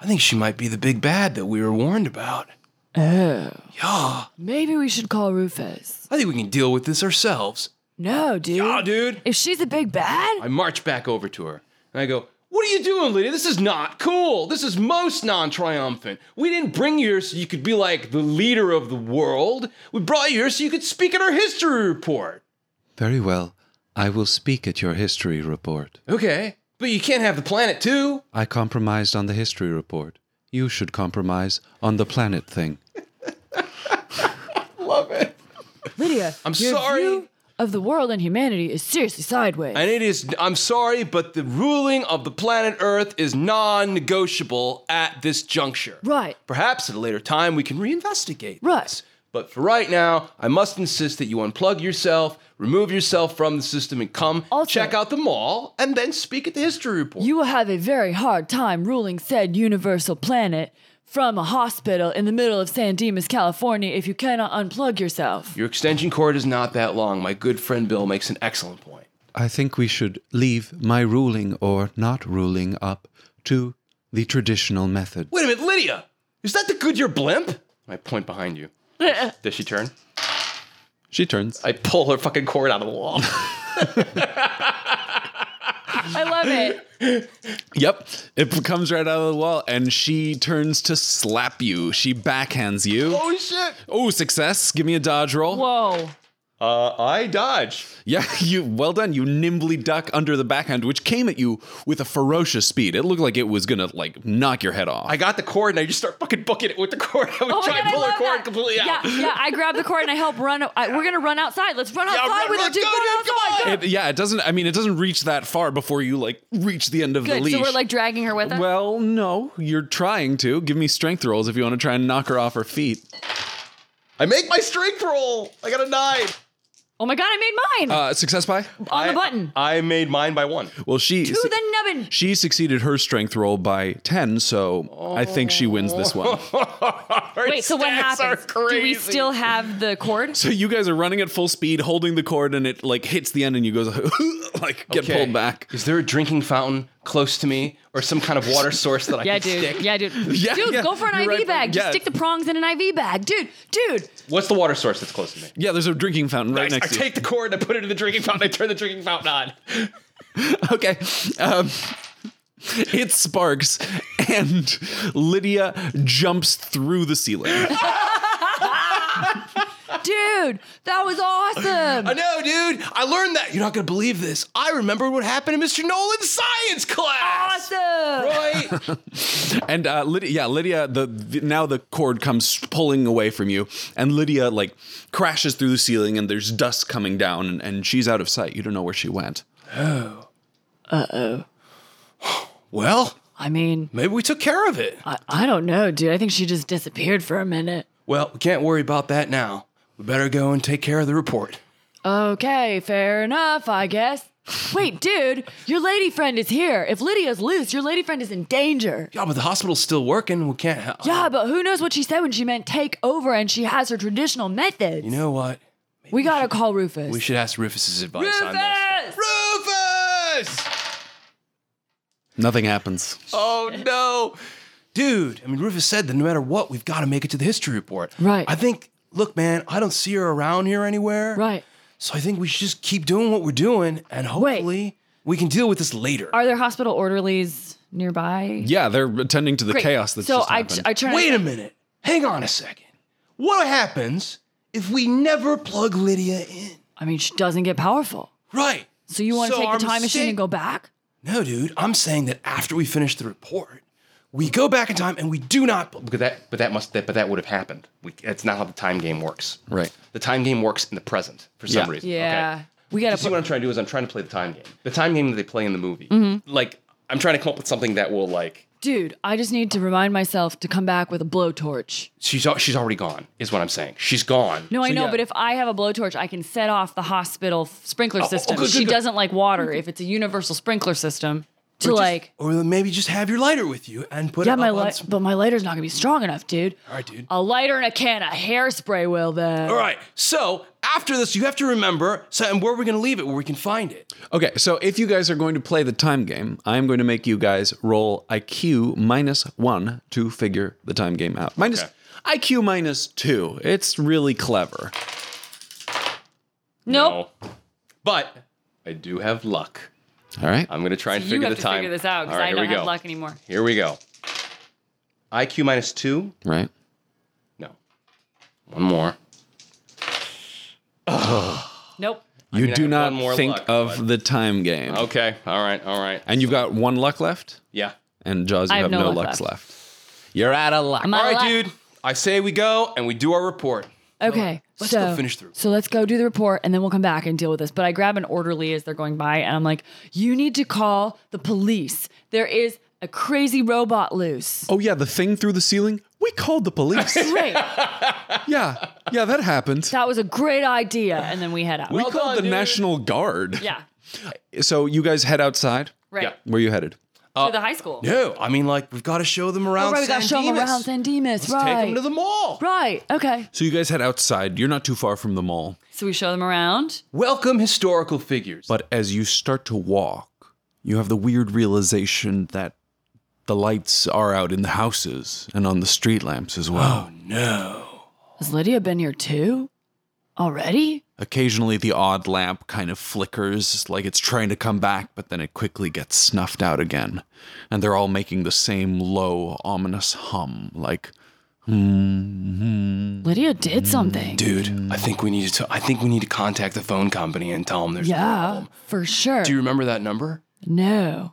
I think she might be the big bad that we were warned about.
Oh,
Yeah,
maybe we should call Rufus.
I think we can deal with this ourselves.
No, dude.
Yeah, dude.
If she's a big bad,
I march back over to her and I go, What are you doing, Lydia? This is not cool. This is most non triumphant. We didn't bring you here so you could be like the leader of the world. We brought you here so you could speak at our history report.
Very well. I will speak at your history report.
Okay, but you can't have the planet too.
I compromised on the history report. You should compromise on the planet thing.
Lydia,
I'm
your
sorry.
view of the world and humanity is seriously sideways.
And it is, I'm sorry, but the ruling of the planet Earth is non negotiable at this juncture.
Right.
Perhaps at a later time we can reinvestigate.
Right.
This. But for right now, I must insist that you unplug yourself, remove yourself from the system, and come
Also-
check out the mall and then speak at the history report.
You will have a very hard time ruling said universal planet from a hospital in the middle of San Dimas, California, if you cannot unplug yourself.
Your extension cord is not that long. My good friend Bill makes an excellent point.
I think we should leave my ruling or not ruling up to the traditional method.
Wait a minute, Lydia! Is that the Goodyear blimp? I point behind you. Does she turn?
She turns.
I pull her fucking cord out of the wall.
I love it.
Yep. It comes right out of the wall and she turns to slap you. She backhands you.
Holy shit!
Oh, success. Give me a dodge roll.
Whoa.
Uh, I dodge.
Yeah, you well done. You nimbly duck under the backhand, which came at you with a ferocious speed. It looked like it was gonna like knock your head off.
I got the cord and I just start fucking booking it with the cord. I would
Oh my
try
God,
and
I
pull her
love
cord
that.
completely out.
Yeah, yeah. I grab the cord and I help run. I, we're gonna run outside. Let's run outside
run,
with
run,
her. Dude,
go,
run
dude, go
outside.
on.
Go.
It- yeah, it doesn't. I mean, it doesn't reach that far before you like reach the end of the
Good.
leash.
So we're like dragging her with us.
well, no, you're trying to. Give me strength rolls if you want to try and knock her off her feet.
I make my strength roll. I got a nine.
Oh my god, I made mine
Uh, success by?
on the button.
I made mine by one.
Well, she
to the nubbin.
she succeeded her strength roll by ten, so I think she wins this one.
Oh.
Wait, so what
Stats are
happens? Do we
crazy.
still have the cord?
So you guys are running at full speed, holding the cord, and it like hits the end, and you go like get
Okay.
pulled back.
Is there a drinking fountain close to me or some kind of water source that I
Yeah,
can
dude.
stick?
Yeah, dude.
Yeah,
Dude,
yeah,
go for an
you're
IV
right,
bag. Just
yeah.
stick the prongs in an IV bag. Dude, dude.
What's the water source that's close to me?
Yeah, there's a drinking fountain right
I, I
next to
take the cord and I put it in the drinking fountain. I turn the drinking fountain on.
you. Okay. Um, it sparks, and Lydia jumps through the ceiling.
Dude, that was awesome.
I know, dude. I learned that. You're not going to believe this. I remember what happened in Mr. Nolan's science class.
Awesome.
Right?
And uh, Lydia, yeah, Lydia, the, the now the cord comes pulling away from you, and Lydia like crashes through the ceiling, and there's dust coming down, and, and she's out of sight. You don't know where she went.
well,
I mean,
maybe we took care of it.
I, I don't know, dude. I think she just disappeared for a minute.
Well, we can't worry about that now. We better go and take care of the report.
Okay, fair enough, I guess. Wait, dude, your lady friend is here. If Lydia's loose, your lady friend is in danger.
Yeah, but the hospital's still working. We can't help.
Yeah, but who knows what she said when she meant take over and she has her traditional methods.
You know what?
we gotta call Rufus.
We should ask Rufus's advice on this.
Rufus!
Rufus!
Nothing happens.
Oh no, dude. I mean, Rufus said that no matter what, we've got to make it to the history report.
Right.
I think. Look, man, I don't see her around here anywhere.
Right.
So I think we should just keep doing what we're doing, and hopefully we can deal with this later.
Are there hospital orderlies nearby?
Yeah, they're attending to the chaos that's
So
just
I,
happened.
I turn.
Wait a minute. Hang on a second. What happens if we never plug Lydia in?
I mean, she doesn't get powerful.
Right.
So you want to
So
take
our
the time machine
mistake-
and go back?
No, dude. I'm saying that after we finish the report, we go back in time and we do not. But that, but that must, that, but that would have happened. We, that's not how the time game works.
Right.
The time game works in the present for some
Yeah.
reason.
Yeah.
Okay?
We
You
gotta
see
put.
what I'm trying
Mm-hmm.
to do is I'm trying to play the time game, the time game that they play in the movie. Like I'm trying to come up with something that will like
dude, I just need to remind myself to come back with a blowtorch.
She's al- she's already gone. Is what I'm saying. She's gone.
No, I know,
yeah.
but if I have a blowtorch, I can set off the hospital f- sprinkler system.
Oh, good,
she
good, good.
doesn't like water if it's a universal sprinkler system to like.
Or maybe just have your lighter with you and put
Yeah,
it
my
up on
light,
some-
but my lighter's not gonna be strong enough, dude.
All right, dude.
A lighter and a can of hairspray will then.
All right. So after this, you have to remember. So and where we're gonna leave it, where we can find it.
Okay, so if you guys are going to play the time game, I'm going to make you guys roll IQ minus one to figure the time game out. Minus IQ minus two. It's really clever.
Nope.
No. But I do have luck.
All right.
I'm gonna try and
You
figure
have
the
to
time.
figure this out
All
because
right,
I
here
don't
we
have
go.
luck anymore.
Here we go.
IQ minus two.
Right.
No. One more.
Nope.
You do
have
not
one more
think
luck,
of
but-
the time game.
Okay. All right. All right.
And you've got one luck left,
Yeah.
and Jaws, you
I
have, no, luck left. You're out of luck.
Am I
All right,
allowed-
dude. I say we go and we do our report.
Okay, so
still finish the report.
So let's go do the report, and then we'll come back and deal with this. But I grab an orderly as they're going by, and I'm like, "You need to call the police. There is a crazy robot loose."
Oh, yeah, the thing through the ceiling? We called the police.
Great,
yeah, yeah, that happened.
that was a great idea. And then we head out.
we called the National Guard.
yeah,
So you guys head outside.
Right.
Yeah.
Where you headed?
to the high school.
No, I mean like we've got to show them
oh,
around.
right. We got to
San
show them
Dimas.
around San Dimas,
Take
right?
them to the mall.
right. Okay.
So you guys head outside. You're not too far from the mall.
So we show them around.
Welcome historical figures.
But as you start to walk, you have the weird realization that the lights are out in the houses and on the street lamps as well.
Has Lydia been here too? Already?
Occasionally, the odd lamp kind of flickers like it's trying to come back, but then it quickly gets snuffed out again. And they're all making the same low, ominous hum like,
Lydia did something.
Dude, I think we need to. I think we need to contact the phone company and tell them there's.
Yeah, for sure.
Do you remember that number?
no.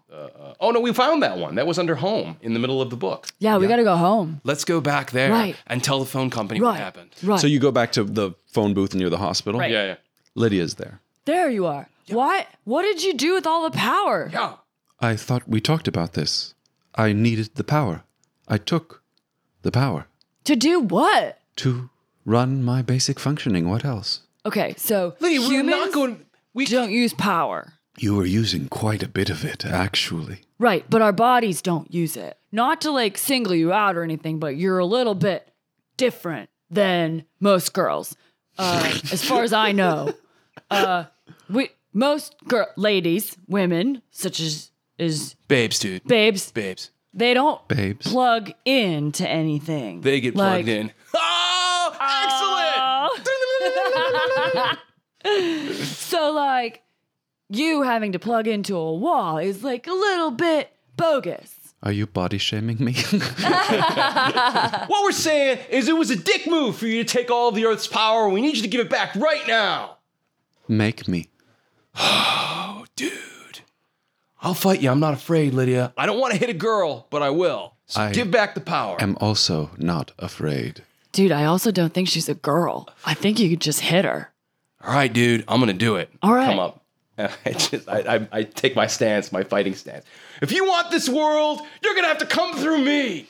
Oh no, we found that one. That was under home in the middle of the book.
Yeah, we got to go home.
Let's go back there
Right.
and tell the phone company
Right.
what happened.
Right.
So you go back to the phone booth near the hospital.
Right.
Yeah, yeah.
Lydia's there.
there you are. What? What did you do with all the power?
Yeah.
I thought we talked about this. I needed the power. I took the power
To do what?
to run my basic functioning. What else?
Okay, so
Lydia, we're
humans
not going. We
don't use power.
You were using quite a bit of it, actually.
Right, but our bodies don't use it. Not to like single you out or anything, but you're a little bit different than most girls, uh, as far as I know. Uh, we most girl ladies, women, such as is
babes, dude.
babes,
Babes.
they don't
Babes.
plug into anything.
They get
Like, uh,
plugged in. Oh, excellent!
So like, you having to plug into a wall is like a little bit bogus.
Are you body shaming me?
What we're saying is it was a dick move for you to take all of the Earth's power. We need you to give it back right now. Oh,
Make me.
Dude, I'll fight you. I'm not afraid, Lydia. I don't want to hit a girl, but I will. So
I
give back the power.
I'm also not afraid.
Dude, I also don't think she's a girl. I think you could just hit her.
all right, dude, I'm going to do it.
All right.
Come up. And I just, I, I, I take my stance, my fighting stance. If you want this world, you're going to have to come through me.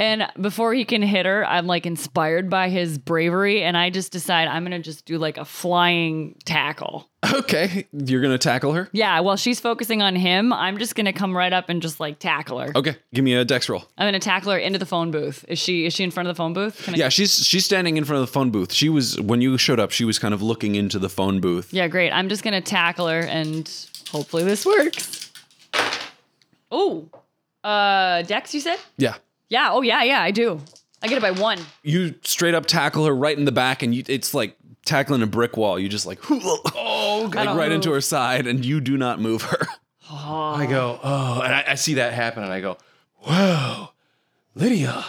And before he can hit her, I'm like inspired by his bravery, and I just decide I'm gonna just do like a flying tackle.
Okay, you're gonna tackle her?
Yeah, while she's focusing on him, I'm just gonna come right up and just like tackle her.
Okay, give me a dex roll.
I'm gonna tackle her into the phone booth. Is she is she in front of the phone booth? Can I-
Yeah, she's she's standing in front of the phone booth. She was when you showed up, she was kind of looking into the phone booth.
Yeah, great. I'm just gonna tackle her and hopefully this works. Oh. Uh Dex, you said?
Yeah.
Yeah, oh yeah, yeah, I do. I get it by one.
You straight up tackle her right in the back and you, it's like tackling a brick wall. You just like oh, like right into her side and you do not move her.
I go, oh, and I, I see that happen, and I go, whoa, Lydia,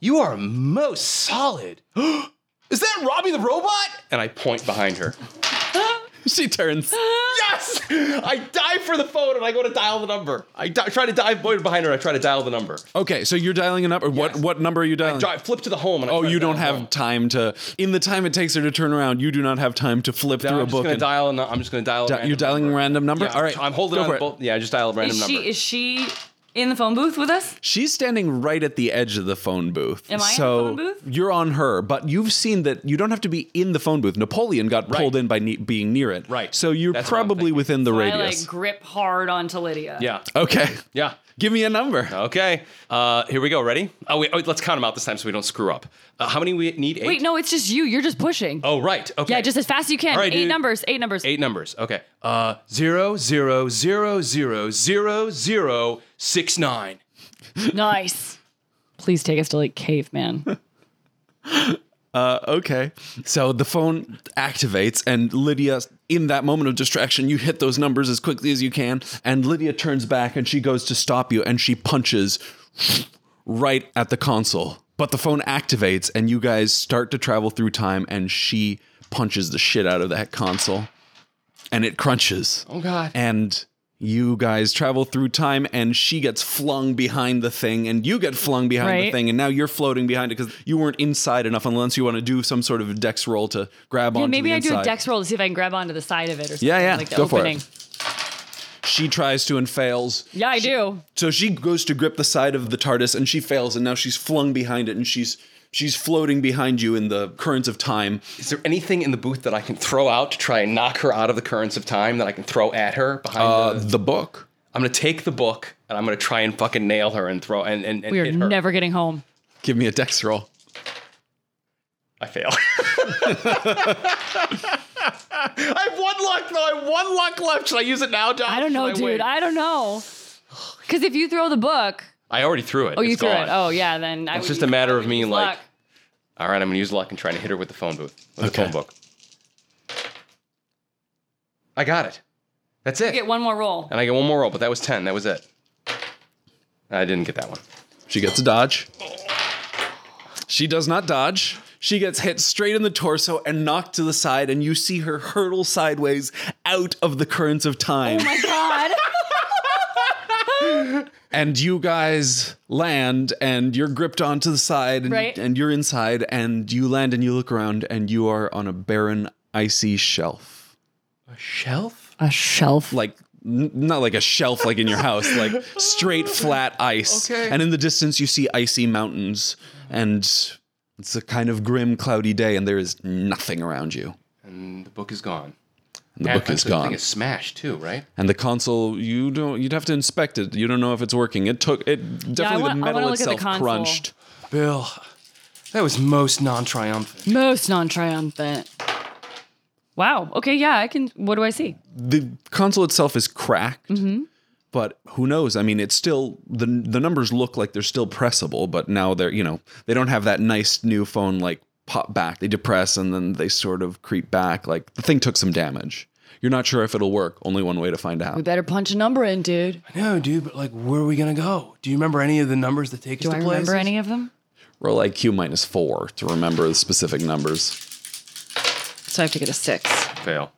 you are most solid. Is that Robbie the robot? And I point behind her.
she turns.
yes! I dive for the phone and I go to dial the number. I di- try to dive point behind her. I try to dial the number.
Okay, so you're dialing a number. What
Yes.
what number are you dialing?
Drive, flip to the home. And I
Oh,
try to
you
dial
don't
the
have
home.
time to. In the time it takes her to turn around, you do not have time to flip
Now
through
I'm
a
just
book.
gonna
and-
dial. and I'm just gonna dial. a
Di-
random
you're dialing
number.
a random number.
Yeah,
All right,
I'm holding
go
on
for
to
it.
both. Yeah, I just dial a random
Is she
number.
is she
in the phone booth with us?
She's standing right at the edge of the phone booth.
Am I in the
so
phone booth?
You're on her, but you've seen that you don't have to be in the phone booth. Napoleon got pulled in by ne- being near it.
Right.
So you're
That's what I'm
probably
thinking.
within the
I like
radius.
grip hard onto Lydia.
Yeah.
okay.
Yeah.
Give me a number.
Okay. Uh, here we go. Ready? Oh wait, oh, wait, Let's count them out this time so we don't screw up. Uh, how many we need? Eight.
Wait, no, it's just you. You're just pushing.
Oh right. Okay.
Yeah, just as fast as you can.
All right,
eight
dude.
numbers. Eight numbers.
eight numbers. Okay. Uh, zero zero zero zero zero zero six nine.
Nice. Please take us to like caveman.
Okay. So the phone activates, and Lydia, in that moment of distraction, you hit those numbers as quickly as you can. And Lydia turns back and she goes to stop you, and she punches right at the console. But the phone activates, and you guys start to travel through time, and she punches the shit out of that console. And it crunches. Oh,
God.
And you guys travel through time, and she gets flung behind the thing, and you get flung behind the
Right.
thing, and now you're floating behind it because you weren't inside enough unless you want to do some sort of dex roll to grab
yeah,
onto
maybe
the
I do a
inside.
dex roll to see if I can grab onto the side of it or something.
Yeah, yeah,
Like the
go for it.
opening.
She tries to and fails.
Yeah, I do.
So she goes to grip the side of the TARDIS and she fails, and now she's flung behind it and she's she's floating behind you in the currents of time.
Is there anything in the booth that I can throw out to try and knock her out of the currents of time that I can throw at her behind
Uh,
the?
the book.
I'm gonna take the book and I'm gonna try and fucking nail her and throw and and, and
We are
hit her.
never getting home.
Give me a dex roll.
I fail. I have one luck though. I have one luck left. Should I use it now, John?
I don't know,
Should
dude.
wait?
I don't know. Because if you throw the book,
I already threw it.
oh, you
It's
threw
gone.
it. Oh, yeah. Then I
It's
would
just
use-
a matter
I
of
would
me,
use
like-
luck.
All right, I'm gonna use luck and try and hit her with the phone booth. With the phone book. I got it. That's it.
Get one more roll.
Oh
and I get one more roll, but that was ten. That was it. I didn't get that one.
She gets a dodge. She does not dodge. She gets hit straight in the torso and knocked to the side, and you see her hurtle sideways out of the currents of time.
Oh, my God.
and you guys land, and you're gripped onto the side, and,
Right.
and you're inside, and you land, and you look around, and you are on a barren, icy shelf.
Shelf?
a shelf.
Like, n- not like a shelf like in your house, like straight, flat ice.
Okay.
And in the distance, you see icy mountains, and it's a kind of grim, cloudy day, and there is nothing around you.
And the book is gone.
And the
And
book is
the
gone.
Thing is smashed too, right?
and the console, you don't. You'd have to inspect it. You don't know if it's working. It took. It definitely
wanna- I wanna
the metal
look at the
itself
console.
crunched.
Bill, that was most non-triumphant.
Most non triumphant.
Wow. Okay. Yeah. I can. What do I see?
The console itself is cracked.
Mm-hmm.
But who knows? I mean, it's still the the numbers look like they're still pressable, but now they're you know they don't have that nice new phone like pop back. They depress and then they sort of creep back. Like the thing took some damage. You're not sure if it'll work. Only one way to find out.
We better punch a number in, dude.
No, dude, but like, where are we gonna go? Do you remember any of the numbers that take
Do
us
I
to
remember
places?
any of them?
Roll IQ minus four to remember the specific numbers.
So I have to get a six.
Fail.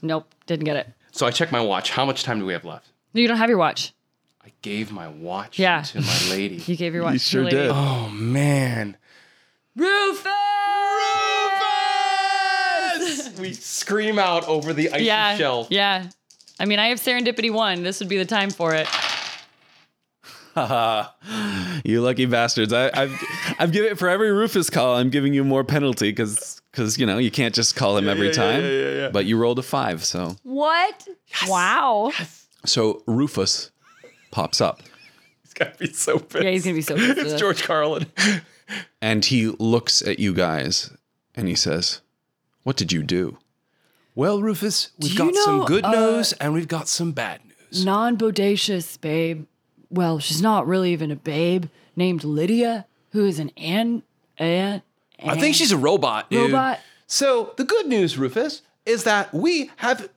Nope, didn't get it.
So I check my watch. How much time do we have left?
No, you don't have your watch.
I gave my watch
Yeah.
to my lady.
You gave your watch. You
sure did.
oh man.
Rufus!
we scream out over the icy
Yeah.
shelf.
Yeah. I mean, I have serendipity one. This would be the time for it.
You lucky bastards! I, I've I've given for every Rufus call, I'm giving you more penalty because you know you can't just call him every time. But you rolled a five, so
What? Wow.
so Rufus pops up
It's gotta be so pissed.
Yeah, he's gonna be so. pissed with us.
it's George Carlin.
and he looks at you guys and he says, "What did you do?"
Well, Rufus, we've
you
got some
know,
good
uh,
news and we've got some bad news.
non-bodacious babe. Well, she's not really even a babe. Named Lydia, who is an an an.
I think she's a robot, dude.
robot.
So the good news, Rufus, is that we have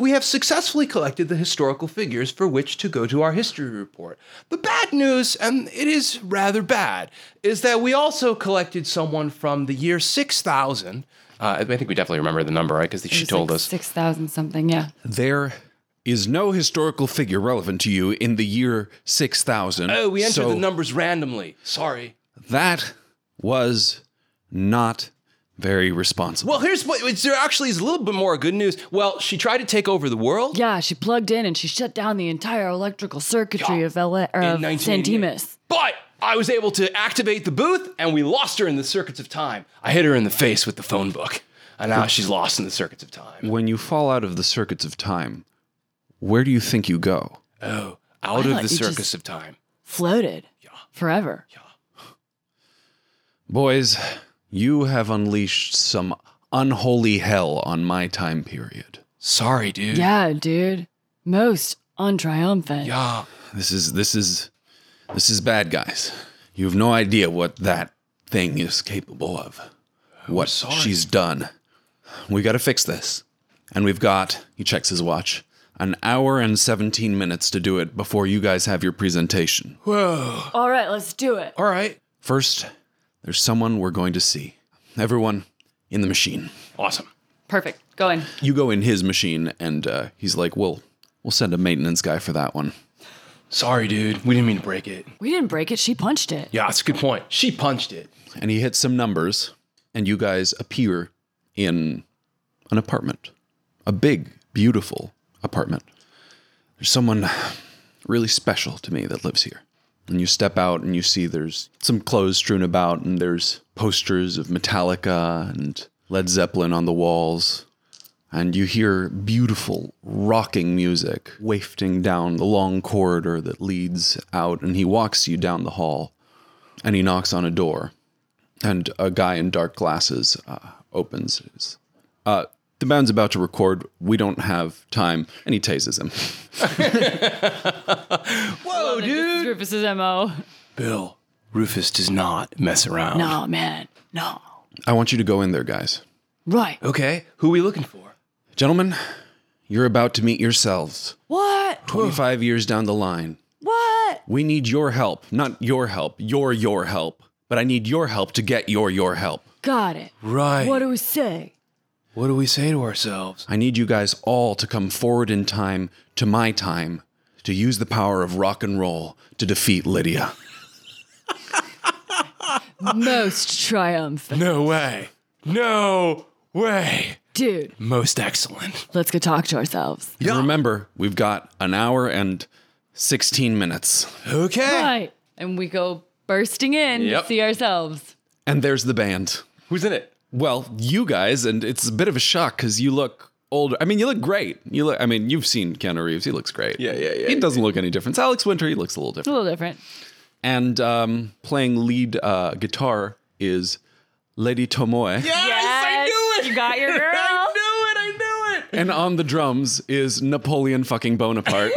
we have successfully collected the historical figures for which to go to our history report. The bad news, and it is rather bad, is that we also collected someone from the year six thousand.
Uh, I think we definitely remember the number, right? Because she told us.
Six thousand something. Yeah.
There is no historical figure relevant to you in the year six thousand.
Oh, we entered
so
the numbers randomly.
Sorry,
That was not Very responsible.
Well, here's what it's- there actually is a little bit more good news. Well, she tried to take over the world.
Yeah, she plugged in and she shut down the entire electrical circuitry of LA or of
1988.
Santimas.
But I was able to activate the booth and we lost her in the circuits of time. I hit her in the face with the phone book. And now she's lost in the circuits of time.
when you fall out of the circuits of time, where do you think you go?
Oh, out
thought
of
you
the circus
just-
of time.
Floated. Forever.
Boys, you have unleashed some unholy hell on my time period.
Sorry, dude.
Yeah, dude. Most untriumphant.
Yeah.
This is this is this is bad guys. You have no idea what that thing is capable of. What she's done. We got to fix this. And we've got, he checks his watch, an hour and 17 minutes to do it before you guys have your presentation.
All right, let's do it.
All right.
First, there's someone we're going to see. Everyone in the machine.
Awesome.
Perfect. Go in.
You go in his machine, and uh, he's like, "We'll we'll send a maintenance guy for that one."
Sorry, dude. We didn't mean to break it.
We didn't break it. She punched it.
Yeah, that's a good point. She punched it.
And he hits some numbers, and you guys appear in an apartment, a big, beautiful apartment. There's someone really special to me that lives here. And you step out, and you see there's some clothes strewn about, and there's posters of Metallica and Led Zeppelin on the walls. and you hear beautiful rocking music wafting down the long corridor that leads out and he walks you down the hall and he knocks on a door and a guy in dark glasses uh, opens his uh, the band's about to record we don't have time and he tases him
Oh,
Whoa, dude.
Rufus's MO.
Bill, Rufus does not mess around.
No, man. No.
i want you to go in there guys
Right.
Okay. Who we looking for?
gentlemen you're about to meet yourselves
What?
25 years down the line
What?
we need your help not your help your your help but i need your help to get your your help
Got it.
Right.
What do we say?
What do we say to ourselves?
I need you guys all to come forward in time to my time to use the power of rock and roll to defeat Lydia.
Most triumphant.
No way. No way.
Dude,
Most excellent.
let's go talk to ourselves.
And remember, we've got an hour and 16 minutes.
Okay.
Right. And we go bursting in
Yep.
to see ourselves.
And there's the band.
Who's in it?
Well, you guys, and it's a bit of a shock because you look older. I mean, you look great. You look, I mean, you've seen Keanu Reeves. He looks great.
Yeah, yeah, yeah,
He
yeah.
doesn't look any different. Alex Winter, he looks a little different.
A little different.
And um, playing lead uh, guitar is Lady Tomoe.
Yes, I knew it.
You got your girl.
I knew it. I knew it.
And on the drums is Napoleon fucking Bonaparte.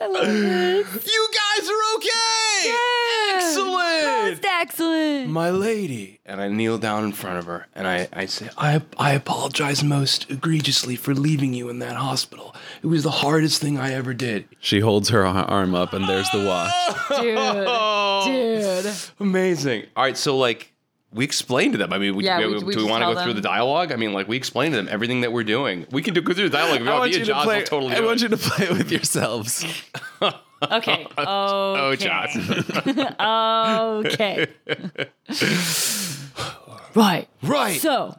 You guys are okay. Excellent.
Excellent.
My lady. And I kneel down in front of her and I, I say, I, I apologize most egregiously for leaving you in that hospital. It was the hardest thing I ever did.
She holds her arm up, and there's the watch.
Oh.
Dude.
Amazing. All right, so like we explain to them. I mean, we,
Yeah,
we-
we- we
do we
just
want to
tell
go through the
them.
dialogue? I mean, like we explain to them everything that we're doing. We can do go through the dialogue. If you
I
want
want
to
you
be
to
Josh,
play.
I'll totally.
I
do
want
it.
you to play it with yourselves.
Okay.
Oh,
Okay.
Josh.
Okay.
Right.
Right.
So,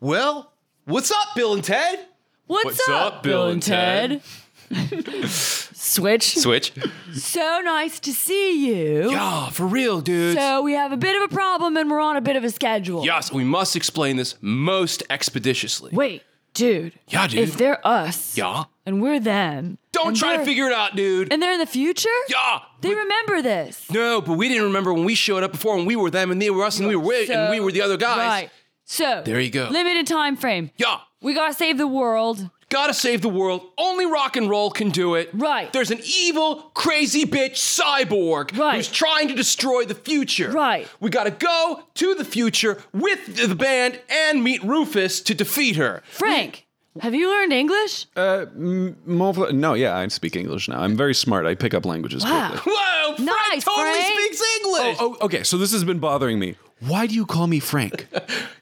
well, what's up, Bill and Ted?
what's,
What's up,
Bill and Ted? Switch.
Switch.
So nice to see you.
Yeah, for real, dude.
So we have a bit of a problem and we're on a bit of a schedule.
yes, we must explain this most expeditiously.
Wait, dude.
Yeah, dude.
If they're us
yeah.
and we're them.
Don't
and
try to
they're-
figure it out, dude.
And they're in the future?
yeah.
They remember this.
No, but we didn't remember when we showed up before, and we were them, and they were us, and we were it, and we were the other guys.
Right.
So
There you go.
limited time frame.
Yeah.
We gotta save the world.
Gotta save the world. Only rock and roll can do it.
Right.
There's an evil, crazy bitch cyborg
Right.
who's trying to destroy the future.
Right.
We gotta go to the future with the band and meet Rufus to defeat her.
Frank, have you learned English?
Uh,
More- no, yeah, I speak English now. I'm very smart. I pick up languages
Wow.
quickly.
Whoa! Frank
Nice,
totally
Frank.
speaks English.
Oh, okay. So this has been bothering me. Why do you call me Frank?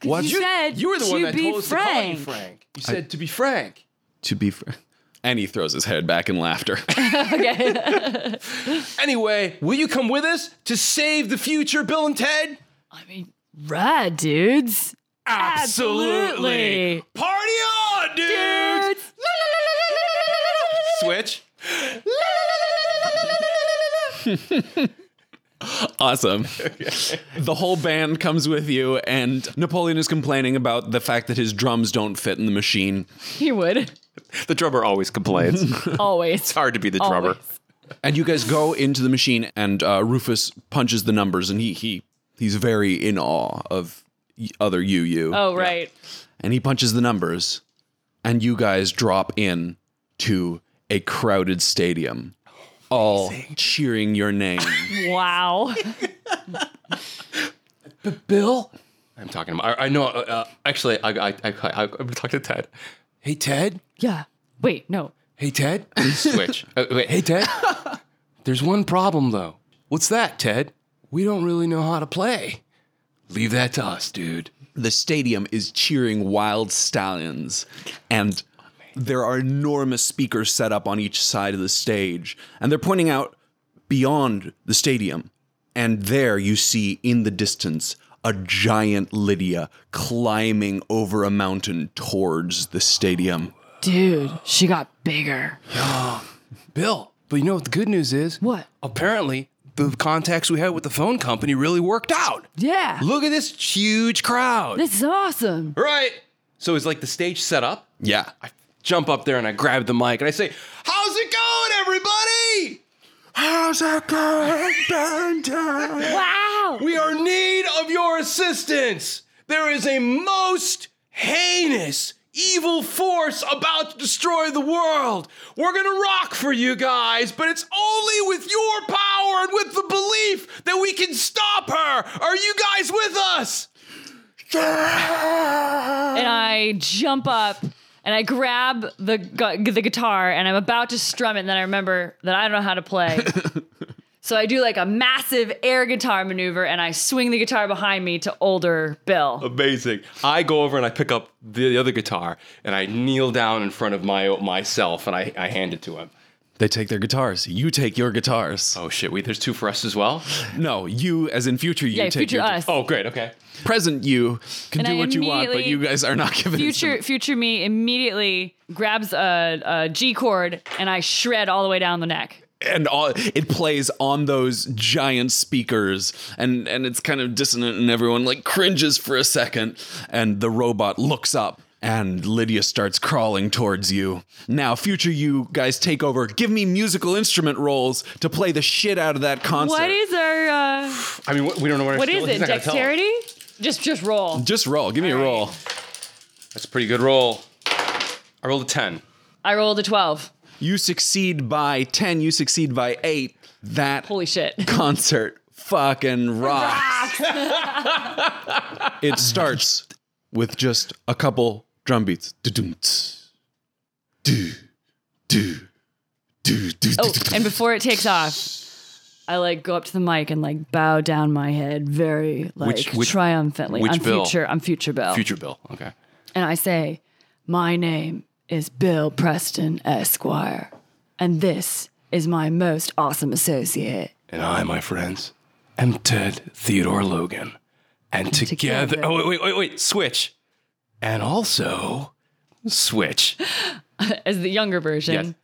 What
you said
you were the one
to
that
be
told us to call you
Frank.
Frank. You said to be Frank.
to be Frank?
And he throws his head back in laughter.
Anyway, will you come with us to save the future, Bill and Ted?
I mean, rad dudes. Absolutely.
Party on, dudes!
Dudes.
Switch.
awesome. The whole band comes with you, and Napoleon is complaining about the fact that his drums don't fit in the machine.
He would
The drummer always complains. it's
always.
hard to be the drummer.
Always.
And you guys go into the machine, and uh, Rufus punches the numbers, and he he he's very in awe of y- other you you.
Oh right.
and he punches the numbers, and you guys drop in to a crowded stadium, all cheering your name.
Wow.
Bill?
I'm talking about. I, I know. Uh, actually, I, I, I, I, I'm talking to Ted.
Hey, Ted?
yeah. Wait, no.
Hey, Ted?
Switch.
Uh, wait, hey, Ted? There's one problem, though. What's that, Ted? We don't really know how to play. Leave that to us, dude.
the stadium is cheering wild stallions and there are enormous speakers set up on each side of the stage and they're pointing out beyond the stadium and there you see in the distance a giant lydia climbing over a mountain towards the stadium
Dude, she got bigger.
Bill, but you know what the good news is?
What?
Apparently, the contacts we had with the phone company really worked out.
Yeah.
Look at this huge crowd.
This is awesome.
Right. So it's like the stage set up.
yeah
I jump up there and I grab the mic and I say, How's it going, everybody?
Wow.
We are in need of your assistance. There is a most heinous evil force about to destroy the world. We're going to rock for you guys, but it's only with your power and with the belief that we can stop her. Are you guys with us?
and I jump up and I grab the gu- the guitar and I'm about to strum it and then I remember that I don't know how to play. so I do like a massive air guitar maneuver and I swing the guitar behind me to older Bill.
Amazing. I go over and I pick up the other guitar and I kneel down in front of my myself and I, I hand it to him.
they take their guitars you take your guitars
Oh shit, wait, there's two for us as well?
no you as in future you
yeah,
take
future
your
us.
Oh great, okay.
present you can
And
do
I
what you want but
immediately-
you guys are not giving
Future future me immediately grabs a, a G chord and I shred all the way down the neck.
and all it plays on those giant speakers and and it's kind of dissonant and everyone like cringes for a second and the robot looks up and Lydia starts crawling towards you. Now, future you guys take over. Give me musical instrument rolls to play the shit out of that concert.
What is our uh,
I mean, we don't know what,
what is it? Dexterity? Just just roll.
Just roll. Give me a roll.
That's a pretty good roll. I rolled a 10.
I rolled a 12.
You succeed by 10, you succeed by 8. That
Holy shit.
concert fucking rocks. it starts with just a couple drum beats. Du-dum, tss. Du, du, du, du, du,
Oh,
du, du.
and before it takes off, I like go up to the mic and like bow down my head very like
Which- which-
triumphantly.
which
I'm
Bill?
future. I'm future Bill.
Future Bill. Okay.
And I say, my name is Bill Preston Esquire, and this is my most awesome associate.
And I, my friends, am Ted Theodore Logan. And together,
Together.
Oh, wait, wait, wait, wait, switch. And also, switch.
As the younger version.
Yes.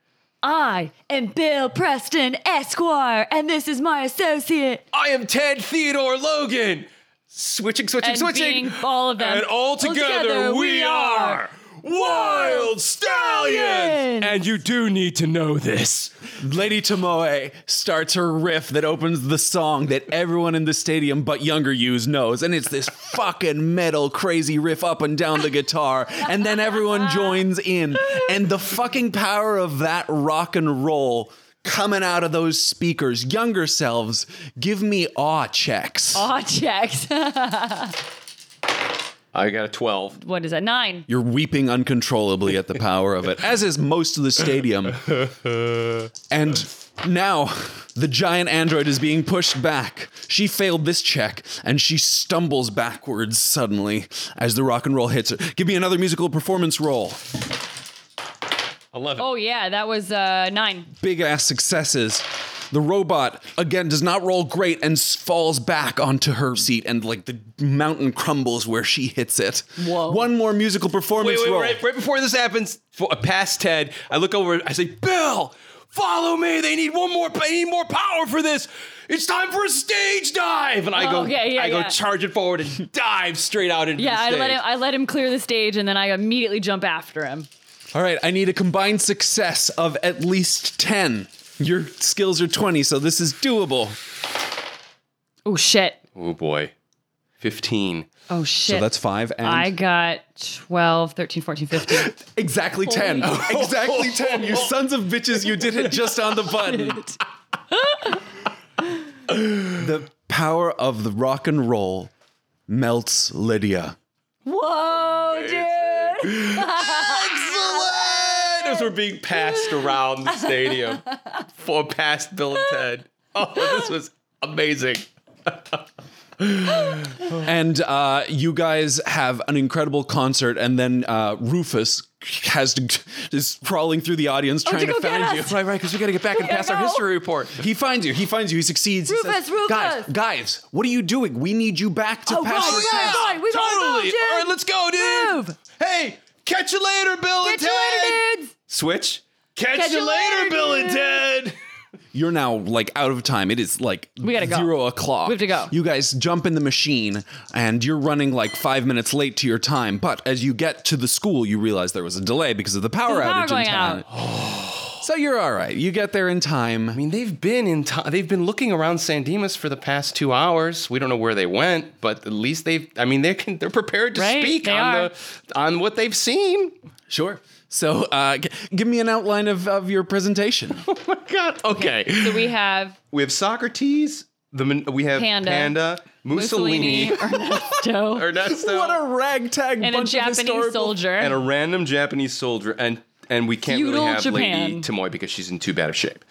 I am Bill Preston Esquire, and this is my associate.
I am Ted Theodore Logan. Switching, switching,
And
switching.
being all of them.
And all together, we are Wild Stallions.
Stallions.
And you do need to know this.
Lady Tomoe starts her riff that opens the song that everyone in the stadium but younger yous knows. And it's this fucking metal crazy riff up and down the guitar. And then everyone joins in. And the fucking power of that rock and roll coming out of those speakers, younger selves, give me awe checks.
Aw, checks.
I got a 12.
what is that? Nine.
You're weeping uncontrollably at the power of it, as is most of the stadium. And now the giant android is being pushed back. She failed this check and she stumbles backwards suddenly as the rock and roll hits her. Give me another musical performance roll.
Eleven.
Oh yeah, that was uh, nine.
big ass successes. The robot again does not roll great and s- falls back onto her seat, and like the mountain crumbles where she hits it. Whoa! One more musical performance
Wait, wait,
roll.
right, right before this happens, for, uh, past Ted, I look over. I say, "Bill, follow me. They need one more. They need more power for this. It's time for a stage dive." And I go,
Oh, yeah, yeah,
I
yeah.
go charging forward and dive straight out into
Yeah,
the
I
stage.
let him. I let him clear the stage, and then I immediately jump after him.
All right, I need a combined success of at least ten. Your skills are twenty, so this is doable.
Oh shit!
Oh boy.
15.
Oh shit!
So that's five and
I got 12, 13, 14, 15.
exactly ten. exactly ten. You sons of bitches! You did it just on the button. the power of the rock and roll melts Lydia.
Whoa, dude!
Those were being passed around the stadium for past Bill and Ted. Oh, this was amazing.
and uh, you guys have an incredible concert, and then uh, Rufus has to is crawling through the audience trying
Oh, to
to,
go get
find you.
us.
Right, right, because we got to get back and
gotta
pass our
go.
history report. He finds you. He finds you. He succeeds. he
Rufus,
says,
Rufus.
guys, guys, what are you doing? We need you back to
Oh,
pass
right,
our
yeah.
test."
Fine, we gotta go,
totally.
dude.
All right, let's go, dude.
Move.
Hey, catch you later, Bill and
Catch you
Ted.
later, dudes.
Switch. Catch, you later, Bill and Ted.
You're now like out of time. It is like we
gotta go.
zero o'clock.
We have to go.
You guys jump in the machine, and you're running like five minutes late to your time. But as you get to the school, you realize there was a delay because of the power
The power
outage
going
in town. so you're all right. You get there in time.
I mean, they've been in time. They've been looking around San Dimas for the past two hours. We don't know where they went, but at least they've. I mean, they can. They're prepared to
Right,
speak
they
on
are.
the on what they've seen.
Sure. So uh, g- give me an outline of, of your presentation.
God. Okay.
So we have
We have Socrates. The Mon- we have
Panda.
Panda,
Mussolini,
Mussolini,
Ernesto,
Ernesto,
what a ragtag
and a
bunch of
Japanese
historical.
soldier.
and a random Japanese soldier, and and we can't
Feudal
really have
Japan.
Lady Tamoy because she's in too bad of shape.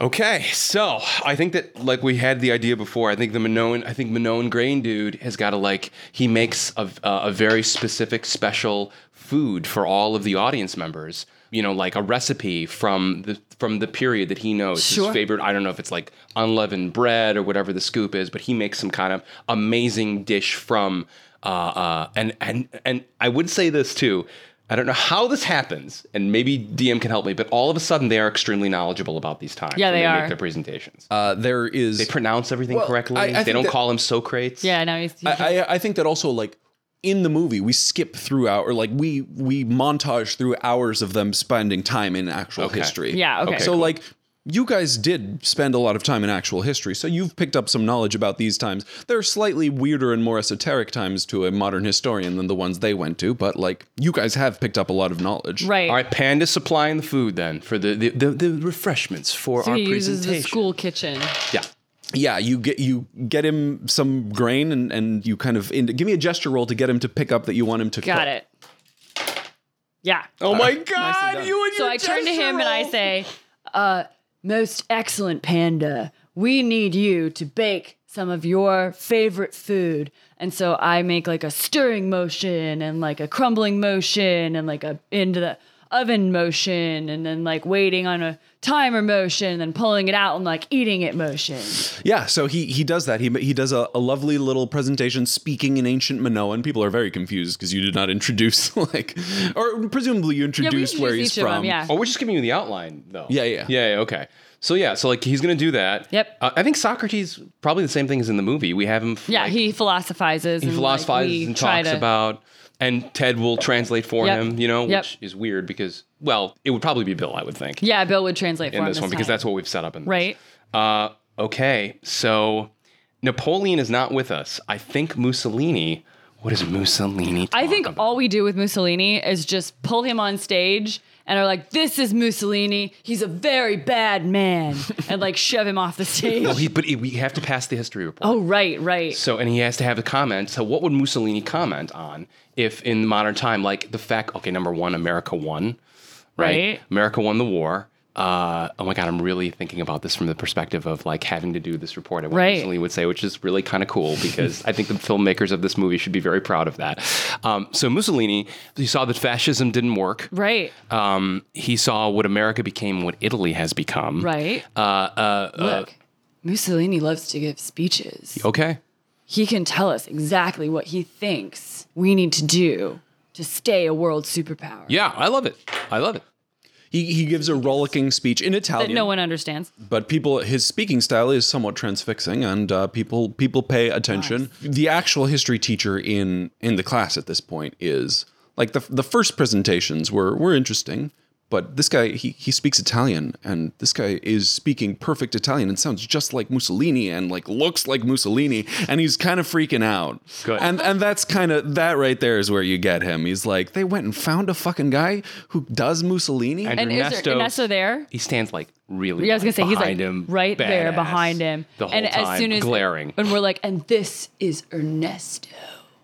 Okay, so I think that like we had the idea before. I think the Minoan, I think Minoan grain dude has got to like he makes a, a very specific special food for all of the audience members. You know, like a recipe from the from the period that he knows
Sure.
his favorite. I don't know if it's like unleavened bread or whatever the scoop is, but he makes some kind of amazing dish from. Uh, uh, and and and I would say this too. I don't know how this happens, and maybe DM can help me. But all of a sudden, they are extremely knowledgeable about these times.
Yeah,
when
they are.
Make their presentations.
Uh, there is.
they pronounce everything correctly.
I- I think
they don't
that-
call him Socrates.
yeah, now he's.
I, I, I think that also like in the movie we skip throughout or like we we montage through hours of them spending time in actual history.
Yeah, okay. Okay,
So
cool.
like you guys did spend a lot of time in actual history, so you've picked up some knowledge about these times. They're slightly weirder and more esoteric times to a modern historian than the ones they went to, but like you guys have picked up a lot of knowledge.
right.
All right, Panda's supplying the food then for the the, the, the refreshments for
so
our
he uses
presentation.
the school kitchen.
Yeah.
Yeah, you get you get him some grain and and you kind of ind- give me a gesture roll to get him to pick up that you want him to
Got
cook.
it. Yeah.
Oh my God!
done.
you and
so I turn to him and I say, uh,
Most excellent panda, we need you to bake some of your favorite food. And so I make like a stirring motion and like a crumbling motion and like a into the oven motion and then like waiting on a timer motion and then pulling it out and like eating it motion.
Yeah, so he he does that. He he does a, a lovely little presentation speaking in ancient Minoan. People are very confused because you did not introduce like, or presumably you introduced where he's
introduced each
from.
of 'em, yeah.
Oh, we're just giving you the outline, though.
Yeah, yeah.
yeah. yeah, Okay. So yeah, so like he's gonna do that.
Yep.
Uh, I think Socrates probably the same thing as in the movie. We have him.
yeah,
like,
he philosophizes.
he
and,
philosophizes
like, we
and
try
talks
to-
about, and Ted will translate for
Yep.
him. You know,
Yep.
which is weird because well, it would probably be Bill, I would think,
Yeah, Bill would translate for
in
him
this one because
time.
that's what we've set up in. This.
right.
Uh, okay, so Napoleon is not with us. I think Mussolini. What is Mussolini?
I
talk
think
about?
all we do with Mussolini is just pull him on stage and are like, "This is Mussolini. He's a very bad man," and like shove him off the stage.
Well, he, but he- we have to pass the history report.
oh, right, right.
So, and he has to have a comment. So, what would Mussolini comment on if in modern time, like the fact, okay, number one, America won, right?
Right.
America won the war. uh, oh my god, I'm really thinking about this from the perspective of like having to do this report. I what I
Right.
recently would say, which is really kind of cool because I think the filmmakers of this movie should be very proud of that. Um, so Mussolini, he saw that fascism didn't work.
Right.
Um, he saw what America became, what Italy has become.
Right.
Uh, uh, uh,
Look, Mussolini loves to give speeches.
okay.
He can tell us exactly what he thinks we need to do to stay a world superpower
Yeah, I love it. I love it.
He, he gives a rollicking speech in
that
Italian,
no one understands.
but people his speaking style is somewhat transfixing, and uh, people people pay attention. The actual history teacher in in the class at this point is like the the first presentations were were interesting, but this guy he he speaks Italian, and this guy is speaking perfect Italian and sounds just like Mussolini and like looks like Mussolini, and he's kind of freaking out. Good. And and that's kind of that right there is where you get him. He's like they went and found a fucking guy who does Mussolini.
And,
And is there Ernesto there?
He stands like really.
Yeah, I was gonna
like,
say he's like
behind him,
right there
badass,
behind him,
the whole
and
time,
as soon as
glaring.
and we're like, and this is Ernesto,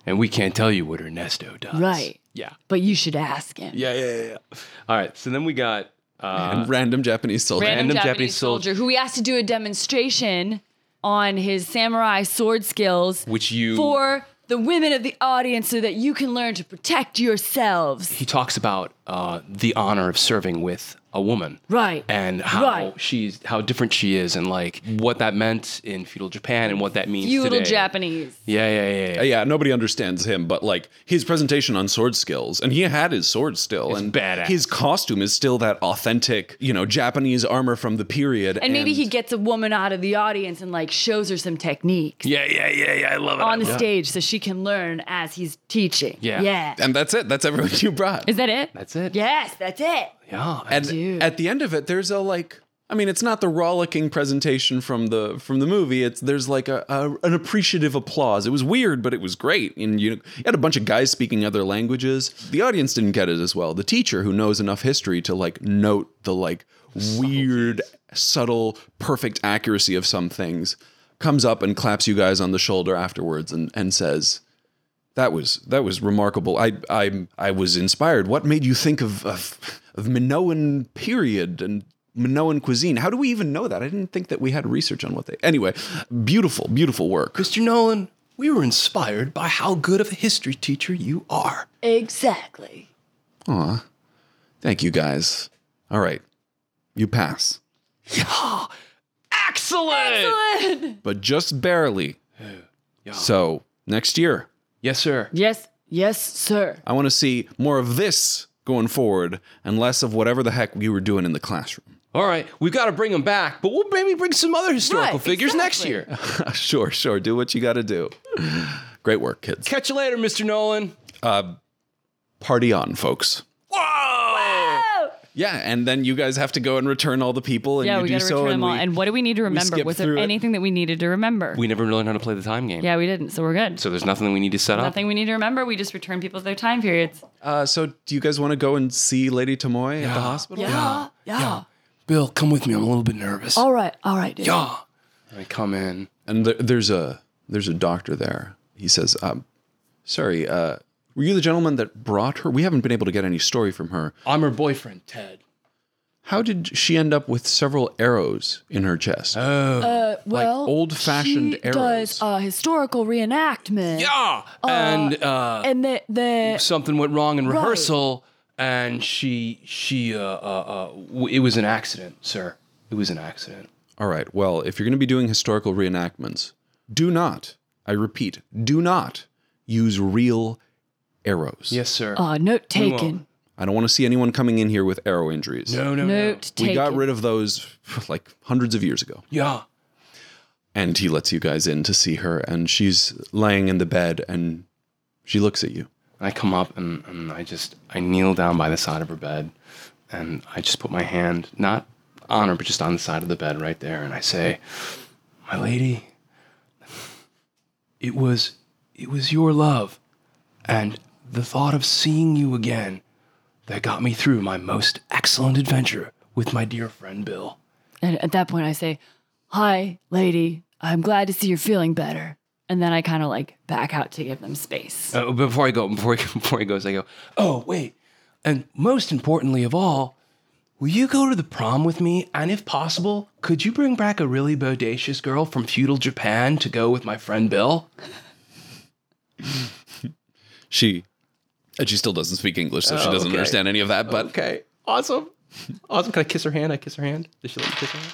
And we can't tell you what Ernesto does.
right?
Yeah.
But you should ask him.
Yeah, yeah, yeah. yeah. All right. So then we got
and random Japanese soldier.
Random,
Random
Japanese,
Japanese soldier.
soldier, who we asked to do a demonstration on his samurai sword skills,
which you
for the women of the audience, so that you can learn to protect yourselves.
he talks about uh, the honor of serving with a woman.
Right.
And how
Right.
she's how different she is and like what that meant in feudal Japan and what that means
Feudal
today.
Japanese.
Yeah, yeah, yeah. yeah.
Uh, yeah, nobody understands him, but like his presentation on sword skills, and he had his sword still, and
badass.
His costume is still that authentic, you know, Japanese armor from the period.
And maybe he gets a woman out of the audience and like shows her some techniques
Yeah, yeah, yeah, yeah. I love it.
on the stage so she can learn as he's teaching.
Yeah.
Yeah.
and that's it. That's everyone you brought.
Is that it?
That's it.
Yes, that's it.
Yeah.
and
Dude.
at the end of it, there's a like. I mean, it's not the rollicking presentation from the from the movie. It's there's like a, a an appreciative applause. It was weird, but it was great. And you, you had a bunch of guys speaking other languages. The audience didn't get it as well. The teacher, who knows enough history to like note the like weird, subtle, perfect accuracy of some things, comes up and claps you guys on the shoulder afterwards and and says, that was that was remarkable. I I I was inspired. What made you think of of, of Minoan period and Minoan cuisine? How do we even know that? I didn't think that we had research on what they. Anyway, beautiful, beautiful work.
Mr. Nolan, we were inspired by how good of a history teacher you are.
Exactly.
Thank you guys. All right, you pass,
Excellent.
but just barely. So next year,
Yes, sir.
Yes, yes, sir.
I want to see more of this going forward and less of whatever the heck we were doing in the classroom.
All right. We've got to bring him back, but we'll maybe bring some other historical
Right,
figures next
exactly.
year.
sure, sure. Do what you got to do. Great work, kids.
Catch you later, Mr. Nolan.
party on, folks. Yeah, and then you guys have to go and return all the people, and
Yeah,
you
we
do
gotta
so.
return
and
them all.
we-
And what do we need to remember?
skip
Was
through
there
it.
anything that we needed to remember?
We never learned how to play the time game.
yeah, we didn't, so we're good.
So there's nothing that we need to set up.
Nothing we need to remember. We just return people to their time periods.
uh, so, do you guys want to go and see Lady Tomoy at the hospital?
Yeah. Yeah.
Bill, come with me. I'm a little bit nervous.
All right. All right. Dude.
Ah. I come in.
And th- there's a there's a doctor there. He says, um, "Sorry, uh, were you the gentleman that brought her? We haven't been able to get any story from her.
I'm her boyfriend, Ted.
How did she end up with several arrows in her chest?
well,
old-fashioned
she does
arrows.
a historical reenactment.
Yeah.
Ah,
and uh,
And the, the
something went wrong in rehearsal, and she she uh, uh, uh, w- it was an accident, sir. It was an accident.
All right. Well, if you're going to be doing historical reenactments, do not, I repeat, do not use real arrows.
Yes, sir.
uh, note taken.
I don't want to see anyone coming in here with arrow injuries.
no, no, no.
Note taken.
We got rid of those like hundreds of years ago.
Yeah.
And he lets you guys in to see her, and she's laying in the bed and she looks at you.
I come up and, and I just I kneel down by the side of her bed, and I just put my hand not on her but just on the side of the bed right there, and I say, "My lady,
It was it was your love and the thought of seeing you again that got me through my most excellent adventure with my dear friend Bill.
And at that point, I say, Hi, lady. I'm glad to see you're feeling better. And then I kind of like back out to give them space.
Uh, before I go, before he, before he goes, I go, "Oh, wait." And most importantly of all, Will you go to the prom with me? And if possible, could you bring back a really bodacious girl from feudal Japan to go with my friend Bill?
She, and she still doesn't speak English, so she doesn't
okay.
understand any of that. But
Okay, awesome. Awesome. Can I kiss her hand? I kiss her hand. Did she let me kiss her hand?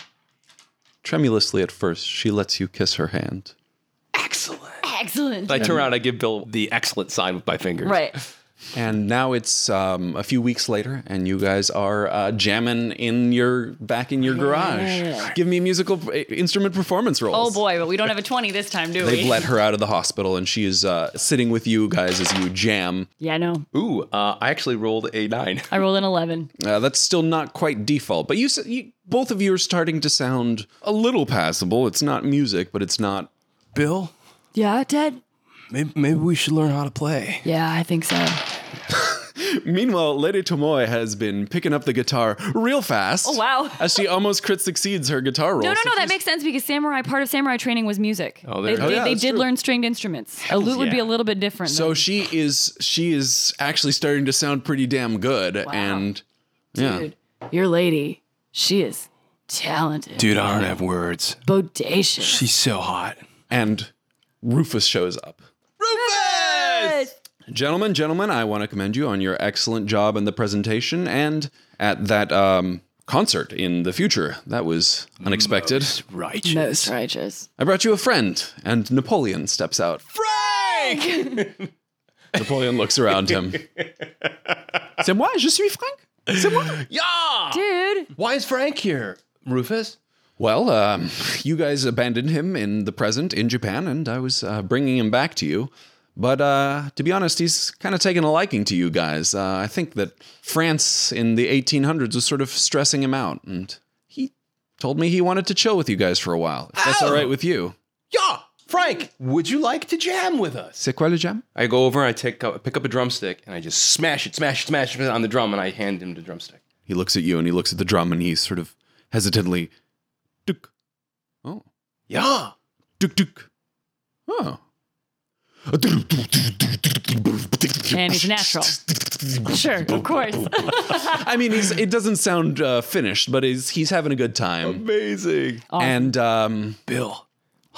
tremulously at first, she lets you kiss her hand.
Excellent.
I turn around, I give Bill the excellent sign with my fingers.
Right.
And now it's um, a few weeks later, and you guys are uh, jamming in your back in your garage. Give me musical uh, instrument performance
Oh
roles.
boy, but we don't have a 20 this time, do
They've
we?
let her out of the hospital, and she is uh, sitting with you guys as you jam.
yeah, no.
Ooh, uh, I actually rolled a nine.
I rolled an 11.
Uh, that's still not quite default, but you, s- you both of you are starting to sound a little passable. It's not music, but it's not.
Bill,
Yeah, Ted?
maybe, maybe we should learn how to play.
Yeah, I think so.
Meanwhile, Lady Tomoe has been picking up the guitar real fast. Oh
wow.
As she almost crit succeeds her guitar roll.
No, no,
So
no. That makes sense because samurai part of samurai training was music. Oh, they,
Oh,
they,
yeah,
they
that's
did
true.
learn stringed instruments. a lute would be a little bit different.
So she is she is actually starting to sound pretty damn good, and yeah,
Dude, your lady, she is talented.
Dude, I don't have words.
Bodacious.
She's so hot.
and Rufus shows up. Rufus, gentlemen, gentlemen, I want to commend you on your excellent job in the presentation and at that um, concert in the future. That was unexpected.
Right.
Most righteous.
I brought you a friend, and Napoleon steps out. Frank. Napoleon looks around him. C'est moi, je suis Frank.
Dude,
Why is Frank here, Rufus?
Well, um, you guys abandoned him in the present in Japan, and I was uh, bringing him back to you. But uh, to be honest, he's kind of taken a liking to you guys. Uh, I think that France in the 1800s was sort of stressing him out, and he told me he wanted to chill with you guys for a while. If
Oh!
that's all right with you.
Yeah, Frank, would you like to jam with us?
C'est quoi le jam?
I go over and I take up, pick up a drumstick and I just smash it, smash it, smash it on the drum and I hand him the drumstick.
He looks at you and he looks at the drum and he sort of hesitantly, duk,
Yeah.
duk, duk. Oh.
and he's natural. Sure, of course.
I mean, he's, it doesn't sound uh, finished, but he's, he's having a good time. Amazing. And um,
Bill,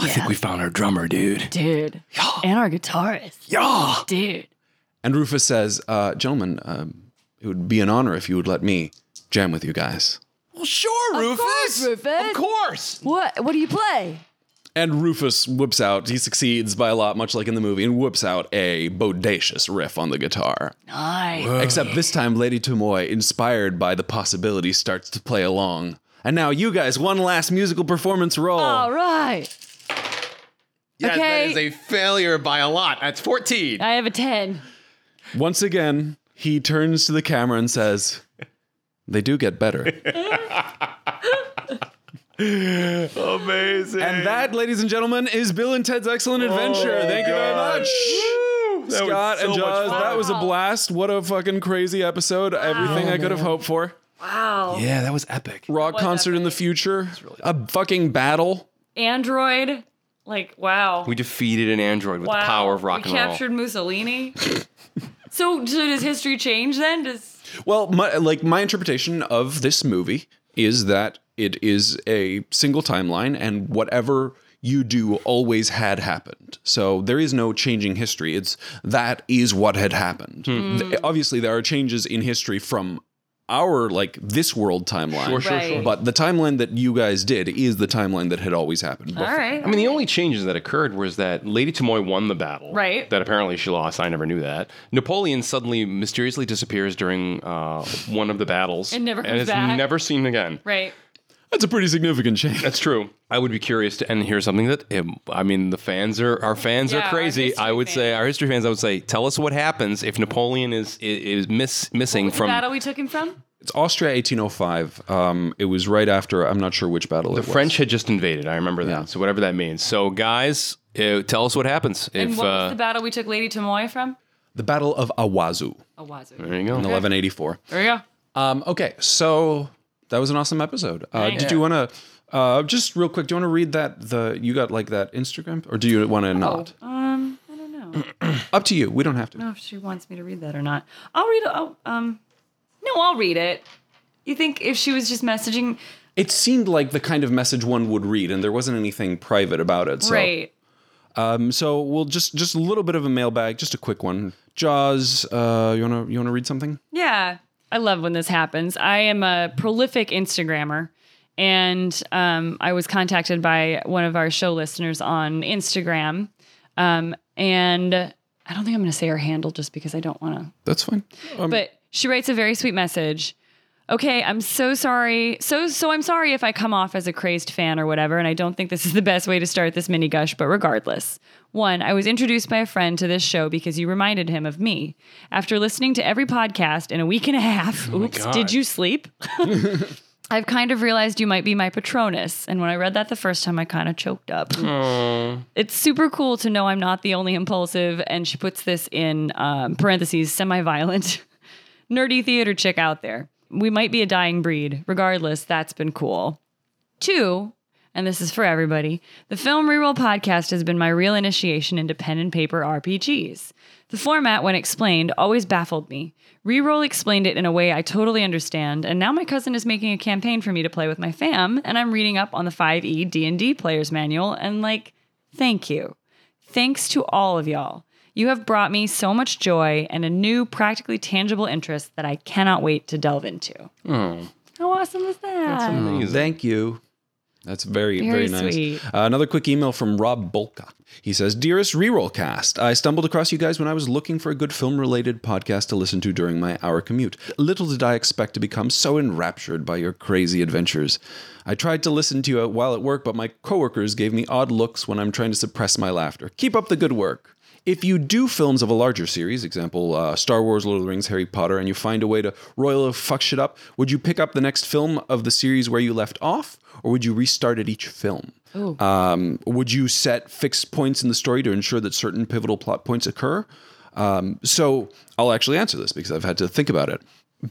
I think we found our drummer, dude.
Dude. And our guitarist.
Yeah.
Dude.
and Rufus says, uh, gentlemen, um, it would be an honor if you would let me jam with you guys.
Well, sure, Rufus.
course, Rufus.
Of course.
What? What do you play?
And Rufus whips out. He succeeds by a lot, much like in the movie, and whips out a bodacious riff on the guitar.
I.
Except this time, Lady Tomoy, inspired by the possibility, starts to play along. And now, you guys, one last musical performance roll.
All right.
Yes,
Okay.
that is a failure by a lot. That's 14.
I have a 10.
Once again, he turns to the camera and says, They do get better. Amazing. And that, ladies and gentlemen, is Bill and Ted's Excellent Adventure. Thank you very much. Scott and Jaws, that was a blast. What a fucking crazy episode. Everything I could have hoped for.
Yeah, that was epic.
Rock concert in the future, a fucking battle.
Android. Like, wow.
We defeated an android with
wow.
the power of rock
we
and roll.
captured Mussolini. so, so does history change then? Does
Well, my, like my interpretation of this movie is that it is a single timeline, and whatever you do always had happened. So there is no changing history. It's that is what had happened.
Hmm.
Th- Obviously, there are changes in history from our like this world timeline,
sure, sure. Right.
but the timeline that you guys did is the timeline that had always happened.
all right.
I mean, the only changes that occurred was that Lady Tamoy won the battle.
Right.
That apparently she lost. I never knew that. Napoleon suddenly mysteriously disappears during uh, one of the battles.
And never
And
comes
is
back.
never seen again.
right.
That's a pretty significant change.
That's true. I would be curious to end here something that um, I mean the fans are our fans
Yeah,
are
our
crazy.
history
I would say
fans.
our history fans. I would say tell us what happens if Napoleon is is miss, missing
the
from
battle we took him from?
It's Austria 1805. Um, it was right after I'm not sure which battle.
the
it was.
French had just invaded. I remember that.
Yeah.
So whatever that means. So guys, uh, tell us what happens if
And what
uh,
was the battle we took Lady Tomoy from?
the Battle of Awazu.
Owazu.
there you go.
in 1184.
There we go.
Um, okay, so that was an awesome episode. Uh, did you want to uh, just real quick? Do you want to read that? The you got like that Instagram, or do you want to not?
Um, I don't know.
Up to you. We don't have to.
know if she wants me to read that or not. I'll read it. Oh, um, no, I'll read it.
You think if she was just messaging,
It seemed like the kind of message one would read, and there wasn't anything private about it. So.
right?
Um, so we'll just just a little bit of a mailbag, just a quick one. Jaws, uh, you wanna you wanna read something?
Yeah. I love when this happens. I am a prolific Instagrammer. And um, I was contacted by one of our show listeners on Instagram. Um, and I don't think I'm going to say her handle just because I don't want to
That's fine.
but she writes a very sweet message. Okay, I'm so sorry. So so I'm sorry if I come off as a crazed fan or whatever, and I don't think this is the best way to start this mini gush, but regardless. One, I was introduced by a friend to this show because you reminded him of me. After listening to every podcast in a week and a half, oops, did you sleep? I've kind of realized you might be my Patronus. And when I read that the first time, I kind of choked up. It's super cool to know I'm not the only impulsive. And she puts this in um, parentheses semi violent, nerdy theater chick out there. We might be a dying breed. Regardless, that's been cool. Two, and this is for everybody, the Film Reroll podcast has been my real initiation into pen and paper RPGs. The format, when explained, always baffled me. Reroll explained it in a way I totally understand, and now my cousin is making a campaign for me to play with my fam, and I'm reading up on the E 5e D&D player's manual and like, thank you. Thanks to all of y'all. You have brought me so much joy and a new practically tangible interest that I cannot wait to delve into.
Oh.
How awesome is that?
Thank you. That's very, very,
Very
nice.
sweet.
Uh, another quick email from Rob Bolka. He says, Dearest Rerollcast, I stumbled across you guys when I was looking for a good film related podcast to listen to during my hour commute. Little did I expect to become so enraptured by your crazy adventures. I tried to listen to you while at work, but my coworkers gave me odd looks when I'm trying to suppress my laughter. Keep up the good work. If you do films of a larger series, example uh, Star Wars, Lord of the Rings, Harry Potter, and you find a way to royal fuck shit up, would you pick up the next film of the series where you left off, or would you restart at each film? Um, would you set fixed points in the story to ensure that certain pivotal plot points occur? Um, so I'll actually answer this because I've had to think about it.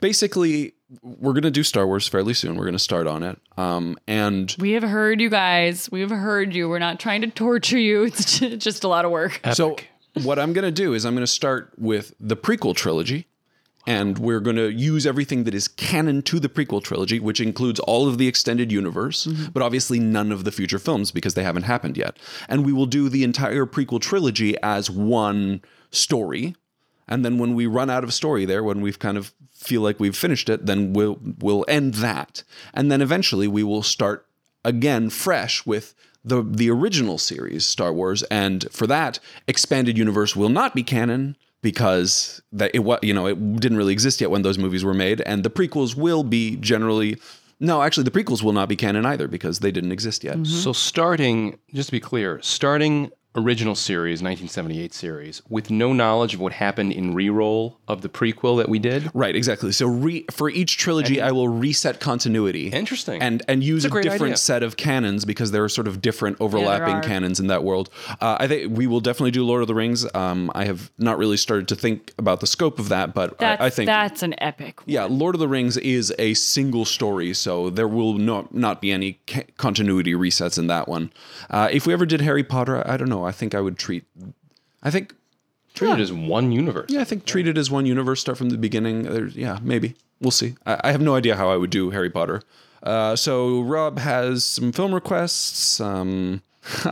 Basically, we're going to do Star Wars fairly soon. We're going to start on it. Um, and
We have heard you guys. We have heard you. We're not trying to torture you. It's ju- just a lot of work.
So what I'm going to do is I'm going to start with the prequel trilogy. And we're going to use everything that is canon to the prequel trilogy, which includes all of the extended universe, but obviously none of the future films because they haven't happened yet. And we will do the entire prequel trilogy as one story. And then when we run out of story there, when we've kind of feel like we've finished it, then we'll we'll end that. And then eventually we will start again fresh with the the original series Star Wars and for that expanded universe will not be canon because that it was you know it didn't really exist yet when those movies were made and the prequels will be generally no actually the prequels will not be canon either because they didn't exist yet.
So starting, just to be clear, starting original series, 1978 series, with no knowledge of what happened in reroll of the prequel that we did.
Right, exactly. So re, for each trilogy, I will reset continuity.
Interesting.
And and use a,
great
different
idea.
set of canons because there are sort of different overlapping
are.
canons in that world. Uh, I think we will definitely do Lord of the Rings. Um, I have not really started to think about the scope of that, but
That's,
I, I think
that's an epic.
yeah, Lord of the Rings is a single story, so there will not not be any ca- continuity resets in that one. Uh, if we ever did Harry Potter, I don't know. I think I would treat. I think
Treated as one universe.
yeah, I think treat it as one universe, start from the beginning. There's, yeah, maybe. We'll see. I, I have no idea how I would do Harry Potter. Uh, so Rob has some film requests. Um,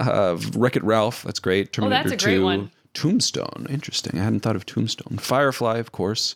Wreck It Ralph, that's great. Terminator
Oh, that's a great
2.
one.
Tombstone, interesting. I hadn't thought of Tombstone. Firefly, of course.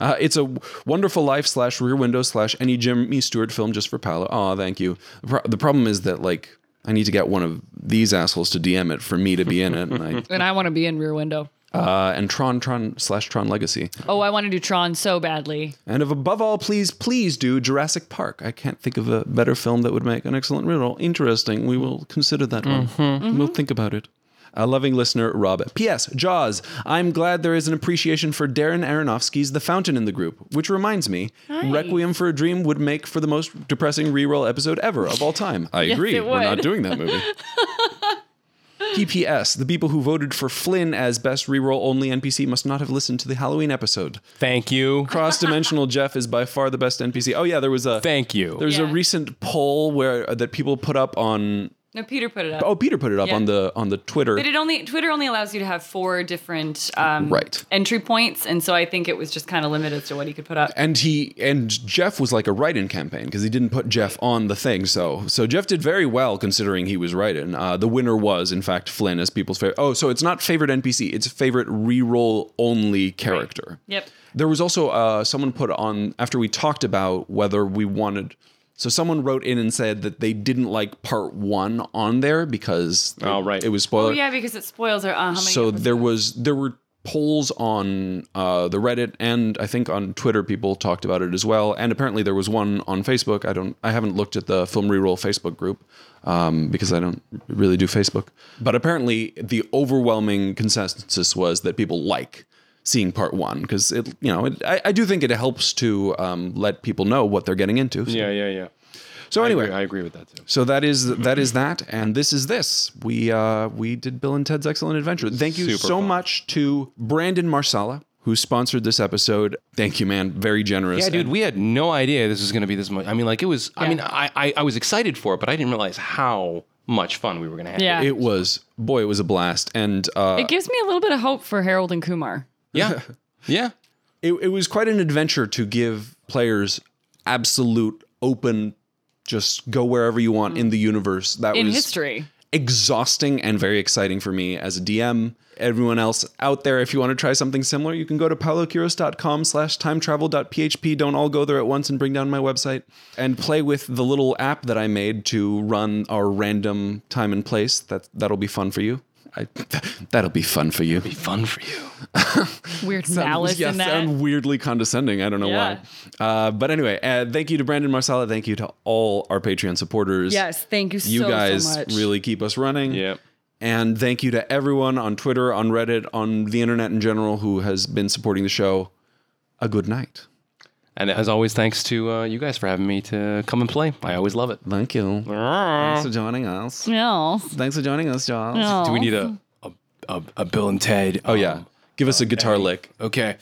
Uh, it's a wonderful life slash rear window slash any Jimmy Stewart film just for Paolo. Aw, thank you. The pro- The problem is that, like, I need to get one of these assholes to DM it for me to be in it. And I
And I want to be in Rear Window.
uh, and Tron Tron slash Tron Legacy.
Oh, I want to do Tron so badly.
And if above all, please, please do Jurassic Park. I can't think of a better film that would make an excellent riddle. Interesting. We will consider that
Mm-hmm.
one. We'll think about it. A loving listener, Rob. P.S. Jaws. I'm glad there is an appreciation for Darren Aronofsky's The Fountain in the group, which reminds me, Requiem for a Dream would make for the most depressing reroll episode ever of all time. I agree.
it
We're
would.
not doing that movie. PPS. The people who voted for Flynn as best reroll only NPC must not have listened to the Halloween episode
Thank you.
cross-dimensional Jeff is by far the best NPC. Oh yeah, there was a
Thank you.
there's a
Yeah.
recent poll where that people uh, put up on
No, Peter put it up.
Oh, Peter put it up
Yeah.
on the on the Twitter.
But it only Twitter only allows you to have four different um,
Right.
entry points, and so I think it was just kind of limited as to what he could put up.
and he and Jeff was like a write-in campaign because he didn't put Jeff on the thing. So so Jeff did very well considering he was write-in. Uh, the winner was in fact Flynn as people's favorite. Oh, so it's not favorite NPC; it's favorite reroll only character.
Yep.
There was also uh, someone put on after we talked about whether we wanted. So someone wrote in and said that they didn't like part one on there because
Oh, right.
it was spoiler.
Oh yeah, because it spoils our. Uh, how many
So there was there were polls on uh, the Reddit and I think on Twitter people talked about it as well. And apparently there was one on Facebook. I don't I haven't looked at the film reroll Facebook group um, because I don't really do Facebook. But apparently the overwhelming consensus was that people like seeing part one because it you know it, I, I do think it helps to um, let people know what they're getting into. So,
yeah, yeah.
so anyway.
I agree with that too.
so that is that is that, and this is this. We uh, we did Bill and Ted's Excellent Adventure. Thank you so much to Brandon Marsala who sponsored this episode. Thank you, man. Very generous.
Yeah, dude,
And
we had no idea this was going to be this much. I mean, like it was. I mean, I, I I was excited for it, but I didn't realize how much fun we were going to have.
Yeah. It,
it was boy, it was a blast, and uh,
gives me a little bit of hope for Harold and Kumar.
yeah, yeah.
it, it was quite an adventure to give players absolute open, just go wherever you want in the universe. That
In
was
history,
exhausting and very exciting for me as a DM. Everyone else out there, if you want to try something similar, you can go to paolokiros.com slash timetravel.php. Don't all go there at once and bring down my website and play with the little app that I made to run our random time and place. That that'll be fun for you. I, that'll be fun for you.
Fun for you.
weird
Sound-
malice
yeah,
in that.
sound weirdly condescending. I don't know
Yeah.
why. Uh, but anyway, uh, thank you to Brandon Marsala. Thank you to all our Patreon supporters.
Yes, thank you,
You
so,
guys
so much.
really keep us running.
Yep.
And thank you to everyone on Twitter, on Reddit, on the internet in general who has been supporting the show. A good night.
And as always, thanks to uh, you guys for having me to come and play. I always love it.
Thank you. Thanks for joining us.
No.
Thanks for joining us, Josh.
Do we need a a, a, a Bill and Ted?
Oh, yeah. Give us a guitar lick.
Okay.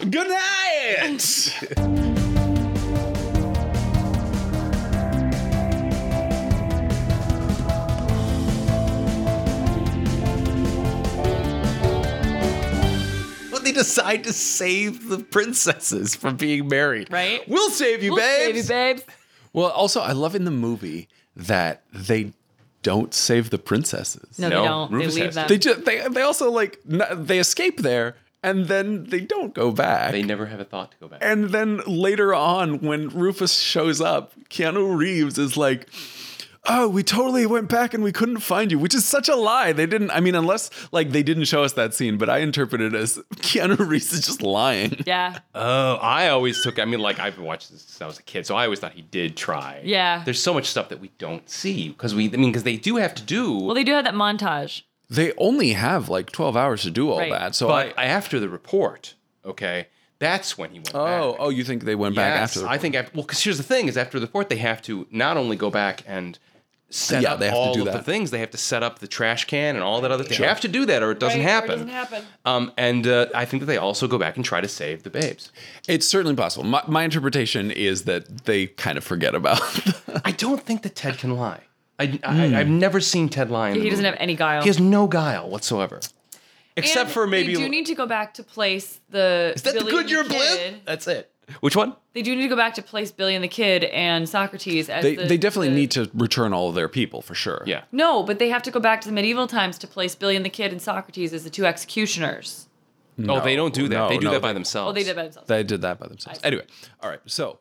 Good night.
Well, they decide to save the princesses from being married.
Right?
We'll save you, babes.
Baby, babes.
Well, also, I love in the movie that they don't save the princesses.
No,
No,
they don't.
Rufus
they leave
has
that.
They just they they also like n- they escape there and then they don't go back.
They never have a thought to go back.
And then later on, when Rufus shows up, Keanu Reeves is like, Oh, we totally went back and we couldn't find you, which is such a lie. They didn't, I mean, unless like they didn't show us that scene, but I interpret it as Keanu Reeves is just lying.
yeah.
Oh, I always took. I mean, like I've watched this since I was a kid, so I always thought he did try.
Yeah.
There's so much stuff that we don't see because we. I mean, because they do have to do.
Well, they do have that montage.
They only have like 12 hours to do all
Right.
that. So
but
I,
after the report, okay, that's when he went.
oh,
back.
oh, you think they went back after the
I think. After, well, because here's the thing: is after the report, they have to not only go back and set
Yeah,
up
they have to
all
do
of
that.
the things. They have to set up the trash can and all that other. They have to do that, or it doesn't happen.
doesn't happen.
Um, and uh, I think that they also go back and try to save the babes.
It's certainly possible. My, my interpretation is that they kind of forget about.
I don't think that Ted can lie. I,
Hmm.
I, I've never seen Ted lie. In the
He doesn't
movie.
have any guile.
He has no guile whatsoever, except
And
for maybe.
They do need to go back to place the. Is
that the Goodyear blimp? That's it. Which one?
They do need to go back to place Billy and the Kid and Socrates as
they,
the,
they definitely
the-
need to return all of their people for sure.
Yeah.
No, but they have to go back to the medieval times to place Billy and the Kid and Socrates as the two executioners.
No, they don't do that.
no,
Oh, they do
no,
that by
they-
themselves.
Oh, they did by themselves.
They did that by themselves. Anyway, all right. So